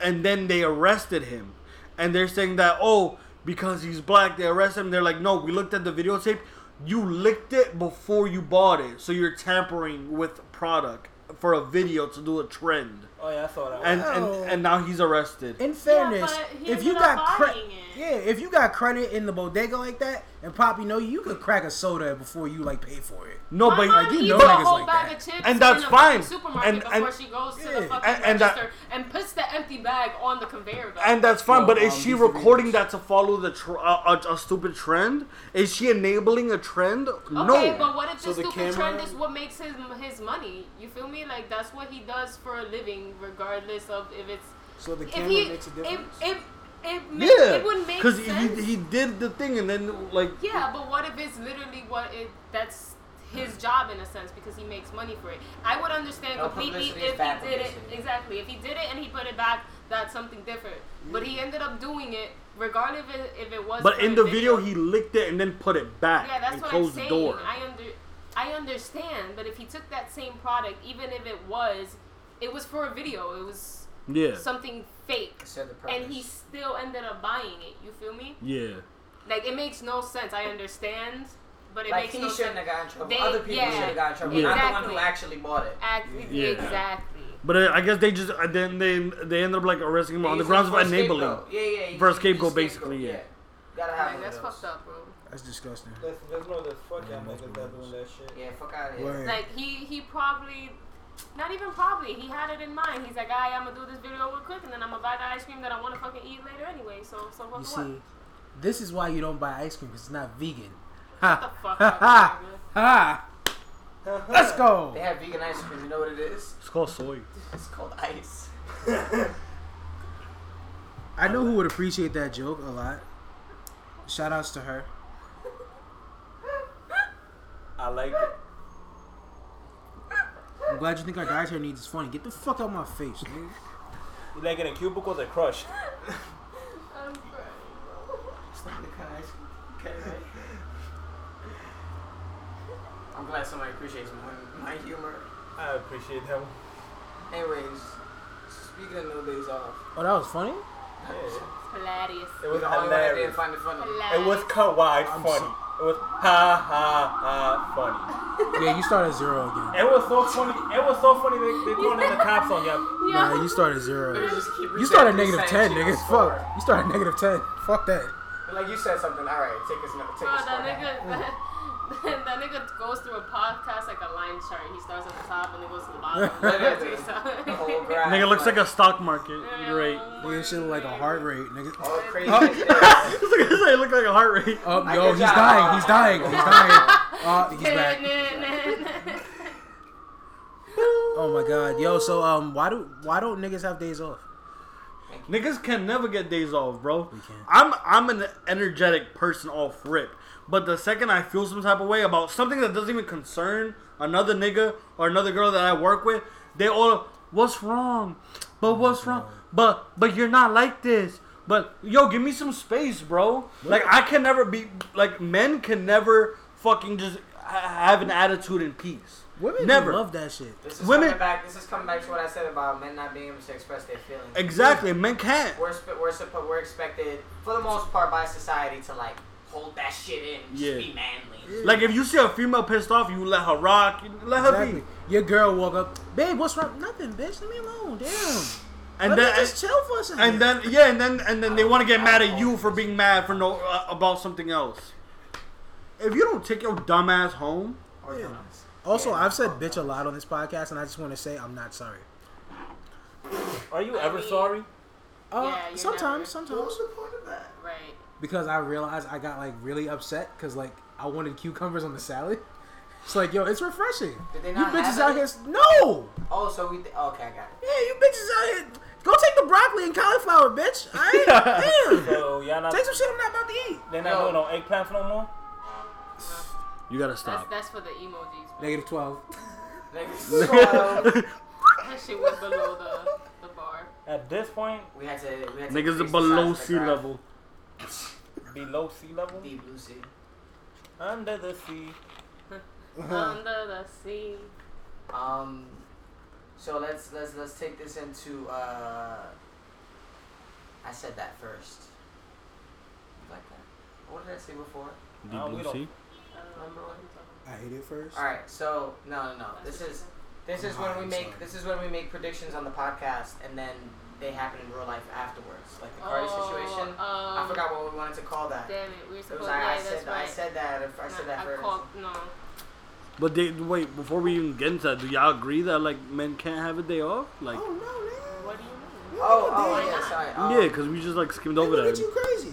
and then they arrested him. And they're saying that oh, because he's black, they arrest him. They're like, no, we looked at the videotape. You licked it before you bought it, so you're tampering with product for a video to do a trend.
oh yeah, I saw that.
And
one.
Oh.
and, and now he's arrested.
In fairness,
but he
if you
ended
got
up
credit,
buying it.
yeah, if you got credit in the bodega like that, and Poppy know you, you could crack a soda before you like pay for it.
No,
My
but
mom
you
eats
know
Uh-huh, a
niggas
whole
like
bag
that.
of chips
And that's
in a
fine.
fucking Supermarket
And- and-
before she goes to the
Yeah.
fucking
And- and that-
register and puts the empty bag on the conveyor belt.
And that's fine,
No,
but
um,
is she
these are
recording
videos.
that to follow the tr- uh, a, a stupid trend? Is she enabling a trend?
Okay,
no.
but what if
So
this
the
stupid
camera-
trend is what makes his his money? You feel me? Like that's what he does for a living, regardless of if it's
So the
if
camera
he
makes a
if
difference.
if it, ma-
yeah,
it would make
because he,
sense.
he did the thing and then like
yeah, but what if it's literally what it that's his job in a sense because he makes money for it. I would understand
Hmm. No
completely
publicity is
if
bad
he did it
publicity.
exactly if he did it and he put it back. That's something different. But he
Hmm.
ended up doing it regardless if it, if it was.
but
for
in
a
the video he licked it and then put it back
Yeah, that's
and
what I'm
closed
saying.
the door.
I under, I understand, but if he took that same product, even if it was, it was for a video. It was
yeah,
something fake,
said the purpose.
and he still ended up buying it. You feel me?
yeah.
Like it makes no sense. I understand, but it
like
makes
he
no
shouldn't have
sense.
gotten in trouble.
They-
Other people
yeah.
should have gotten in trouble.
Yeah.
Not the one
Exactly.
who actually bought it.
Act-
Yeah.
Exactly.
But uh, I guess they just and then they they ended up like arresting him on the
He's
grounds of
for a
enabling.
scapegoat. Yeah, yeah. he's-
For a
he's
scapegoat, basically, yeah.
You gotta have
Like,
one
that's
of those.
fucked up, bro.
That's disgusting.
Let's, let's know this fuck y'all niggas that doing that shit.
Yeah, fuck out of here.
Word.
Like he he probably. Not even probably. He had it in mind. He's like, "Alright, I'm gonna do this video real quick, and then I'm gonna buy the ice cream that I want to fucking eat later anyway." So, so what?
You
the
see,
what?
this is why you don't buy ice cream because it's not vegan.
Shut
Ha
the fuck
ha
up,
ha
nigga.
ha! Let's
They
go.
have vegan ice cream. You know what it is?
It's called soy.
It's called ice.
I know who would appreciate that joke a lot. Shout outs to her.
I like it.
I'm glad you think our dietary needs is funny. Get the fuck out my face, nigga.
You like it in cubicles or crushed?
I'm crying.
It's not the kind of ice cream. Okay, right? I'm glad somebody appreciates my, my humor.
I appreciate that one.
Anyways, speaking of no days off,
Oh, that was funny.
Yeah.
Hilarious.
It
you're
was
the only one that didn't
hilarious.
find it funny.
It was kawaii funny. It was ha ha ha funny.
Yeah, you start at zero again.
It was so funny. It was so funny. They, they calling in the cops on you.
Yeah.
Nah, you start at zero.
Just keep
You start at
resetting
negative
the same
ten,
shit on
nigga. Fuck.
score.
You start at negative ten. Fuck that.
But like you said something. All right, take us take
Oh,
us.
that nigga, that nigga goes through a podcast like a line chart. He starts at the top and then goes to the bottom.
Literally. The whole
So-
graph,
Nigga looks like a stock market rate.
Nigga, shit look like a heart rate, nigga.
all crazy. shit.
It's like, it's like, it look like a heart rate.
Oh,
I
yo,
could
he's
die.
dying. He's dying. He's dying. Uh, he's back. Oh my god, yo. So um, why do why don't niggas have days off?
Niggas can never get days off, bro. I'm I'm an energetic person off rip, but the second I feel some type of way about something that doesn't even concern another nigga or another girl that I work with, they all what's wrong?
Oh,
But what's wrong? But but you're not like this. But yo, give me some space, bro. Like I can never be like men can never fucking just ha- have an attitude in peace.
Women
never.
love that shit.
This is
Women-
coming back. This is coming back to what I said about men not being able to express their feelings.
Exactly, men can't.
we're sp- we're suppo- we're expected for the most part by society to like hold that shit in, just
Yeah.
be manly.
Like if you see a female pissed off, you let her rock, you let her
Exactly.
be.
Your girl walk up, babe. What's wrong? Nothing, bitch. Leave me alone. Damn.
And
Let
then
me just chill for a second.
and then yeah, and then and then they want to get mad at you for being mad for no uh, about something else. If you don't take your dumb ass home,
Or
Yeah.
dumbass.
also, I've said bitch a lot on this podcast, and I just want to say I'm not sorry.
Are you ever sorry?
Uh,
Yeah, you're
sometimes,
never-
sometimes.
the point of that?
Right.
because I realized I got like really upset because like I wanted cucumbers on the salad. It's like, yo, it's refreshing.
Did they
You
not have
bitches out
it?
here, s- no.
Oh, so we. Th- okay, I got it.
Yeah, you bitches out here. Go take the broccoli and cauliflower, bitch. I ain't damn.
So y'all not
Take some shit I'm not about to eat.
they're not doing no eggplants no more?
you gotta
That's,
stop.
that's for the emojis. man.
Negative twelve.
Nigga, so-
That shit was below the, the bar.
At this point,
we had to. We had
Niggas
to
are
increase the
below
size of the
sea
graph.
level.
below sea level?
Deep blue sea.
Under the sea.
Uh-huh.
Under the sea.
Um, so let's let's let's take this into. Uh, I said that first. Like that. What did I say before?
Deep
Oh, we
blue
don't-
sea.
I don't know what I'm
I hate it first.
All right. So no, no, no. This is this is when we make this is when we make predictions on the podcast, and then they happen in real life afterwards, like the Cardi
Oh,
situation.
Um,
I forgot what we wanted to call that. It
Damn it, we were supposed
was
to.
like,
Yeah,
I
that's
said
right.
I said that if I said
No,
that
I
first.
called, no.
But they, wait, before we even get into that, do y'all agree that like men can't have a day off? Like
Oh no,
What do you mean?
Oh, oh
Damn.
yeah, sorry.
yeah,
Um,
'cause yeah, because we just like skimmed
man.
over
Look at you
that.
crazy.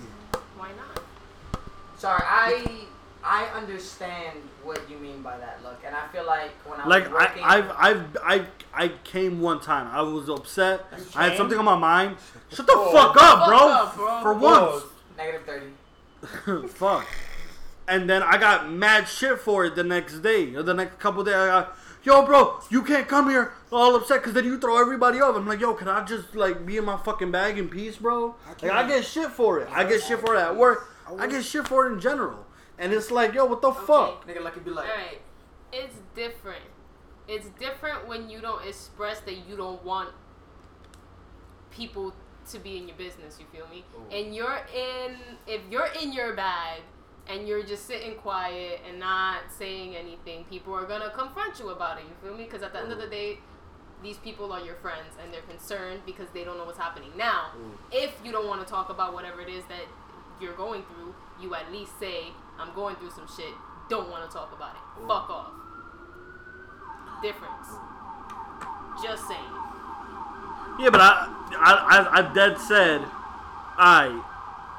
Why not?
Sorry, I I understand what you mean by that look, and I feel like when I
Like
was
I,
working,
I've, I've, I, I came one time. I was upset. I had
came?
something on my mind. Shut the fuck up, bro.
up, bro.
For once.
Pause.
negative thirty.
Fuck. And then I got mad shit for it the next day or the next couple days. I got, yo, bro, you can't come here all upset because then you throw everybody off. I'm like, yo, can I just like be in my fucking bag in peace, bro? like I get shit for it. I get shit for it at work. I get shit for it in general. And it's like, yo, what the fuck?
Nigga, lucky be like.
Alright. It's different. It's different when you don't express that you don't want people to be in your business, you feel me? And you're in if you're in your bag and you're just sitting quiet and not saying anything, people are gonna confront you about it, you feel me? Because at the end of the day, these people are your friends and they're concerned because they don't know what's happening now. If you don't want to talk about whatever it is that you're going through, you at least say, I'm going through some shit, don't want to talk about it. Fuck off. Difference. Just saying.
Yeah, but I, I, I, I dead said, I,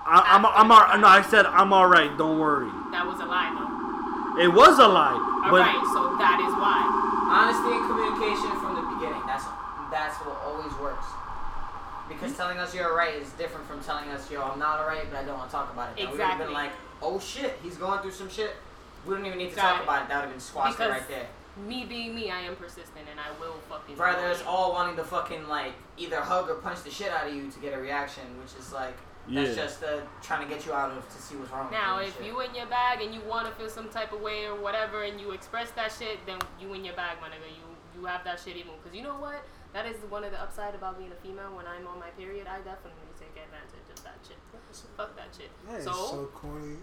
I I'm, I'm, all, no, I said I'm all right. Don't worry.
That was a lie, though.
It was a lie,
All
but
right, so that is why.
Honesty and communication from the beginning. That's that's what always works.
Hmm?
Because telling us you're alright is different from telling us, yo, I'm not alright, but I don't want to talk about it. Now, We would have
Exactly.
been like, oh shit, he's going through some shit. We don't even need to
Got
talk
it.
about it. That would have been squashed
Because-
right there.
Me being me, I am persistent and I will fucking.
Rather, it's all wanting to fucking like either hug or punch the shit out of you to get a reaction, which is like that's
Yeah.
just uh, trying to get you out of to see what's wrong.
Now,
with
if you in your bag and you want to feel some type of way or whatever, and you express that shit, then you in your bag, my nigga. You you have that shitty move. Cause you know what? That is one of the upside about being a female. When I'm on my period, I definitely take advantage of that shit. Fuck that shit.
That is
so,
so, corny.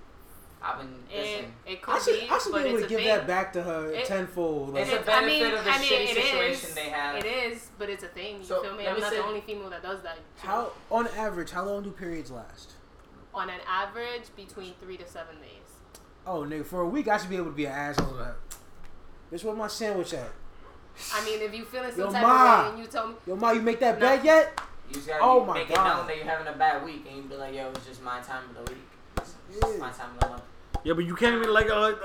I've been
it
listen.
it could
I should,
be,
I should
but
be able to
it's a
give
thing.
that back to her
It-
tenfold. Like,
It's a
I mean,
benefit of the
I mean,
shitty
it is-
situation they have.
It is, but it's a thing. You
So,
feel me?
let
I'm
me
not
say-
the only female that does that.
how, on average, how long do periods last?
on an average between three to seven days.
Oh, nigga, for a week I should be able to be an asshole. Like, Bitch, where my sandwich at?
I mean, if you feeling some
Yo,
type
Ma.
of way and you tell me,
Yo, ma, you make that
No.
bed yet?
You just gotta
Oh
be-
my
make
God.
it known that you're having a bad week, and you be like, "Yo, it's just my time of the week. It's just my time of the month."
Yeah, but you can't even like uh,
I,
again.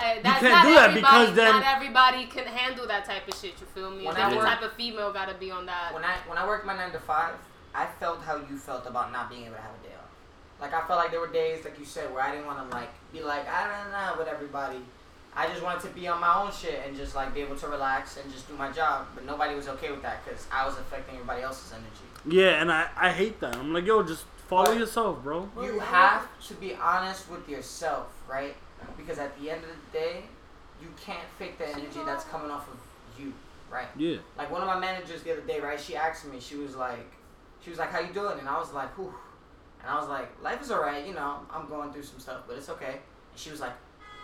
I-
you
that's
can't
not
do that
everybody-
because then
not everybody can handle that type of shit. You feel me? A
When I
different
work-
type of female gotta be on that.
When I when I worked my nine to five, I felt how you felt about not being able to have a day off. Like I felt like there were days, like you said, where I didn't want to like be like I don't know with everybody. I just wanted to be on my own shit and just like be able to relax and just do my job. But nobody was okay with that because I was affecting everybody else's energy.
yeah, and I, I hate that. I'm like, yo, just follow
What?
yourself, bro.
You have to be honest with yourself, right? Because at the end of the day, you can't fake the energy that's coming off of you, right?
Yeah,
Like one of my managers the other day, right? She asked me, she was like, she was like, "How you doing?" And I was like, "Whew," and I was like, "Life is alright, you know. I'm going through some stuff, but it's okay." And she was like,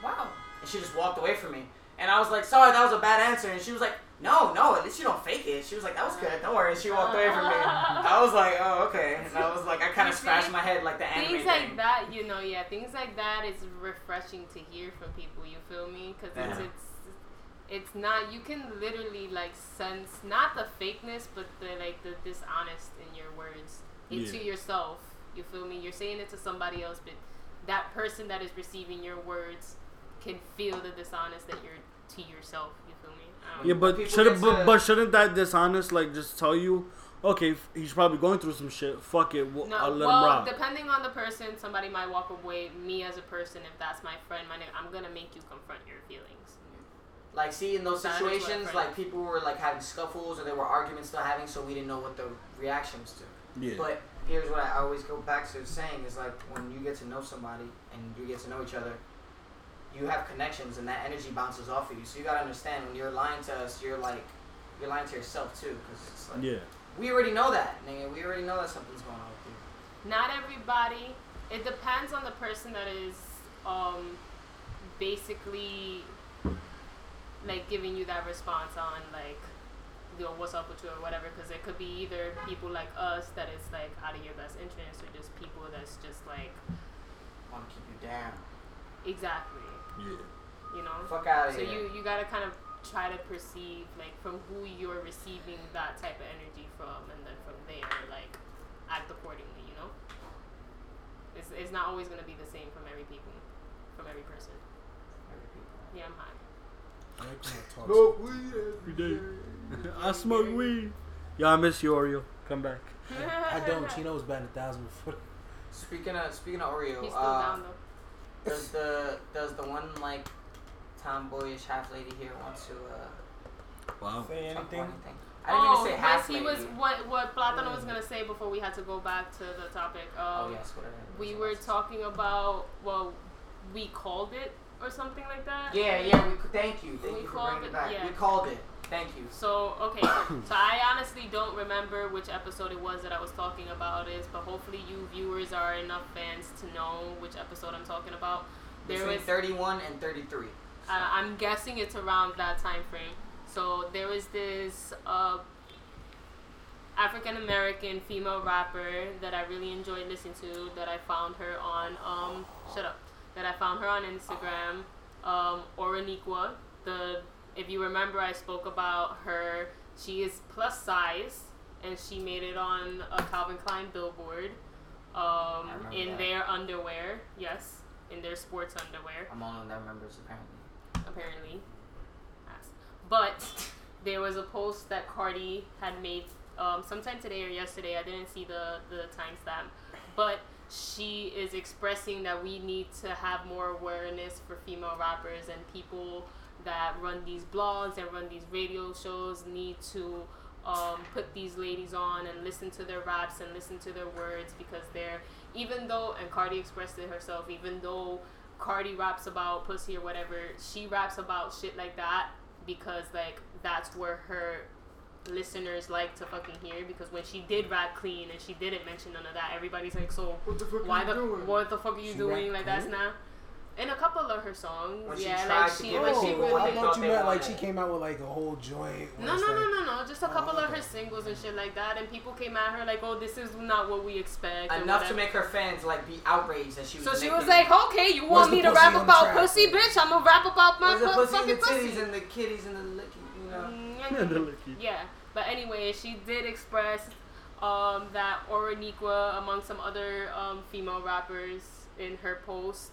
"Wow," and she just walked away from me. And I was like, "Sorry, that was a bad answer." And she was like, "No, no, at least you don't fake it." She was like, "That was good, don't worry." And she walked away from me. I was like, "Oh, okay." And I was like, I kind of scratched my head like the anime
things
thing.
like that, you know, yeah, things like that is refreshing to hear from people. You feel me? Because it's,
Yeah.
it's it's not you can literally like sense not the fakeness, but the like the dishonest in your words
Yeah.
into yourself. You feel me? You're saying it to somebody else, but that person that is receiving your words can feel the dishonest that you're to yourself. You feel me? I don't
yeah,
know.
but
People
should
get
but,
to-
but shouldn't that dishonest like just tell you, okay, f- he's probably going through some shit. Fuck it, we'll,
No,
I'll let
well,
him rock.
depending on the person, somebody might walk away. Me as a person, if that's my friend, my name, I'm gonna make you confront your feelings.
Like, see, in those
That is what
situations,
friends-
like people were like having scuffles or there were arguments they're having, so we didn't know what the reaction was to.
Yeah.
But here's what I always go back to saying is like when you get to know somebody and you get to know each other, you have connections and that energy bounces off of you. So you gotta understand when you're lying to us, you're like you're lying to yourself too, because it's like
yeah,
we already know that, nigga. We already know that something's going on with you.
Not everybody. It depends on the person that is um, basically like giving you that response on like you know what's up with you or whatever. Because it could be either people like us that is like out of your best interest, or just people that's just like
Want to keep you down?
exactly.
yeah.
You know.
Fuck out of
So
here.
you you gotta kind of try to perceive like from who you're receiving that type of energy from, and then from there like act accordingly. You know, it's it's not always gonna be the same from every people, from every person. Yeah, I'm high.
Smoke weed every day. I smoke weed. Yeah, I miss you, Oreo. Come back.
I don't. Chino was batting a thousand before.
Speaking of speaking of Oreo,
He's still
uh,
down though.
Does the does the one like tomboyish half lady here want to uh,
Wow.
Say
talk about
anything.
anything? I didn't mean to say half
yes, Oh, he
lady.
was what what Platano was gonna say before we had to go back to the topic. Um,
oh yes, whatever.
we were talking about well, we called it or something like that.
Yeah, yeah. We thank you. Thank
We
you for
called
bringing
it-
it back.
yeah.
We called it. Thank you.
So okay, so I honestly don't remember which episode it was that I was talking about this, but hopefully you viewers are enough fans to know which episode I'm talking about. There
Between
was,
31
uh,
and 33.
I'm guessing it's around that time frame. So there was this uh, African American female rapper that I really enjoyed listening to. That I found her on um shut up. That I found her on Instagram. Um, Oraniqua. The if you remember, I spoke about her. She is plus size, and she made it on a Calvin Klein billboard. Um,
I remember
in
that.
their underwear, yes, in their sports underwear
I'm only one that remembers apparently.
apparently. Ass. But there was a post that Cardi had made um, sometime today or yesterday. I didn't see the, the timestamp. But she is expressing that we need to have more awareness for female rappers and people that run these blogs and run these radio shows need to um, put these ladies on and listen to their raps and listen to their words because they're even though and Cardi expressed it herself even though Cardi raps about pussy or whatever she raps about shit like that because like that's where her listeners like to fucking hear because when she did rap clean and she didn't mention none of that everybody's like so
What the fuck
why the what the fuck are you
She
doing
rap
like that's
clean?
not In a couple of her songs,
When she
yeah,
tried
like
to
she,
get
like
away
she
with it.
Oh, I
really.
They thought
thought you
they
meant like
wanted
she
it.
came out with like a whole joint. where
No,
it's
no,
like-
no, no, no. Just a
Oh,
couple of
okay.
her singles and shit like that, and people came at her like, "Oh, this is not what we expect." and
Enough to
whatever.
make her fans like be outraged that she was.
So she
naked.
was like, "Okay, you
Where's
want
the
me to
pussy
rap
on the
about
track?
pussy, bitch? I'm gonna rap about my
Was the pussy and
fucking
the
pussy."
titties and the kitties and the licky, you know?
Yeah,
Mm,
the licky.
Yeah, but anyway, she did express um, that Oraniqua, among some other um, female rappers in her post,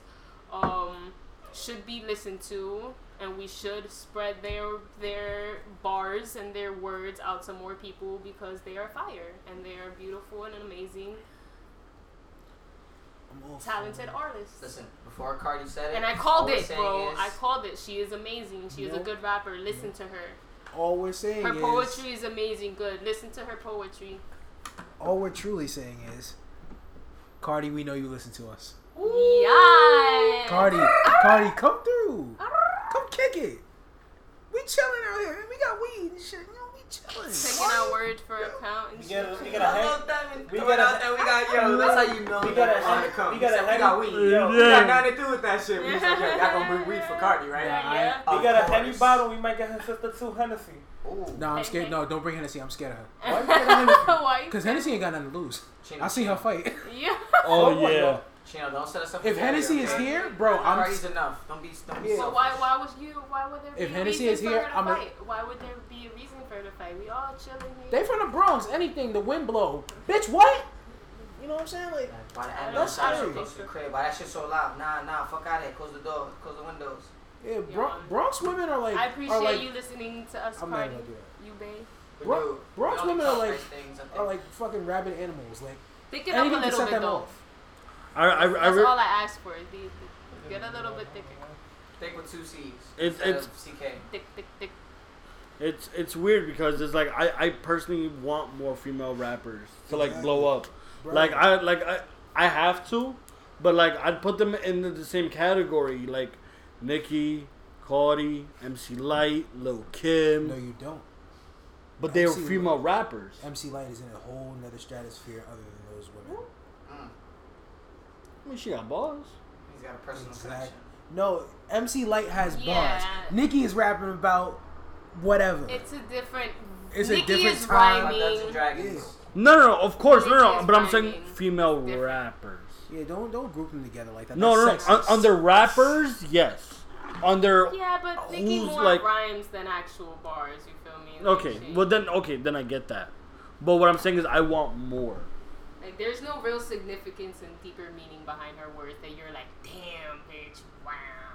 um, should be listened to, and we should spread their their bars and their words out to more people because they are fire and they are beautiful and amazing,
I'm off.
talented artists.
Listen, before Cardi said it,
And I
all
called
we're
it,
saying
bro.
is-
I called it. She is amazing. She is a
Nope.
good rapper. Listen to her.
All we're saying
Her
is
poetry is amazing. Good. Listen to her poetry.
all we're truly saying is, Cardi, we know you listen to us.
Yeah.
Cardi, Cardi, come through. Come kick it. We chilling out here. We got weed and shit. You know, we chilling.
Taking our word for account and
We
shit.
gotta, we
I
gotta hang.
love that and
we
throw it
gotta-
out there. We got yo. That's how you know.
We gotta
that on the
hang.
come.
We gotta
Except
hang.
we got weed.
Yo,
Yeah.
we
We got
gotta-
nothing to do with that shit. We was like, yo, y'all gonna bring weed for Cardi, right?
Yeah.
We got a Henny
course.
bottle. We might get her sister two Hennessy.
Ooh,
No, I'm scared. No, don't bring Hennessy. I'm scared of her.
Why you get Hennessy?
Why?
Because Hennessy ain't got nothing to lose.
Chino,
I see her fight.
Yeah.
Oh
Someone
yeah.
will.
Chino, don't set us up.
If
for
Hennessy
failure,
is
man.
here, bro, I'm.
Cardi's enough. Don't be. Don't be.
Yeah.
But
selfish.
why? Why would you? Why would there be
If
a
Hennessy
reason
is
for
here,
her to
I'm a-
fight? Why would there be a reason for her to fight? We all chilling here.
They from the Bronx. Anything, the wind blow. Bitch, what? You know what I'm saying? Like,
Why the ambulance
That's
shots
true.
close to the crib? Why that shit so loud? Nah, nah. Fuck out of here. Close the door. Close the windows.
yeah, Bro- Bronx women are like.
I
are
appreciate
like,
you listening to us,
I'm not
Cardi.
gonna do
You babe.
We
Bro-
do.
Bronx
We don't
women are
talk
like-
nice things, I think.
Are like fucking rabid animals. Like,
Think it up a
anything can
little
set
bit
them
though.
off.
I I, I
That's
re-
all I asked for. The, the, get a little bit thicker.
Think with two C's.
It's-
instead
it's-
of CK.
Thick, thick, thick.
it's it's weird because it's like I, I personally want more female rappers to like blow up.
Bro.
Like I like I I have to, but like I'd put them in the, the same category like Nicki, Cardi, MC Light, Lil Kim,
No, you don't.
but they were
MC
female rappers.
MC Light is in a whole nother stratosphere other than those women.
I mean, she got bars.
He's got a personal
Exactly.
connection.
No, MC Light has bars.
Yeah.
Nicki is rapping about whatever.
It's a different.
It's a
Nicki
different
is
time.
Like Dungeons and
rhyming.
Dragons.
Yeah.
No, no, no. Of course, no, no.
Nicki
no
is
but I'm saying
rhyming.
female
Different.
rappers.
yeah, don't don't group them together like that.
No, no,
That's
no. Un-
sexist.
under rappers, yes. Under
Yeah, but Nicki
Who's
more
like-
rhymes than actual bars. You feel me? Like,
okay.
she-
Well, then okay, then I get that. But what I'm saying is, I want more.
Like, there's no real significance and deeper meaning behind her words that you're like, damn, bitch, wow.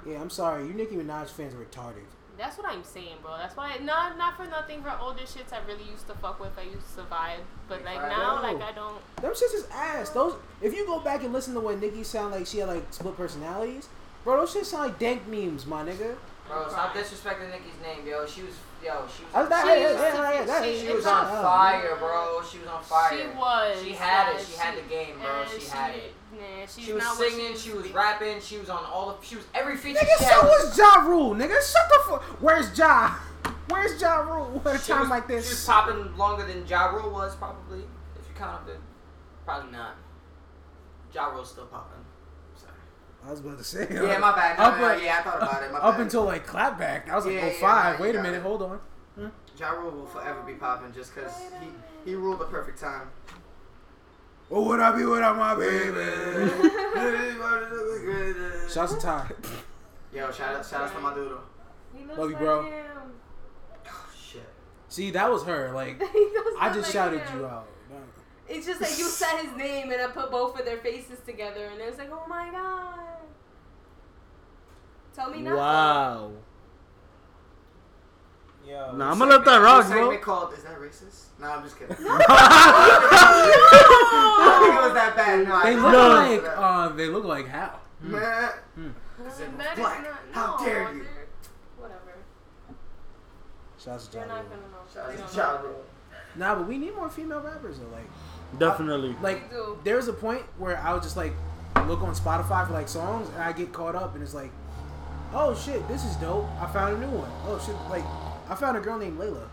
Yeah, I'm sorry. You Nicki Minaj fans are retarded.
That's what I'm saying, bro. That's why, not not for nothing, her older shits I really used to fuck with. I used to vibe, but like
Right.
now,
No.
like I don't.
Them shits is ass. Those if you go back and listen to when Nicki sound like she had like split personalities, bro, those shits sound like dank memes, my nigga.
Bro, stop disrespecting Nicki's name, yo. She was, yo, she was.
That's that,
She
yeah,
was-
yeah, yeah, that-
she-
She
It's
was
not
on fire, bro. She was on fire.
She was.
She had it.
like,
She had the game, bro.
and
She had it.
Nah, she's
She was
not what
singing. She
used
was
to be.
rapping. She was on all of. She was every feature.
Nigga,
she
so
had.
was Ja Rule, nigga. Shut the fuck. Where's Ja? Where's Ja Rule at a
She
time
was-
like
She was
this?
popping longer than Ja Rule was probably. If you count up the, probably not. Ja Rule's still popping. Sorry.
I was about to say.
Yeah, my bad. No,
Up,
no, no,
like-
yeah, I thought about it. My
up
bad.
until like clapback, I was like,
Yeah,
oh
yeah,
five.
nah,
Wait
you got
a minute,
it.
hold on.
Ja Rule will forever be popping just because he he ruled the perfect time.
Oh, What would I be without my baby?
Yo,
Shouts to Ty.
shout out, shout out to my doodle.
He looks
Love you,
like
bro.
him.
Oh, shit.
See, that was her. Like,
He does
I
look
just
like
shouted
him.
you out.
It's just like you said his name and I put both of their faces together and it was like, oh my god. Tell me now.
Wow.
Yo.
Nah, I'm gonna let that rock, bro.
Segment called, is that racist? No, I'm just kidding. I don't think it was that bad. No, I
They
don't
look
think it was
like.
that
um, Uh, they look like how?
bad. Meh.
That is
Black.
not,
How
no,
dare you.
they're- Whatever.
Shouts to
You're
Ja
not
Rule.
gonna know.
Shout
You
out
don't
to Ja
know.
Rule.
Nah, but we need more female rappers though. Like,
Definitely.
like
We do.
there was a point where I would just like look on Spotify for like songs, and I get caught up, and it's like, oh shit, this is dope. I found a new one. Oh shit, like I found a girl named Layla.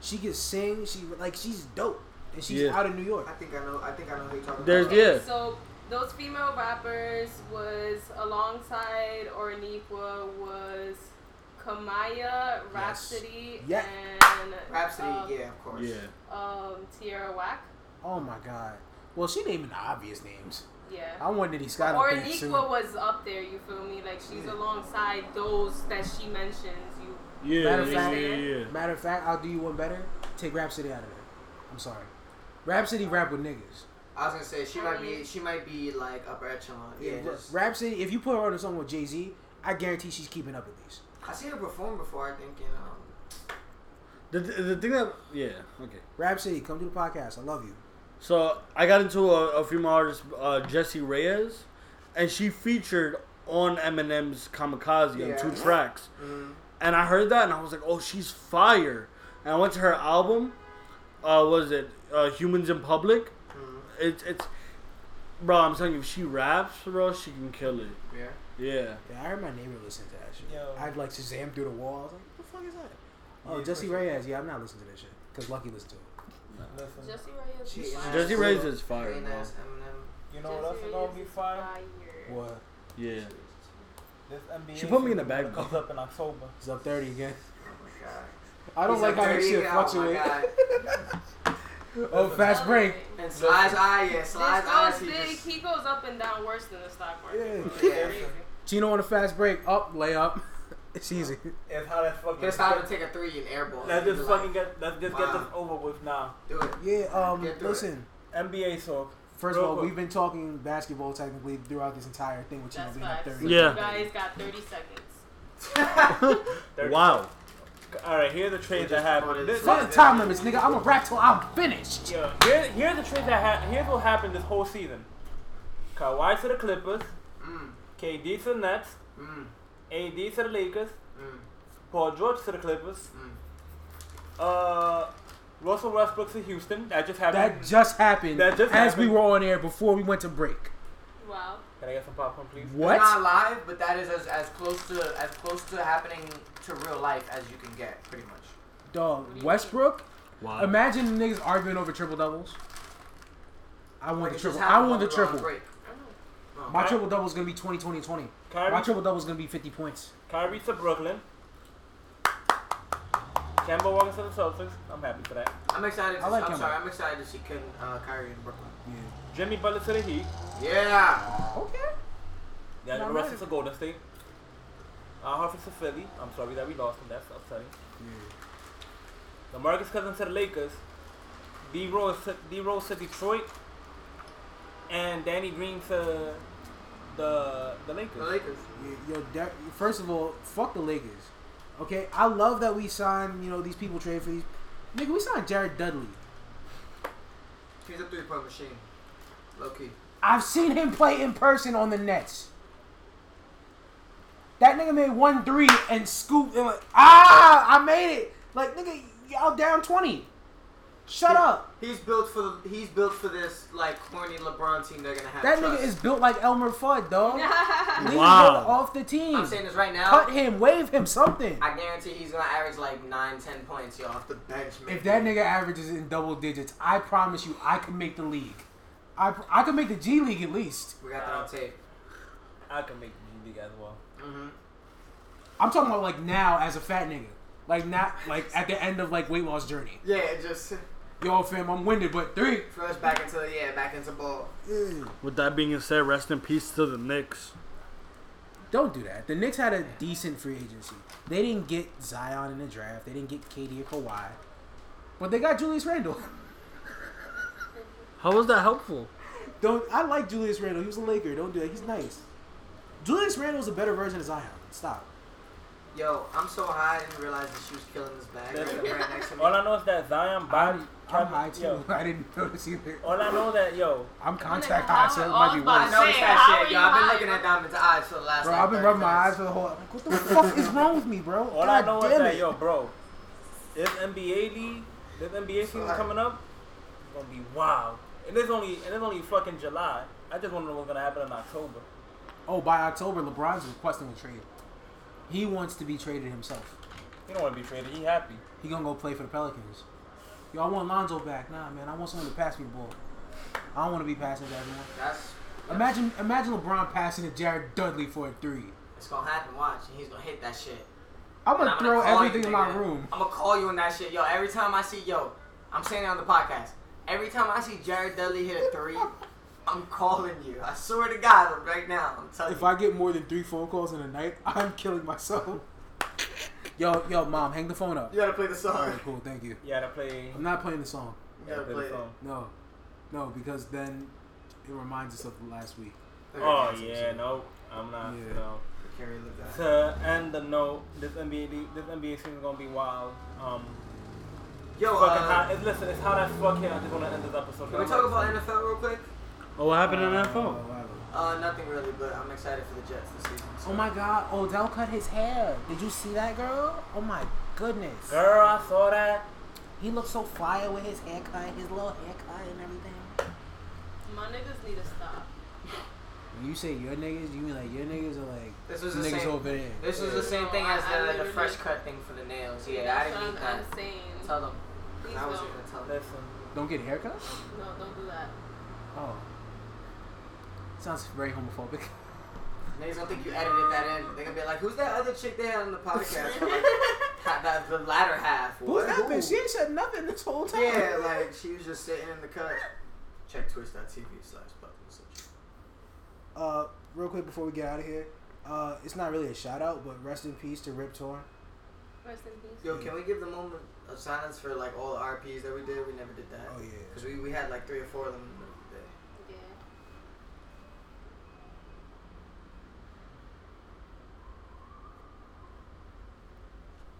She can sing. She like she's dope, and she's
Yeah.
out of New York.
I think I know. I think I know who you're talking
There's
about.
yeah.
So those female rappers was alongside Oraniqua was Kamaya Rhapsody
Yeah.
and
Rhapsody,
um,
yeah, of course.
Yeah.
um, Tierra Whack.
Oh my god. Well, she naming the obvious names. I
Yeah.
want Nitty Scott up there soon.
Oraniqua was up there. You feel me? Like she's alongside those that she mentions. You
Yeah,
Matter
yeah,
of
yeah,
fact-
yeah, yeah.
Matter of fact, I'll do you one better. Take Rhapsody out of there. I'm sorry. Rhapsody rap with niggas.
I was gonna say she might be she might be like upper echelon. Yeah.
Yeah,
just-
Rhapsody. If you put her on a song with Jay Z, I guarantee she's keeping up with these.
I seen her perform before. I think you know.
The, the thing that yeah okay.
Rhapsody, come to the podcast. I love you.
So I got into a, a female artist, uh, Jessie Reyes, and she featured on Eminem's Kamikaze
Yeah.
on two tracks. And I heard that, and I was like, "Oh, she's fire!" And I went to her album. Uh, was it uh, Humans in Public?
Mm-hmm.
It's it's, bro. I'm telling you, if she raps, bro, she can kill it.
Yeah.
Yeah.
Yeah, I heard my neighbor listen to that shit.
Yo.
I'd like Shazam through the wall. I was like, what the fuck is that? Oh,
Yeah,
Jesse
for sure.
Reyes. Yeah, I'm not listening to that shit because Lucky listened to it.
Listen,
Jesse Reyes.
She-
was fire.
Jessie
Absolutely.
Reyes is fire,
Very
bro.
nice Eminem.
you know what else is
Jesse
gonna
Reyes
be
is
fire?
fire.
What?
Yeah.
This NBA.
She put me in
season
a bag,
that Comes up in October.
He's up thirty again.
Oh my god.
I don't
He's
like
a
how this
dirty-
shit fluctuates.
Oh my god.
Oh, fast break.
And Sly's eye, yeah, Sly's eyes.
This
He
goes big.
just
He goes up and down worse than the stock market.
Yeah.
yeah.
Chino on a fast break. Up, lay up. It's easy.
It's how that's fucking.
He'll stop and take a three and airball.
Let's
He'll
just
be like,
fucking get. Let's just get
Wow.
this over with now.
do it.
Yeah. Um.
Get through
Listen.
NBA talk.
First
Real
of all,
quick.
we've been talking basketball technically throughout this entire thing with Chino
That's
being up
facts.
thirty.
Yeah.
You guys got 30 seconds.
Thirty.
Wow.
All right, here's the trade that
ordered
happened. This,
Fuck the time limits, nigga. I'm a rap till I'm finished.
yeah, here, here's the trade that happened. Here's what happened this whole season. Kawhi to the Clippers.
Mm,
KD to the Nets.
mm,
AD to the Lakers.
mm.
Paul George to the Clippers.
Mm.
Uh, Russell Westbrook to Houston. That just happened.
That just happened
That just
as we
happened.
were on air before we went to break.
Wow.
Can I get some popcorn, please?
What?
It's not live, but that is as, as close to as close to happening to real life as you can get, pretty much.
Dog, Westbrook.
Wow.
Imagine niggas arguing over triple doubles. I want
Like,
the
it just
triple. I
happened
want the
over on
triple.
break.
My
Ky-
triple double is gonna be 20, 20, 20. My
Kyrie,
triple double is gonna be 50 points.
Kyrie to Brooklyn. Kemba Walker to the Celtics. I'm happy for that.
I'm excited. To,
I like
I'm
him.
sorry. I'm excited to see Ken, uh, Kyrie in Brooklyn.
Jimmy Butler to the Heat.
Yeah.
Okay.
Yeah,
Not
the rest
bad.
is a Golden State. Uh, Harford to Philly. I'm sorry that we lost him. That's upsetting. The Marcus Cousins to the Lakers. D Rose to, D Rose to Detroit. And Danny Green to the the
The
Lakers.
Lakers.
Yo, yo, de- first of all, fuck the Lakers. Okay, I love that we signed. You know, these people trade for these. Nigga, we signed Jared Dudley.
He's a three-point machine. Low key.
I've seen him play in person on the Nets. That nigga made one three and scooped and like, ah, I made it. Like nigga, y'all down twenty. Shut up.
He's built for the. He's built for this like corny LeBron team. They're gonna have.
That
trust.
nigga is built like Elmer Fudd, dog. Leave him
Wow.
off the team.
I'm saying this right now.
Cut him, wave him something.
I guarantee he's gonna average like nine, ten points, y'all, off the bench.
If
maybe.
that nigga averages in double digits, I promise you, I can make the league. I, pr- I can make the G League at least.
we got that on tape.
I can make the G League as well.
I'm talking about like now as a fat nigga, like not like at the end of like weight loss journey.
Yeah, it just
Yo, fam, I'm winded, but three.
throws back into the yeah, back into ball.
Mm.
With that being said, rest in peace to the Knicks.
Don't do that. The Knicks had a decent free agency. They didn't get Zion in the draft. They didn't get KD or Kawhi, but they got Julius Randle.
How was that helpful?
Don't I like Julius Randle? He was a Laker. Don't do that. He's nice. Julius Randle is a better version of Zion. Stop.
Yo, I'm so high, I didn't realize that she was killing this bag right, right next to me.
All I know is that Zion body.
I'm high too.
Yo, Oh.
I didn't notice either.
all I know that yo,
I'm contact
Nigga, I
high, so it
was
might be
all
I
worse.
about
noticed
Say, how
that
are
shit,
you
y'all. I've been
high,
looking at
bro?
Diamond's eyes for the last.
Bro,
like,
I've been
30
rubbing my eyes
minutes.
for the whole. Like, what the fuck is wrong with me, bro?
all I
God
know is
damn
that
it.
yo, bro, this NBA league, this NBA season
Alright.
coming up, is gonna be wild. And it's only and it's only fucking July. I just want to know what's gonna happen in October.
Oh, by October, LeBron's requesting a trade. He wants to be traded himself.
He don't want to be traded. He happy.
He gonna go play for the Pelicans. Yo, I want Lonzo back. Nah, man, I want someone to pass me the ball. I don't want to be passing to everyone.
That's
Imagine, imagine LeBron passing to Jared Dudley for a three.
It's gonna happen. Watch, and he's gonna hit that shit.
I'm gonna
And
throw
call
everything
you,
in my
nigga.
room.
I'm gonna call you on that shit, yo. Every time I see, yo, I'm saying it on the podcast. Every time I see Jared Dudley hit a three, I'm calling you. I swear to God, right now, I'm telling
If
you.
I get more than three phone calls in a night, I'm killing myself. Yo, yo, mom, hang the phone up.
you gotta play the song.
Alright, cool, thank you.
Yeah, to play.
I'm not playing the song.
You gotta play it.
No, no, because then it reminds us of last week.
Oh yeah, no, I'm not.
Yeah.
No.
Carrie lived that.
To end the note, this NBA de- this NBA season is gonna be wild. Um,
Yo,
fucking
uh,
how, it's, listen, it's how that fuck here. I'm just gonna end this episode.
can we talk about NFL real quick?
Oh, what happened in NFL?
Uh, nothing really, but I'm excited for the Jets this season. so-
Oh my God, Odell cut his hair. Did you see that, girl? Oh my goodness.
Girl, I saw that.
He looked so fire with his haircut, his little haircut and everything.
My niggas need to stop.
When you say your niggas, you mean like your niggas are like
This was
the
the
niggas
same.
over there.
This was the same thing
No, I-
as
I
the, the
literally-
fresh cut thing for the nails. Yeah, I
That's
didn't
what
need
I'm,
that.
I'm saying.
Tell them.
Please
I was
don't.
gonna tell them.
Listen,
Don't get haircuts?
No, don't do that.
Oh. Sounds very homophobic.
Niggas don't think you edited that in. They're gonna be like, "Who's that other chick they had on the podcast?" I'm like, "Ha- that, the latter half.
Who's
What?
that
Who?"
bitch? She ain't said nothing this whole time.
Yeah, like she was just sitting in the cut. Check twitch.tv slash button.
Uh, real quick before we get out of here, uh, it's not really a shout out, but rest in peace to Rip Torn.
Rest in peace.
Yo, can we give the moment of silence for like all the RPs that we did? We never did that.
Oh yeah.
Cause we, we had like three or four of them. in the day.
Yeah.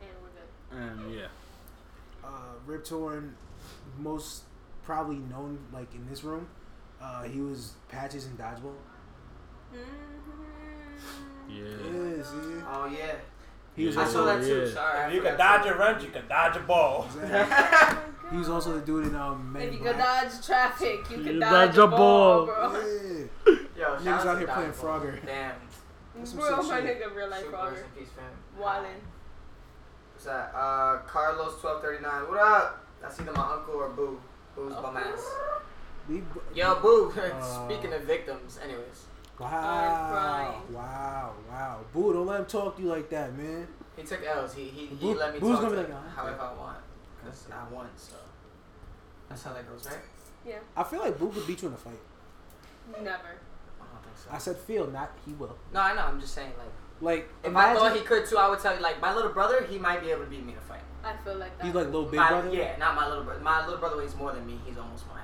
And we're good.
And yeah.
Uh, Rip Torn, most probably known like in this room. Uh, he was patches in dodgeball. Mm-hmm.
Yeah.
Yeah, see.
Oh yeah.
He was
Yeah.
I saw that too.
yeah.
Sorry. I
you can
forgot
dodge a wrench, you can dodge a
Oh.
ball.
also, he was also the dude in um. Men
If you
in
could
Black.
dodge traffic, you
You
can dodge, a ball, bro.
Yo,
Yeah.
shout
Niggas
to
out here
Dodgeball.
playing Frogger.
Damn.
That's some
Bro,
sick
my
shit.
nigga, real life
Super
frogger.
rest in peace, fam.
Wildin'.
What's that? Uh, Carlos twelve thirty nine. What up? That's either my uncle or Boo. Boo's bum
Oh.
ass.
We-
Yo, Boo.
Uh,
Speaking of victims, anyways,
Wow.
crying.
Wow. Wow. Boo, don't let him talk to you like that, man.
he took L's. He he, he
Boo-
let me
Boo's
talk
gonna
to
be like, "Oh, okay."
however I want. Cause I won, so that's how that goes, right?
I feel like Boo could beat you in a fight.
Never.
I don't think so.
I said feel, not he will.
no, I know. I'm just saying, like,
Like
if I thought he could too, I would tell you, like, my little brother, he might be able to beat me in a fight.
I feel like that.
he's like little big
my,
brother.
Yeah, not my little brother. My little brother weighs more than me. He's almost my height.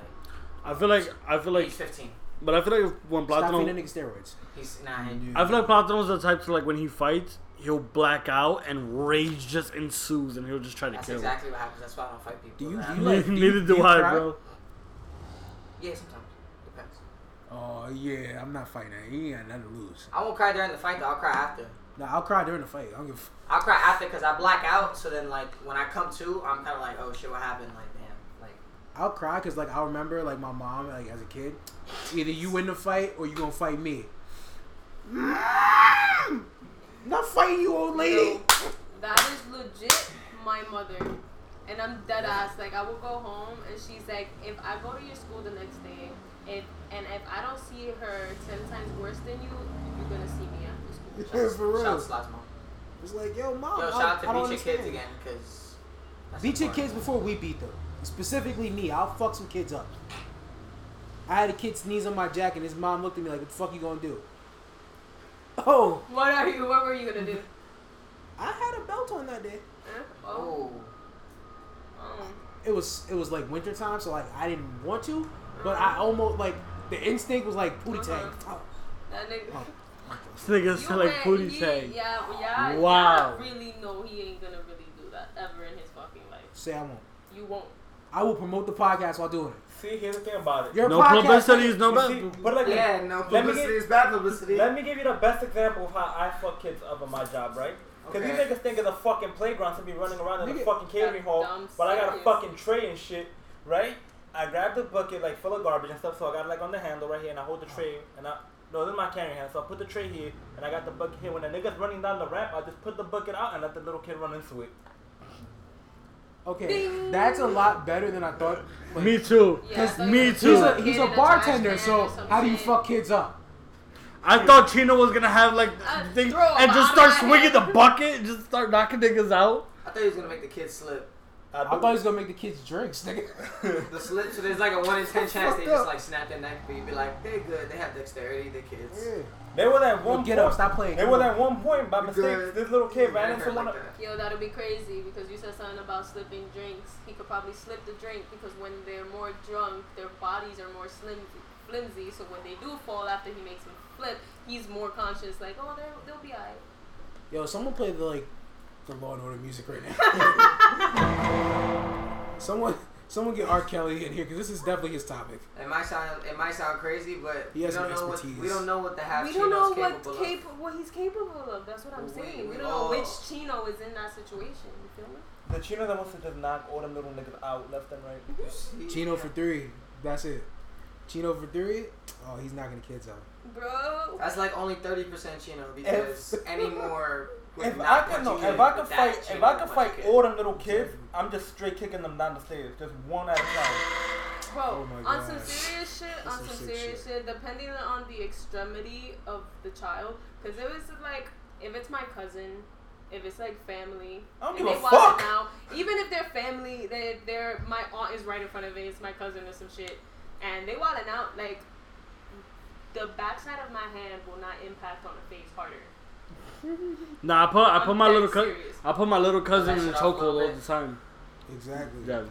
I feel like I feel like,
he's 15.
but I feel like if when
Stop feeding that
Platano,
nigga steroids.
He's nine.
I feel like Platano's the type to like when he fights, he'll black out and rage just ensues, and he'll just try to
That's
kill.
exactly what happens. That's why I don't fight people.
Do you-
Like,
do
him.
you like-
Neither do,
do you
I,
cry?
bro.
Yeah, sometimes. Depends.
Oh yeah, I'm not fighting that. He ain't got nothing to lose.
I won't cry during the fight though. I'll cry after.
Nah, I'll cry during the fight. I don't give. a f-
I'll cry after because I black out. So then, like, when I come to, I'm kind of like, oh shit, what happened? Like, damn. Like,
I'll cry because like I remember like my mom like as a kid, either you win the fight or you gonna fight me. Mom! Not fighting you, old lady.
That is legit my mother. And I'm dead ass. Like I will go home and she's like, if I go to your school the next day, if and if I don't see her ten times worse than you, you're gonna see me after school.
Yeah, for real.
shout out to Slides Mom.
It's like yo, mom.
Yo,
I,
shout out
I
to Beat
don't
Your Kids
understand.
again because.
Beat your kids before we beat them. Specifically me. I'll fuck some kids up. I had a kid sneeze on my jacket and his mom looked at me like, what the fuck you gonna do? Oh,
What are you? What were you gonna do?
I had a belt on that day.
Huh? Oh.
Oh.
oh.
It was it was like winter time, so like I didn't want to, but I almost like the instinct was like booty tag.
Uh-huh.
Oh,
That nigga.
Oh,
This nigga
You
sound like
bet
booty
he-
tag.
Yeah, yeah.
Wow.
Wow. really know he ain't gonna really do that ever in his fucking life.
say I won't.
You won't.
I will promote the podcast while doing it.
See, here's the thing about it.
Your
No
podcast,
publicity is no
You see,
bad.
but like,
Yeah, no
Let me
publicity
get-
is bad publicity.
Let me give you the best example of how I fuck kids up in my job, right? Because these
Okay.
niggas think it's a fucking playground to be running around in a
Nigga,
fucking catering
that's
hall,
dumb
but I got a
serious.
fucking tray and shit, right? I grabbed the bucket like full of garbage and stuff, so I got it like on the handle right here, and I hold the tray, and I no, this is my carrying hand, so I put the tray here, and I got the bucket here. When the niggas running down the ramp, I just put the bucket out and let the little kid run into it.
Okay, that's a lot better than I thought. Like,
Me too.
Yeah, I thought
Me too.
you were
he's
Dude.
a,
kid
he's
in
a
trash
bartender,
can
so
or some
how do you
shit.
fuck kids up?
I thought Chino was gonna have like
Uh,
things
throw a
and just
bomb
start
at
swinging
him.
the bucket, and just start knocking niggas out.
I thought he was gonna make the kids slip.
I thought he was gonna make the kids drinks, nigga.
The slip, so there's like a one in ten chance they just like snap their neck for you. Be like, they're good. They have dexterity. They're kids.
They were at one
get
point.
up, stop playing.
They were at one point by
You
mistake.
good?
This little kid ran
I
into
heard
one.
like
of-
that.
Yo, that'll be crazy because you said something about slipping drinks. He could probably slip the drink because when they're more drunk, their bodies are more slim, flimsy. So when they do fall after he makes them flip, he's more conscious. Like, oh, they're- they'll be alright.
Yo, someone play the like the Law and Order music right now. someone, someone get R. Kelly in here because this is definitely his topic.
It might sound it might sound crazy, but
He
we
has
don't
some
know what
expertise.
we don't know what the half
We don't know
Chino's
what
capable
cap- what he's capable of. That's what I'm
We-
saying. We
we
don't know which
all-
Chino is in that situation. You feel me?
The Chino that wants to just knock all them little niggas out left and right.
of. He-
Chino for three. That's it. Chino for three. Oh, he's knocking the kids out.
Bro.
That's like only thirty percent Chino because any more. would
If
not
I
put
could, no,
you in
if I
with
could
that
fight, if
Chino
I could
bunch
fight
of kids.
all them little kids, I'm just straight kicking them down the stairs, just one at a time.
Bro,
my
on some
gosh.
serious shit,
That's some
on some
sick
serious shit, depending on the extremity of the child, because it was like, if it's my cousin, if it's like family,
I don't
and
give
they
a
watch
fuck.
it now, even if they're family, they they're my aunt is right in front of me, it's my cousin or some shit, and they wilding out like, the backside of my hand will not impact on the face harder.
Nah, I put I
I'm
put my
dead
little cousin
serious.
I put my little cousin
That
in the
shit off a
chokehold
little
all
bit.
the time.
Exactly.
Yeah.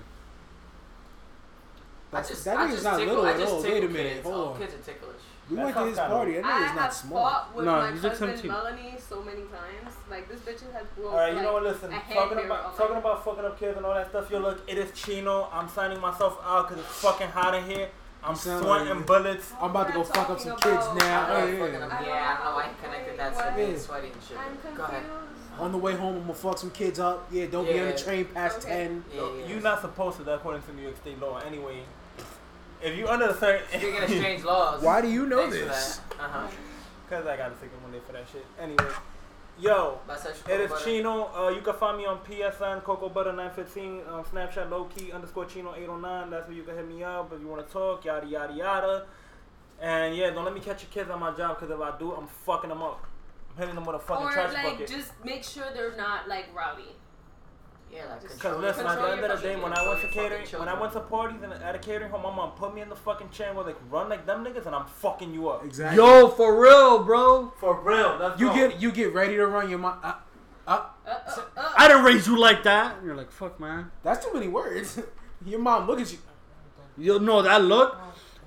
I
That's,
just-
that
I
nigga's
just
not
tickle-
little
I
at
just
all.
tickle
Wait a minute.
kids.
Hold
All
on.
kids are ticklish.
We
That
went to
sounds
his
kinda-
party. That
I
nigga's
have
not small.
fought with
No,
my
he's like
cousin
17.
Melanie so many times. Like this bitch has grown.
All right,
like,
you know what? Listen,
a hair
talking
hair
about
on
talking
my-
about fucking up kids and all that stuff. Yo, look, it is Chino. I'm signing myself out because it's fucking hot in here. I'm
sound
sweating
like-
bullets.
I'm about to go
We're
fuck up
talking
some kids
about-
I
now. Oh,
don't know,
yeah,
fucking-
yeah.
yeah, I don't know why he connected that to
What?
being sweaty and shit.
I'm
Go ahead.
confused.
On the way home, I'm gonna fuck some kids up. Yeah, don't be on
Yeah.
the train past
Okay.
ten.
Yeah, yeah.
You're not supposed to, that according to New York State law. Anyway, if you under a certain,
Speaking of strange laws.
Why do you know
thanks for
this?
that. Uh-huh.
because I got to take it one day for that shit. Anyway, yo,
Bisexual
It is
butter.
Chino. Uh, you can find me on PSN Coco Butter 915 um, Snapchat low key underscore Chino 809. That's where you can hit me up if you want to talk. Yada yada yada. And yeah, don't let me catch your kids on my job because if I do, I'm fucking them up. I'm hitting them with a fucking
Or
trash
like,
bucket.
just make sure they're not like rowdy.
Yeah, like
Cause
control
listen, at
control
the end
your
of the day,
fucking-
when I went to
control your
catering,
fucking
when I went
children.
to parties and at a catering home, my mom put me in the fucking chair and was like, "Run like them niggas," and I'm fucking you up.
Exactly.
Yo, for real, bro.
For real, that's
you get you get ready to run your mom. Uh, uh,
Uh, uh, uh.
I didn't raise you like that. And you're like, fuck, man.
that's too many words. your mom look at you.
You know that look?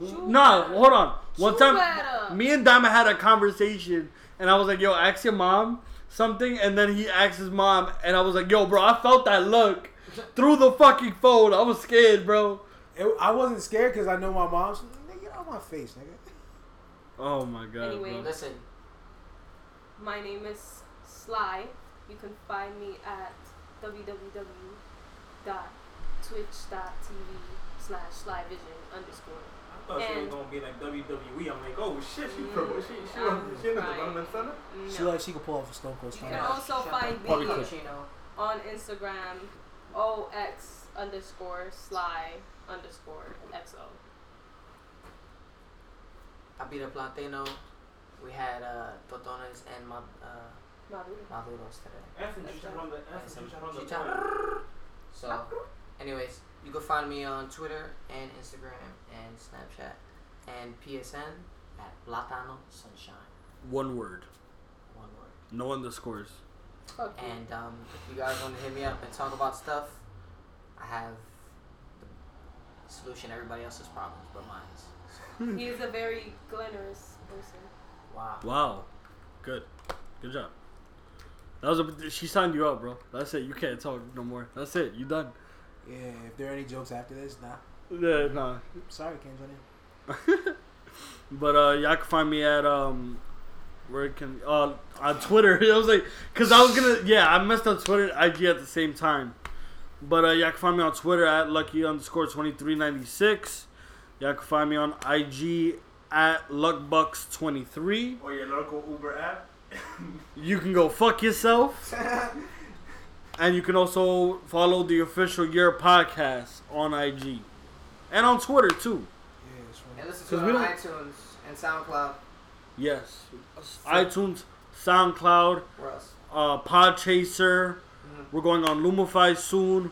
No, hold on. One
better.
time, me and Diamond had a conversation, and I was like, yo, ask your mom something. And then he asked his mom, and I was like, yo, bro, I felt that look through the fucking phone. I was scared, bro.
It, I wasn't scared because I know my mom. She's like, nigga, get out my face, nigga.
Oh, my God.
Anyway.
bro.
Listen,
My name is Sly. You can find me at www.twitch.tv slash slyvision underscore.
I thought she was
And-
gonna be like WWE. I'm like, oh shit, she
Mm,
pro. She she
I'm
she in the
crying.
development center.
No.
She like she could pull off a stone cold
You
stunner.
can also find me
Probably could.
Chino.
on Instagram, ox underscore sly underscore xo.
I beat up Latino. We had uh, Totones and Ma- uh, Maduros today.
Ask and chicharrón de-
And
ask
some
and chicharrón de pollo.
chicharrón. So,
Ah.
anyways, you can find me on Twitter and Instagram and Snapchat and PSN at Latano Sunshine.
One word.
One word.
No underscores.
Fuck you.
And um, if you guys want to hit me up and talk about stuff, I have the solution to everybody else's problems but mine's.
He is a very glamorous person.
Wow.
Wow. Good. Good job. That was a, she signed you out, bro. That's it. You can't talk no more. That's it. You done.
Yeah. If there are any jokes after this, nah.
Yeah, nah.
Sorry, can't join in.
But uh, y'all can find me at um, where can uh on Twitter. I was like, cause I was gonna yeah, I messed up Twitter and IG at the same time. But uh, y'all can find me on Twitter at lucky underscore twenty three ninety six. Y'all can find me on IG at luckbucks twenty three.
Or your local Uber app.
You can go fuck yourself. And you can also follow the official Year podcast on IG and on Twitter too.
And listen
'Cause
to
we
it on
don't-
iTunes and SoundCloud.
Yes, iTunes, SoundCloud,
Where else?
uh, Podchaser.
Mm-hmm.
We're going on Lumify soon.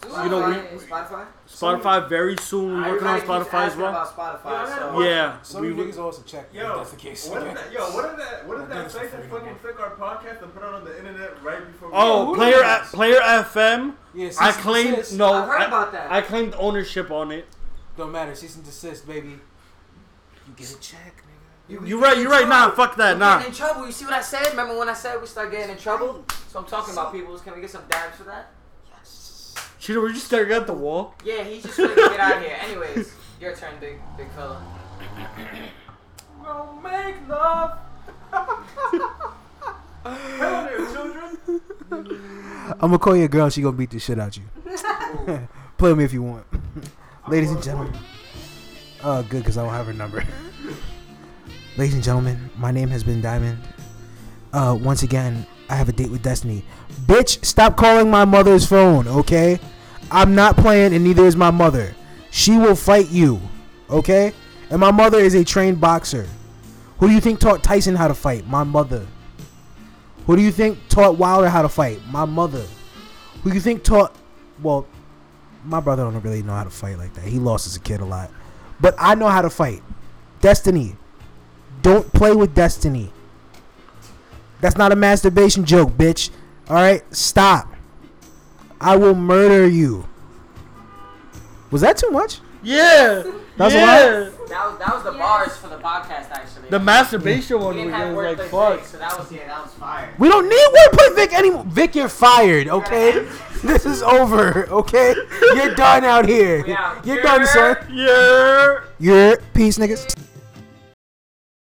Spotify.
know,
Spotify.
Spotify very soon. We're working on
Everybody keeps
Spotify as
asking
well.
About Spotify.
Yeah, I
so
know.
Yeah,
Some
we
of you
will.
niggas also check
Yo,
if that's the case.
What
Yeah.
if that, yo, what if that, what if
That
that
dude's
site that
free,
fucking
man.
took our podcast and put it on the internet right before? we-
Oh,
who
player
knows?
player FM.
Yeah, cease
I
and
claimed
desist.
no.
I've heard
I-
about that.
I claimed ownership on it.
Don't matter. Cease and desist, baby. You get a check, nigga.
You right. You right. Nah, fuck that.
We're
Nah.
getting in trouble. You see what I said? Remember when I said we start getting in trouble? So I'm talking about people. Can we get some dabs for that?
Cheetah, were you staring at the wall?
Yeah, he's just ready to get out of here. Anyways, your turn, big big fella.
Don't make love. Hell there, children.
I'm gonna call your girl. She gonna beat the shit out you. Play me if you want, ladies and gentlemen. Uh, good, cause I don't have her number. ladies and gentlemen, my name has been Diamond. Uh, once again, I have a date with Destiny. Bitch, stop calling my mother's phone, okay? I'm not playing, and neither is my mother. She will fight you, okay? And my mother is a trained boxer. Who do you think taught Tyson how to fight? My mother. Who do you think taught Wilder how to fight? My mother. Who you think taught? Well, my brother don't really know how to fight like that. He lost as a kid a lot, but I know how to fight. Destiny. Don't play with destiny. That's not a masturbation joke, bitch. All right, stop. I will murder you. Was that too much?
Yeah.
That's a
yeah.
That was that was the
Yes.
bars for the podcast actually.
The masturbation one
we
we
didn't have
did was
work
like
like
fuck.
so that was yeah, that was fire.
We don't need wordplay, Vic anymore. Vic, you're fired. Okay, this is over. Okay, you're done out here.
We out
You're
here.
done, son.
Yeah.
You're peace, niggas.